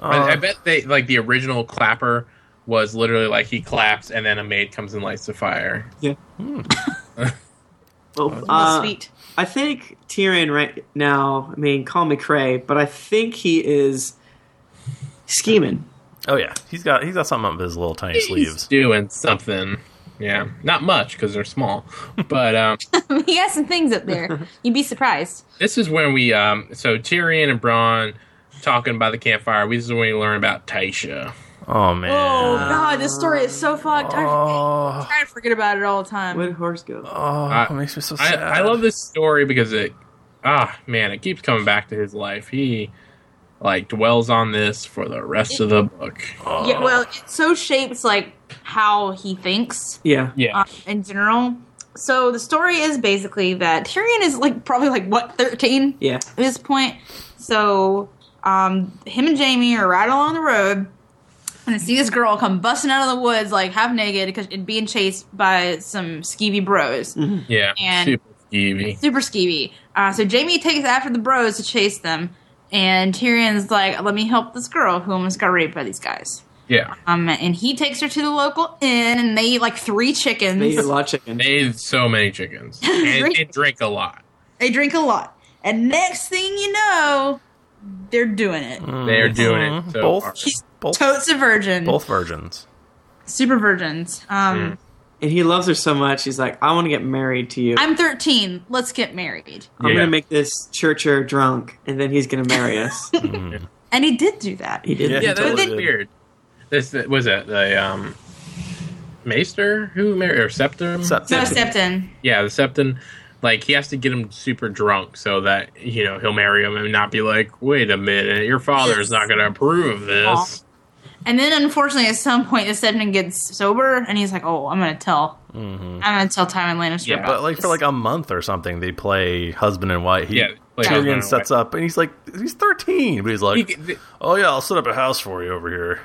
S2: Uh,
S4: I, I bet they like the original clapper was literally like he claps and then a maid comes and lights the fire.
S3: Well,
S1: Well,
S3: uh,
S1: sweet.
S3: I think Tyrion right now. I mean, call me cray, but I think he is scheming.
S2: Oh yeah, he's got he's got something up his little tiny
S4: He's
S2: sleeves.
S4: doing something. Yeah, not much because they're small. But um,
S1: he has some things up there. You'd be surprised.
S4: this is when we um, so Tyrion and Braun talking by the campfire. This is when we learn about Taisha.
S2: Oh
S1: Oh
S2: man.
S1: god, this story is so fucked. I
S2: Oh,
S1: try to forget about it all the time.
S3: Where did horse go?
S2: oh,
S4: I-
S2: it makes me so
S4: I,
S2: sad.
S4: I love this story because it ah man, it keeps coming back to his life. He like dwells on this for the rest of the book.
S1: Yeah, well, it so shapes like how he thinks
S3: Yeah,
S4: Yeah,
S1: um, in general. So the story is basically that Tyrion is like probably like what thirteen
S3: yeah.
S1: at this point. So um, him and Jamie are riding along the road, and they see this girl come busting out of the woods like half naked because and being chased by some skeevy bros,
S3: Mm-hmm.
S4: yeah,
S1: and-
S4: super skeevy.
S1: super skeevy. Uh, so Jamie takes after the bros to chase them, and Tyrion's like, "Let me help this girl who almost got raped by these guys."
S4: Yeah,
S1: Um, and he takes her to the local inn, and they eat like three chickens.
S3: They eat a lot of chicken.
S4: they ate so many chickens and, and drink a lot.
S1: They drink a lot. And next thing you know, they're doing it.
S3: Mm.
S4: They're doing it so
S2: both,
S4: hard.
S2: both,
S1: Totes a virgin.
S2: both virgins.
S1: Super virgins.
S2: Hmm.
S1: Um,
S3: And he loves her so much. He's like, "I want to get married to you.
S1: I'm 13. Let's get married.
S3: I'm
S4: Yeah.
S3: gonna make this churcher drunk, and then he's gonna marry us.
S1: And he did do that.
S3: he did.
S2: Yeah.
S4: Yeah,
S2: He
S4: that was
S1: totally
S2: did.
S4: weird. This that- was it. The um, Maester who married or Septim?
S2: Sep-
S1: No, Stepton.
S4: yeah, the Septim. Like he has to get him super drunk so that you know he'll marry him and not be like, wait a minute, your father's not going to approve of this.
S1: And then, unfortunately, at some point, the Stedman gets sober, and he's like, "Oh, I'm gonna tell, I'm
S2: Mm-hmm.
S1: gonna tell Time and Lannister."
S4: Yeah,
S1: about
S2: But like for
S1: this."
S2: like a month or something, they play husband and wife. He,
S4: Yeah, play husband
S2: Tyrion
S4: and
S2: sets up, and he's like, he's thirteen, but he's like,
S4: He- th-
S2: oh yeah, I'll set up a house for you over here.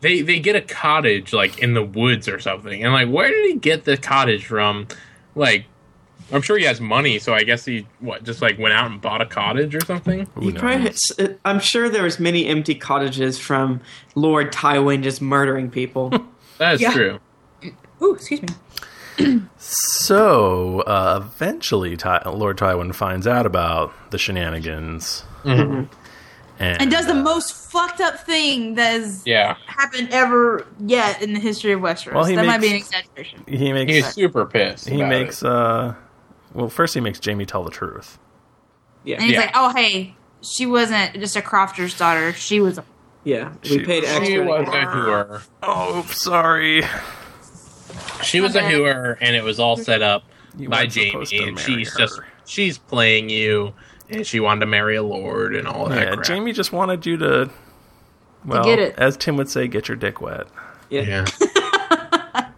S4: They they get a cottage like in the woods or something, and like where did he get the cottage from? Like, I'm sure he has money, so I guess he what just like went out and bought a cottage or something.
S2: Who
S3: He
S2: knows?
S3: probably had- uh, I'm sure there was many empty cottages from Lord Tywin just murdering people.
S4: That is
S1: Yeah.
S4: true.
S1: Ooh, excuse me.
S2: So uh, eventually, Ty- Lord Tywin finds out about the shenanigans, and,
S1: Mm-hmm. And does the
S2: uh,
S1: most fucked up thing that has
S4: Yeah,
S1: happened ever yet in the history of Westeros.
S2: Well,
S1: that
S2: he
S1: might be an
S2: makes-
S1: exaggeration.
S2: he makes
S4: he's super pissed.
S2: he
S4: about it.
S2: makes uh well first he makes Jamie tell the truth.
S1: And he's
S3: Yeah,
S4: Yeah.
S1: like, "Oh, hey, she wasn't just a Crofter's daughter. She was a
S3: yeah.
S2: She-
S3: We paid extra.
S4: She
S3: to
S4: was a
S3: get-
S4: hooer.
S2: Oh, sorry.
S4: She was a
S1: Okay.
S4: hooer, and it was all
S3: Mm-hmm.
S4: set up
S2: You
S4: by
S2: weren't
S4: Jamie,
S2: supposed to
S4: and
S2: marry
S4: she's
S2: her.
S4: just she's playing you, and she wanted to marry a lord and all that.
S2: Yeah,
S4: crap.
S2: Jamie just wanted you to well,
S1: get it.
S2: as Tim would say, get your dick wet.
S3: Yeah. yeah,
S4: Yeah,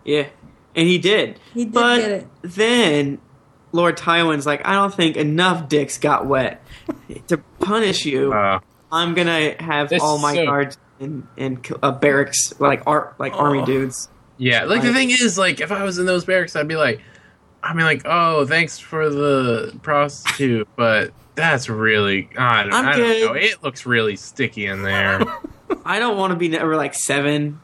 S3: and he did.
S1: He did
S3: but
S1: get it.
S3: then Lord Tywin's like, I don't think enough dicks got wet to punish you.
S4: uh,
S3: I'm gonna have
S4: This
S3: all
S4: is
S3: my
S4: so-
S3: guards in in uh, barracks like ar- like army dudes.
S4: yeah. Like the
S3: Like-
S4: thing is, like if I was in those barracks, I'd be like, I mean, like, oh, thanks for the prostitute, but that's really I don't,
S3: I'm
S4: I don't
S3: good.
S4: know. It looks really sticky in there.
S3: I don't want to be never like seven.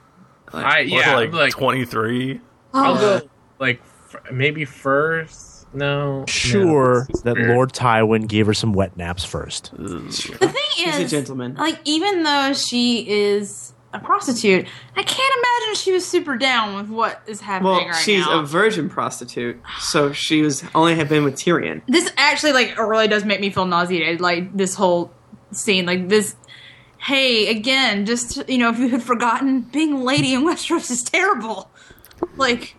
S2: Or
S4: I yeah,
S2: like,
S4: like, like
S2: twenty three.
S4: I'll
S1: oh,
S4: go like f- maybe first. No, no,
S5: Sure
S4: this is
S5: that
S4: weird.
S5: Lord Tywin gave her some wet naps first.
S1: the thing
S3: He's a
S1: is,
S3: gentleman.
S1: like, even though she is a prostitute, I can't imagine she was super down with what is happening
S3: Well,
S1: right
S3: she's
S1: now.
S3: a virgin prostitute, so she was only had been with Tyrion.
S1: this actually, like, really does make me feel nauseated. Like this whole scene, like this. Hey, again, just you know, if you had forgotten, being a lady in Westeros is terrible. like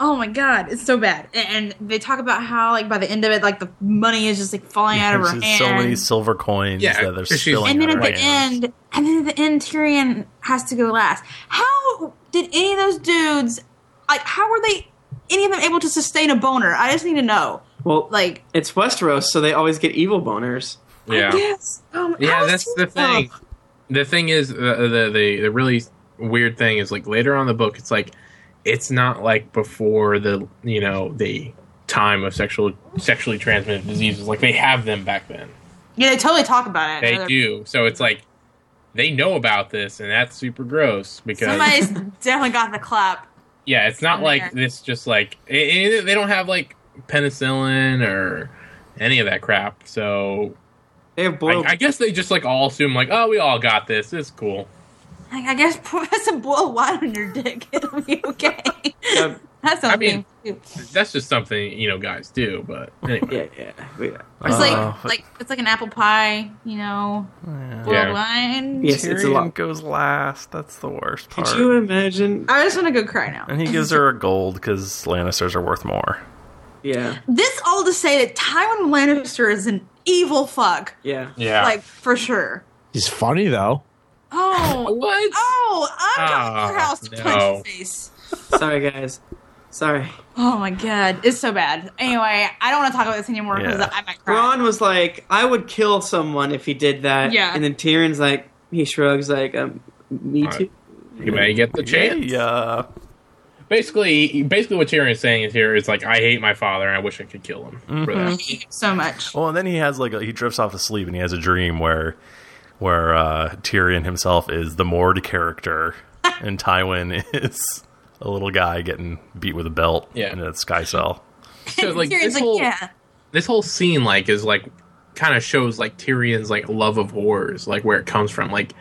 S1: oh my god it's so bad A- and they talk about how like by the end of it like the money is just like falling out of her
S2: There's so many
S1: hand
S2: silver coins
S4: Yeah,
S2: that they're
S4: 'cause she's-
S2: spilling.
S1: and then
S2: out
S1: at
S2: of
S1: the
S2: her hands.
S1: end and then at the end tyrion has to go last how did any of those dudes like how were they any of them able to sustain a boner i just need to know
S3: Well,
S1: like
S3: it's Westeros, so they always get evil boners.
S4: Yeah.
S1: yes um, how
S4: Yeah,
S1: is
S4: that's the
S1: Tyrion- oh,
S4: thing. The thing is, uh, the, the the really weird thing is like later on in the book, it's like it's not like before the you know the time of sexual sexually transmitted diseases. Like they have them back then,
S1: yeah they totally talk about it
S4: they
S1: Another-
S4: do. So it's like they know about this, and that's super gross because
S1: somebody's definitely got the clap
S4: yeah, it's not like
S1: somewhere.
S4: this. Just like i i they don't have like penicillin or any of that crap. So
S3: They have boiled.
S4: I, I guess they just like all assume like oh we all got this. It's cool.
S1: like i guess pour some boiled wine on your dick it'll be okay
S3: Yeah.
S1: that sounds
S4: I mean,
S1: mean,
S4: that's just something you know guys do. But anyway,
S3: yeah, yeah, yeah.
S1: It's
S2: Uh,
S1: like like it's like an apple pie, you know, boiled
S4: Yeah.
S1: wine.
S3: Yes, it's a
S2: Tyrion
S3: lot.
S2: goes last. That's the worst part.
S3: Could you imagine?
S1: I just want to go cry now.
S2: and he gives her a gold because Lannisters are worth more.
S3: Yeah,
S1: This all to say that Tywin Lannister is an evil fuck,
S3: yeah.
S4: yeah,
S1: like for sure.
S5: He's funny though.
S1: Oh,
S4: what?
S1: oh, I'm
S4: Ah,
S1: coming to your house to punch
S4: no.
S1: your face.
S3: Sorry, guys. Sorry.
S1: Oh my god, it's so bad. Anyway, I don't want to talk about this anymore because
S2: Yeah.
S1: I might cry.
S3: Ron was like, "I would kill someone if he did that."
S1: Yeah.
S3: And then Tyrion's like, he shrugs, like, um, "Me
S4: Right.
S3: too."
S4: You may get the chance.
S2: Yeah.
S4: Basically, basically, what Tyrion is saying is here is like, I hate my father, and I wish I could kill him. For
S1: I
S4: that.
S1: hate him so
S4: Oh,
S1: much.
S2: Well, and then he has like a, he drifts off to sleep, and he has a dream where where uh, Tyrion himself is the Mord character, and Tywin is a little guy getting beat with a belt
S4: Yeah.
S2: in a sky cell.
S4: So like
S1: Tyrion's
S4: this
S1: like,
S4: whole Oh
S1: yeah,
S4: this whole scene like is like kind of shows like Tyrion's like love of whores, like where it comes from. Like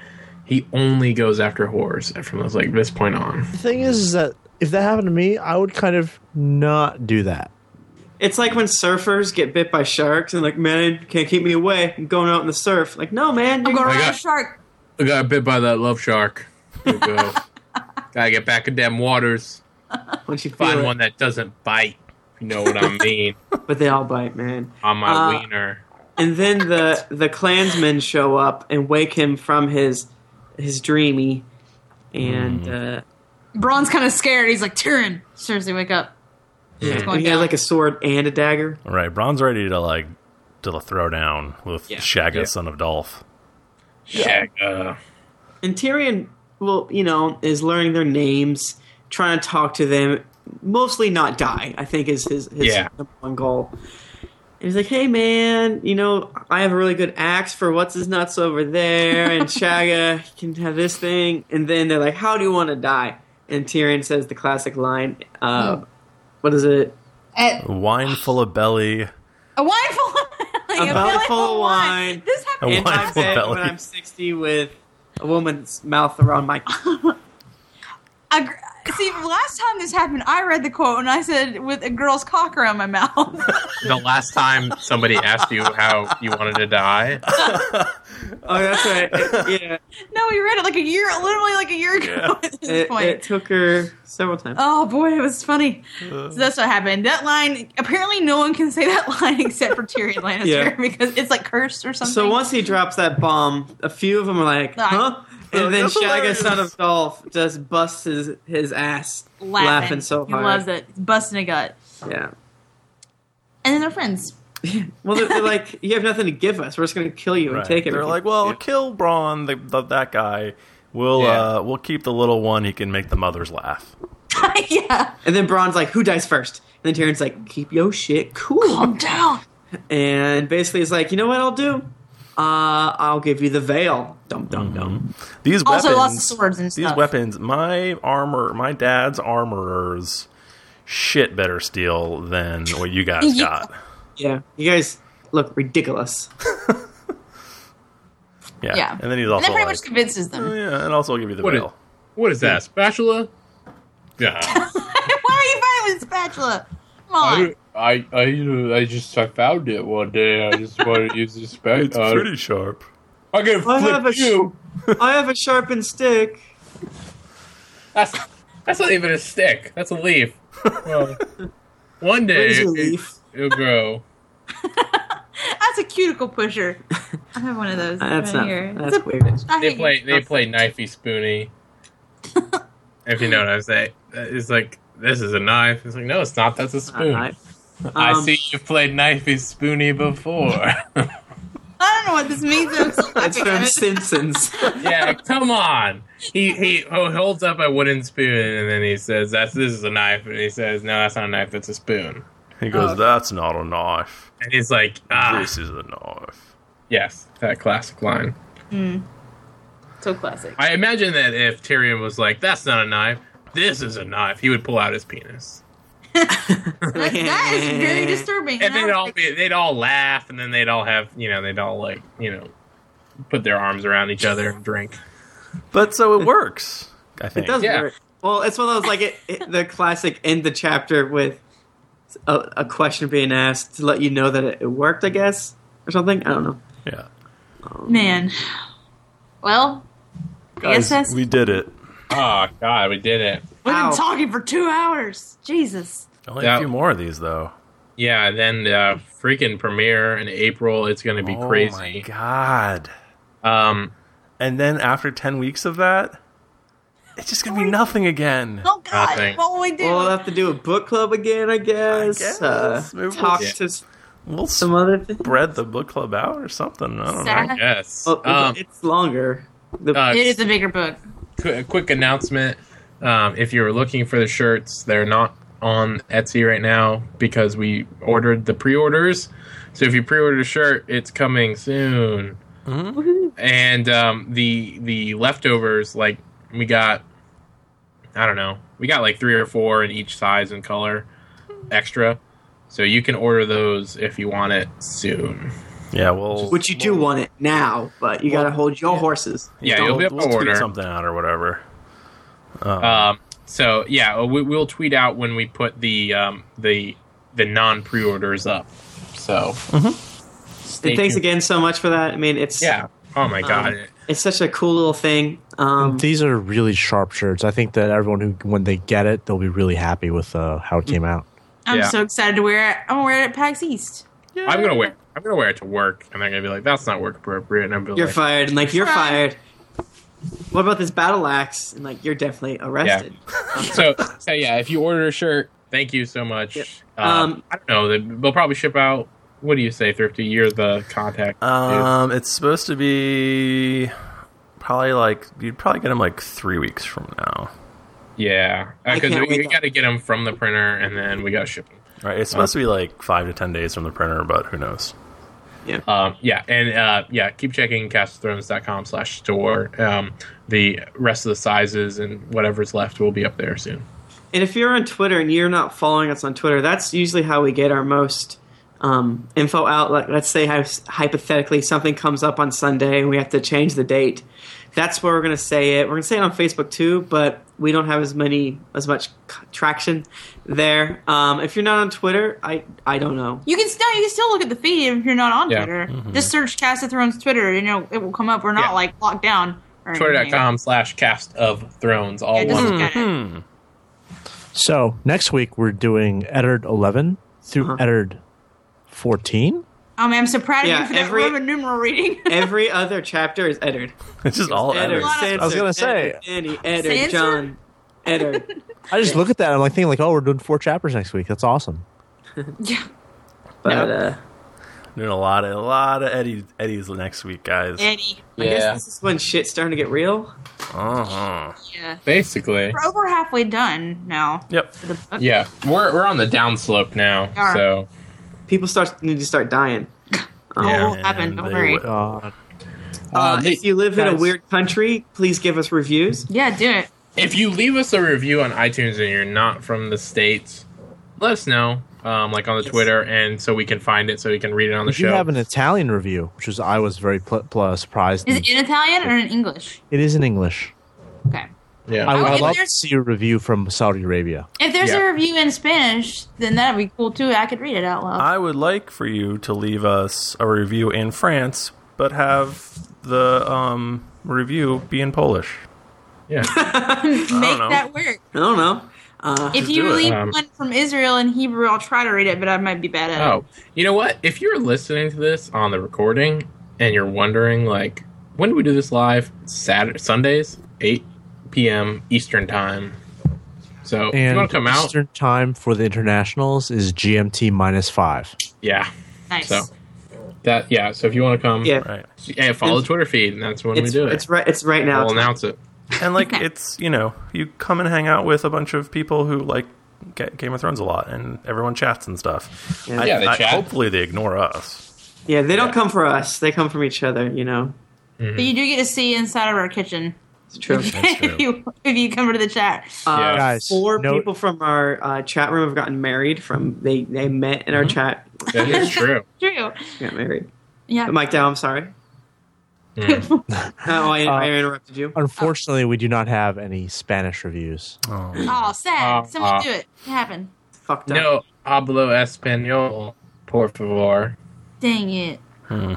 S4: he only goes after whores from this like this point on.
S5: The thing is, is that if that happened to me, I would kind of not do that.
S3: It's like when surfers get bit by sharks and like, man, can't keep me away. I'm going out in the surf. Like, no, man.
S1: I'm
S3: you-
S1: going
S4: my
S1: around a
S4: God.
S1: shark.
S4: I got bit by that love shark. Here we go. Gotta get back in them waters.
S3: Once you feel
S4: Find
S3: it.
S4: one that doesn't bite. You know what I mean?
S3: but they all bite, man.
S4: On my
S3: Uh,
S4: wiener.
S3: And then the the clansmen show up and wake him from his his dreamy, and uh,
S1: Braun's kind of scared. He's like, Tyrion, seriously, wake up.
S3: yeah,
S1: going
S3: he had
S1: down.
S3: like a sword and a dagger.
S2: All right, Braun's ready to like to throw down with
S3: Yeah.
S2: Shagga,
S4: Yeah.
S2: son of Dolph.
S4: Shag. Uh,
S3: And Tyrion, well, you know, is learning their names, trying to talk to them, mostly not die, I think is his, his
S4: Yeah.
S3: number one goal. And he's like, hey, man, you know, I have a really good axe for what's his nuts over there, and Shaga can have this thing. And then they're like, how do you want to die? And Tyrion says the classic line, uh, what is it?
S1: At
S2: Wine full of belly.
S1: a wine full of like, belly
S3: A bottle full of wine.
S1: This happened.
S2: A
S3: In my
S2: Wonderful
S3: bed
S2: belly.
S3: when I'm 60 with a woman's mouth around my... Oh,
S1: A gr- See, last time this happened, I read the quote and I said, with a girl's cock around my mouth.
S4: the last time somebody asked you how you wanted to die,
S3: Oh, that's right. Yeah.
S1: No, we read it like a year, literally like a year ago at this
S3: it,
S1: point.
S3: it took her several times.
S1: oh boy, it was funny. so that's what happened. That line, apparently, no one can say that line except for Tyrion Lannister
S3: Yeah.
S1: because it's like cursed or something. Oh,
S3: so once he drops that bomb, a few of them are like,
S1: Like,
S3: huh? And then
S2: that's
S3: Shagga,
S2: hilarious.
S3: son of Dolph, just busts his, his ass laughing, so
S1: he
S3: hard.
S1: loves it, busting a gut,
S3: Yeah.
S1: and then they're friends.
S3: Well, they're, they're like, you have nothing to give us. We're just going to kill you
S2: Right.
S3: and take it.
S2: They're like, well, kill Braun, the, the, that guy. We'll
S4: Yeah.
S2: uh, we'll keep the little one. He can make the mothers laugh.
S1: yeah,
S3: And then Braun's like, who dies first? And then Tyrion's like, keep your shit cool.
S1: calm down.
S3: And basically, he's like, you know what I'll do? Uh, I'll give you the veil. Dum, dum,
S2: Mm-hmm.
S3: dum.
S2: These
S1: Also
S2: weapons,
S1: lots of swords and
S2: These
S1: stuff.
S2: weapons, my armor, my dad's armorers, shit better steel than what you guys
S1: Yeah.
S2: got.
S3: Yeah. You guys look ridiculous.
S2: Yeah.
S1: Yeah,
S2: and then he's also
S1: that pretty
S2: like,
S1: much convinces them.
S2: "Oh, yeah, and also I'll give you the
S4: What is-
S2: veil.
S4: what is that spatula? Yeah.
S1: Why are you fighting with a spatula? Come on.
S4: I, I, I, I just I found it one day. I just wanted to use this spatula.
S2: It's pretty sharp.
S4: I can
S3: I have, a
S4: flip
S3: sh-
S4: you.
S3: I have a sharpened stick.
S4: That's that's not even a stick. That's a leaf. Well, one day
S3: Where's your
S4: it-
S3: leaf?
S4: it'll grow.
S1: That's a cuticle pusher. I have one of those.
S3: That's
S1: right
S3: not.
S1: here. It's
S3: That's
S1: a-
S3: weird.
S1: I
S4: They
S1: hate
S4: play
S1: you.
S4: they play knifey spoony. if you know what I'm saying, it's like this is a knife. It's like no, it's not. That's a spoon.
S3: Alright.
S4: I
S3: Um,
S4: see you've played knifey spoony before.
S1: I don't know what this means. I'm still
S3: That's
S1: laughing at
S3: from
S1: it.
S3: Simpsons.
S4: yeah, come on. He he holds up a wooden spoon and then he says, "That's this is a knife." And he says, "No, that's not a knife. That's a spoon."
S2: He
S1: uh,
S2: goes, "That's not a knife.
S4: And he's like, "Ah,
S2: This is a knife."
S4: yes, that classic line."
S1: So classic.
S4: I imagine that if Tyrion was like, "That's not a knife. This is a knife," he would pull out his penis,
S1: That, that is very disturbing.
S4: and
S1: I
S4: they'd
S1: was
S4: all
S1: like,
S4: be they'd all laugh, and then they'd all have you know they'd all like you know put their arms around each other and drink.
S2: But so it works. I think
S3: It does
S4: Yeah.
S3: work. Well, it's one of those like it, it- the classic end the chapter with a, a question being asked to let you know that it, it worked, I guess, or something. I don't know.
S2: Yeah,
S1: man. Well, I guess that's.
S2: we did it.
S4: Oh God, we did it.
S1: We've
S3: Ow.
S1: been talking for two hours. Jesus.
S2: Only
S4: Yeah.
S2: Oh, a few more of these though.
S4: Yeah, and then uh, freaking premiere in April. It's gonna be
S2: oh my
S4: crazy.
S2: god!
S4: Um,
S2: And then after ten weeks of that, it's just gonna be nothing again.
S1: Oh God.
S4: Nothing.
S1: What will we do?
S3: Well, we'll have to do a book club again, I guess.
S2: guess.
S3: Uh,
S2: Maybe we'll-
S3: talk
S4: Yeah.
S3: to s-
S2: We'll
S3: some other things.
S2: spread the book club out or something. I don't
S1: Sad.
S2: know.
S4: yes.
S3: Well,
S4: Um,
S3: it's longer. The,
S4: uh,
S1: it is a bigger book.
S4: qu- a quick announcement. Um, if you're looking for the shirts, they're not on Etsy right now because we ordered the pre-orders. So if you pre-order a shirt, it's coming soon.
S2: Mm-hmm.
S4: And um, the the leftovers, like we got, I don't know, we got like three or four in each size and color, extra. So you can order those if you want it soon.
S2: Yeah, we'll
S3: which you do want it now, but you got to hold your horses.
S4: Yeah,
S2: we'll,
S4: you'll be able
S2: we'll
S4: to
S2: tweet
S4: order.
S2: something out or whatever.
S4: Um, so yeah, we, we'll tweet out when we put the um, the the non pre-orders up. So stay
S3: And thanks
S4: tuned.
S3: again so much for that. I mean, it's
S4: Yeah. Oh my god.
S3: it's such a cool little thing. Um,
S5: These are really sharp shirts. I think that everyone who, when they get it, they'll be really happy with uh, how
S4: Mm.
S5: it came out.
S1: I'm
S4: yeah.
S1: so excited to wear it. I'm gonna wear it at PAX East.
S4: I'm gonna wear. I'm gonna wear it to work, and they're gonna be like, "That's not work appropriate." And I'm gonna be
S3: You're
S4: like,
S3: fired. And like, you're
S1: Fine.
S3: fired. What about this battle axe? And like, you're definitely arrested.
S4: so, so yeah, if you order a shirt, thank you so much.
S3: Yep.
S4: Um,
S3: Um,
S4: I don't know. they- They'll probably ship out. What do you say, Thrifty? You're the contact.
S3: Uh,
S2: Um, it's supposed to be probably like you'd probably get them like three weeks from now.
S4: dude. yeah, because
S3: can't
S4: we,
S3: wait
S4: we
S3: to-
S4: got to get them from the printer and then we got to ship them.
S2: Right? It's supposed to be like five to ten days from the printer, but who knows?
S4: Um, yeah, and uh, yeah, keep checking castofthrones.com slash store. Um, the rest of the sizes and whatever's left will be up there soon.
S3: And if you're on Twitter and you're not following us on Twitter, that's usually how we get our most um, info out. Like, let's say hy- hypothetically something comes up on Sunday and we have to change the date. That's where we're going to say it. We're going to say it on Facebook too, but we don't have as many as much c- traction there. Um, if you're not on Twitter, I I don't know.
S1: You can still you can still look at the feed if you're not on
S4: Yeah.
S1: Twitter.
S2: Mm-hmm.
S1: Just search Cast of Thrones Twitter, you know it will come up. We're not
S4: Yeah.
S1: like locked down. or anything.
S4: Twitter.com slash cast of thrones, all
S1: Yeah, just
S4: one.
S1: look at
S2: Mm-hmm.
S1: it.
S5: So next week we're doing Eddard 11 through
S3: Uh-huh.
S5: Eddard 14.
S1: Um, I'm so proud of
S3: Yeah,
S1: you for
S3: every-
S1: that Roman numeral reading.
S3: Every other chapter is Eddard.
S2: It's just all
S3: Eddard,
S2: editors.
S1: Sansa.
S5: I was gonna
S3: Sansa,
S5: say.
S3: Eddard, Danny, Eddard,
S1: Sansa?
S3: John, Eddard.
S5: I just look at that. and I'm like thinking like, oh, we're doing four chapters next week. That's awesome.
S1: yeah.
S3: But uh,
S2: Doing a lot of a lot of Eddie Eddie's next week, guys.
S1: Eddie.
S3: I guess this is when shit's starting to get real.
S2: Uh-huh.
S1: Yeah.
S4: basically.
S1: We're over halfway done now.
S2: Yep.
S1: for the book.
S4: Yeah, we're we're on the downslope now.
S1: All right.
S4: So
S3: People start need to start dying.
S1: All
S4: yeah.
S1: will happen.
S2: And
S1: Oh, Don't
S2: they
S1: worry.
S2: will-
S5: God.
S3: Uh,
S4: Um,
S3: if you live in a
S5: guys.
S3: weird country, please give us reviews.
S1: Yeah, do it.
S4: if you leave us a review on iTunes and you're not from the states, let us know. Um, like on the Twitter, and so we can find it, so we can read it on the
S5: If you
S4: show.
S5: have an Italian review, which was I was very pl- pl- surprised.
S1: Is it in Italian or in English?
S5: it is in English.
S1: Okay.
S4: yeah,
S5: I
S1: Oh,
S5: would
S1: if
S5: love to
S1: there's-
S5: see a review from Saudi Arabia.
S1: If there's
S4: Yeah.
S1: a review in Spanish, then that'd be cool too. I could read it out loud.
S2: I would like for you to leave us a review in France, but have the um, review be in Polish.
S4: yeah.
S1: Make
S2: know.
S1: that work.
S3: I don't know. Uh,
S1: If you
S2: do it.
S1: leave
S4: Um,
S1: one from Israel in Hebrew, I'll try to read it, but I might be bad at it.
S4: Oh, you know what? If you're listening to this on the recording and you're wondering, like, when do we do this live? Saturday, Sundays, eight p.m. Eastern time. So if you
S5: And
S4: want to come out,
S5: Eastern time for the internationals is GMT minus five.
S4: yeah.
S1: Nice.
S4: So that yeah. So if you want to come,
S3: yeah,
S2: Right.
S4: yeah, follow the Twitter feed, and that's when we
S3: it's,
S4: do it.
S3: it's right. It's right now.
S4: we'll announce it.
S2: And like it's you know you come and hang out with a bunch of people who like Ga- Game of Thrones a lot, and everyone chats and stuff.
S3: Yeah.
S2: I-
S4: Yeah, they
S2: I-
S4: chat.
S2: Hopefully they ignore us.
S3: yeah, they don't come for us. They come from each other. You know,
S1: But you do get to see inside of our kitchen
S3: it's true.
S1: if you if you come over to the chat.
S3: Uh,
S5: Guys,
S3: four
S5: no-
S3: people from our uh, chat room have gotten married. From they they met in our chat.
S4: That is true.
S1: True.
S3: Got married.
S1: Yeah.
S3: Mike Dow, I'm sorry. Oh, I, I interrupted you.
S5: Unfortunately, we do not have any Spanish reviews.
S2: Oh.
S1: oh, sad.
S4: Uh,
S1: Someone
S4: uh.
S1: do it. It happened.
S3: Fucked up.
S4: No hablo español, por favor.
S1: Dang it.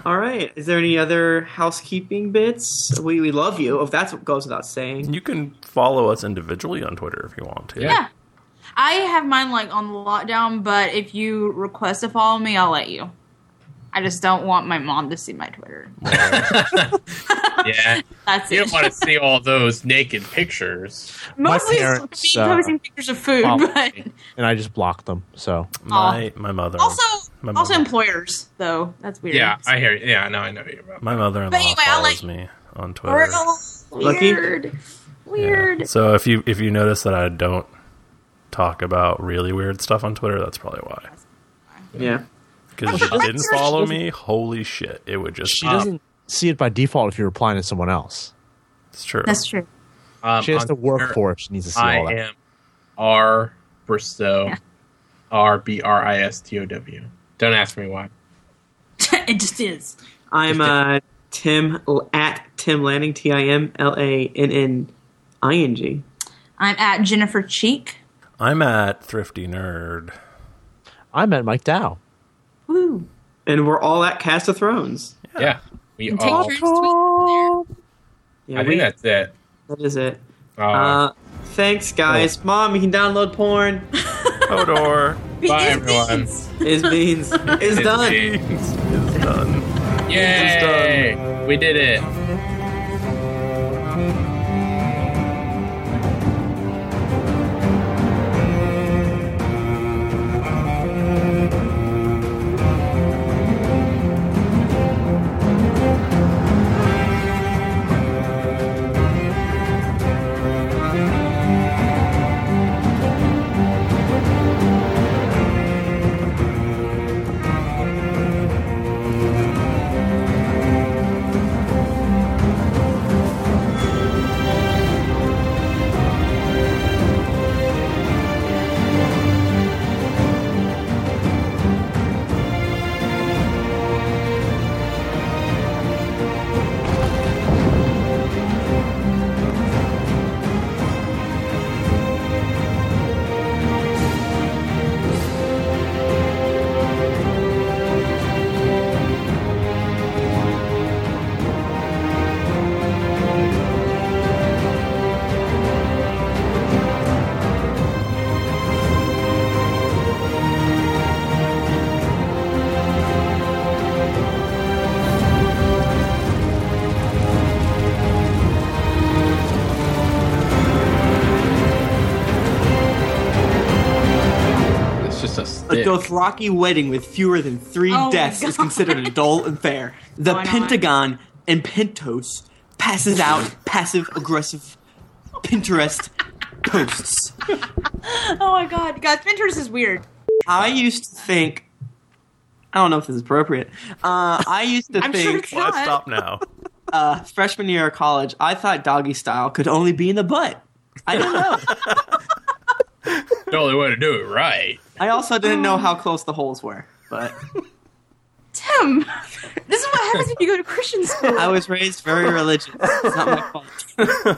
S3: All right. Is there any other housekeeping bits? We we love you. If that's what goes without saying.
S2: You can follow us individually on Twitter if you want to.
S4: Yeah.
S1: Yeah. I have mine like on lockdown, but if you request to follow me, I'll let you. I just don't want my mom to see my Twitter.
S4: Yeah,
S1: That's
S4: you
S1: it.
S4: don't want to see all those naked pictures.
S1: Mostly it's
S5: parents,
S1: me
S5: uh,
S1: posting pictures of food,
S4: Well,
S1: but
S5: And I just blocked them. So
S2: My my mother.
S1: also
S2: my mom.
S1: also employers though. That's weird.
S4: Yeah, I hear. You. Yeah, now I know what you're about.
S2: my mother-in-law
S1: But anyway, I'll
S2: follows
S1: let-
S2: me on Twitter.
S1: Real
S3: Lucky?
S1: weird.
S2: Yeah.
S1: Weird.
S2: So if you if you notice that I don't talk about really weird stuff on Twitter, that's probably why.
S3: Yeah.
S2: Because if she didn't follow me, holy shit, it would just
S5: she
S2: be-
S5: doesn't see it by default if you're replying to someone else.
S2: It's true.
S1: That's true.
S4: Um,
S5: She has
S4: on
S5: to work
S4: Twitter,
S5: for it. She needs to see all
S4: I
S5: that.
S4: am R Bristow, R B R I S T O W. Don't ask me why.
S1: it just is.
S3: I'm uh, Tim L- at Tim Lanning T I M L A N N I N G.
S1: I'm at Jennifer Cheek.
S2: I'm at Thrifty Nerd.
S5: I met Mike Dow.
S1: Woo.
S3: And we're all at Cast of Thrones.
S4: Yeah, we
S1: Take
S4: all.
S1: turns tweeting
S3: Yeah,
S4: I
S3: we-
S4: think that's it.
S3: that is it.
S4: Uh,
S3: Uh, thanks, guys. Mom, you can download porn.
S2: Hodor
S1: there.
S4: Bye,
S1: It
S4: everyone.
S1: means-
S3: Is means is done.
S2: is done.
S4: Yay! We did it.
S3: Dothraki wedding with fewer than three
S1: Oh my
S3: deaths is
S1: God. Oh,
S3: considered an adult affair. The
S1: Why not?
S3: Pentagon and Pentos passes out passive aggressive Pinterest posts.
S1: Oh my god, guys, Pinterest is weird.
S3: I used to think. I don't know if this is appropriate. Uh, I used to
S1: I'm sure
S3: think
S1: it's
S2: Why
S1: not.
S2: stop now?
S3: uh, freshman year of college, I thought doggy style could only be in the butt. I don't know.
S4: The only way to do it right.
S3: I also didn't know how close the holes were, but
S1: Tim, this is what happens if you go to Christian school.
S3: I was raised very religious. It's not my fault.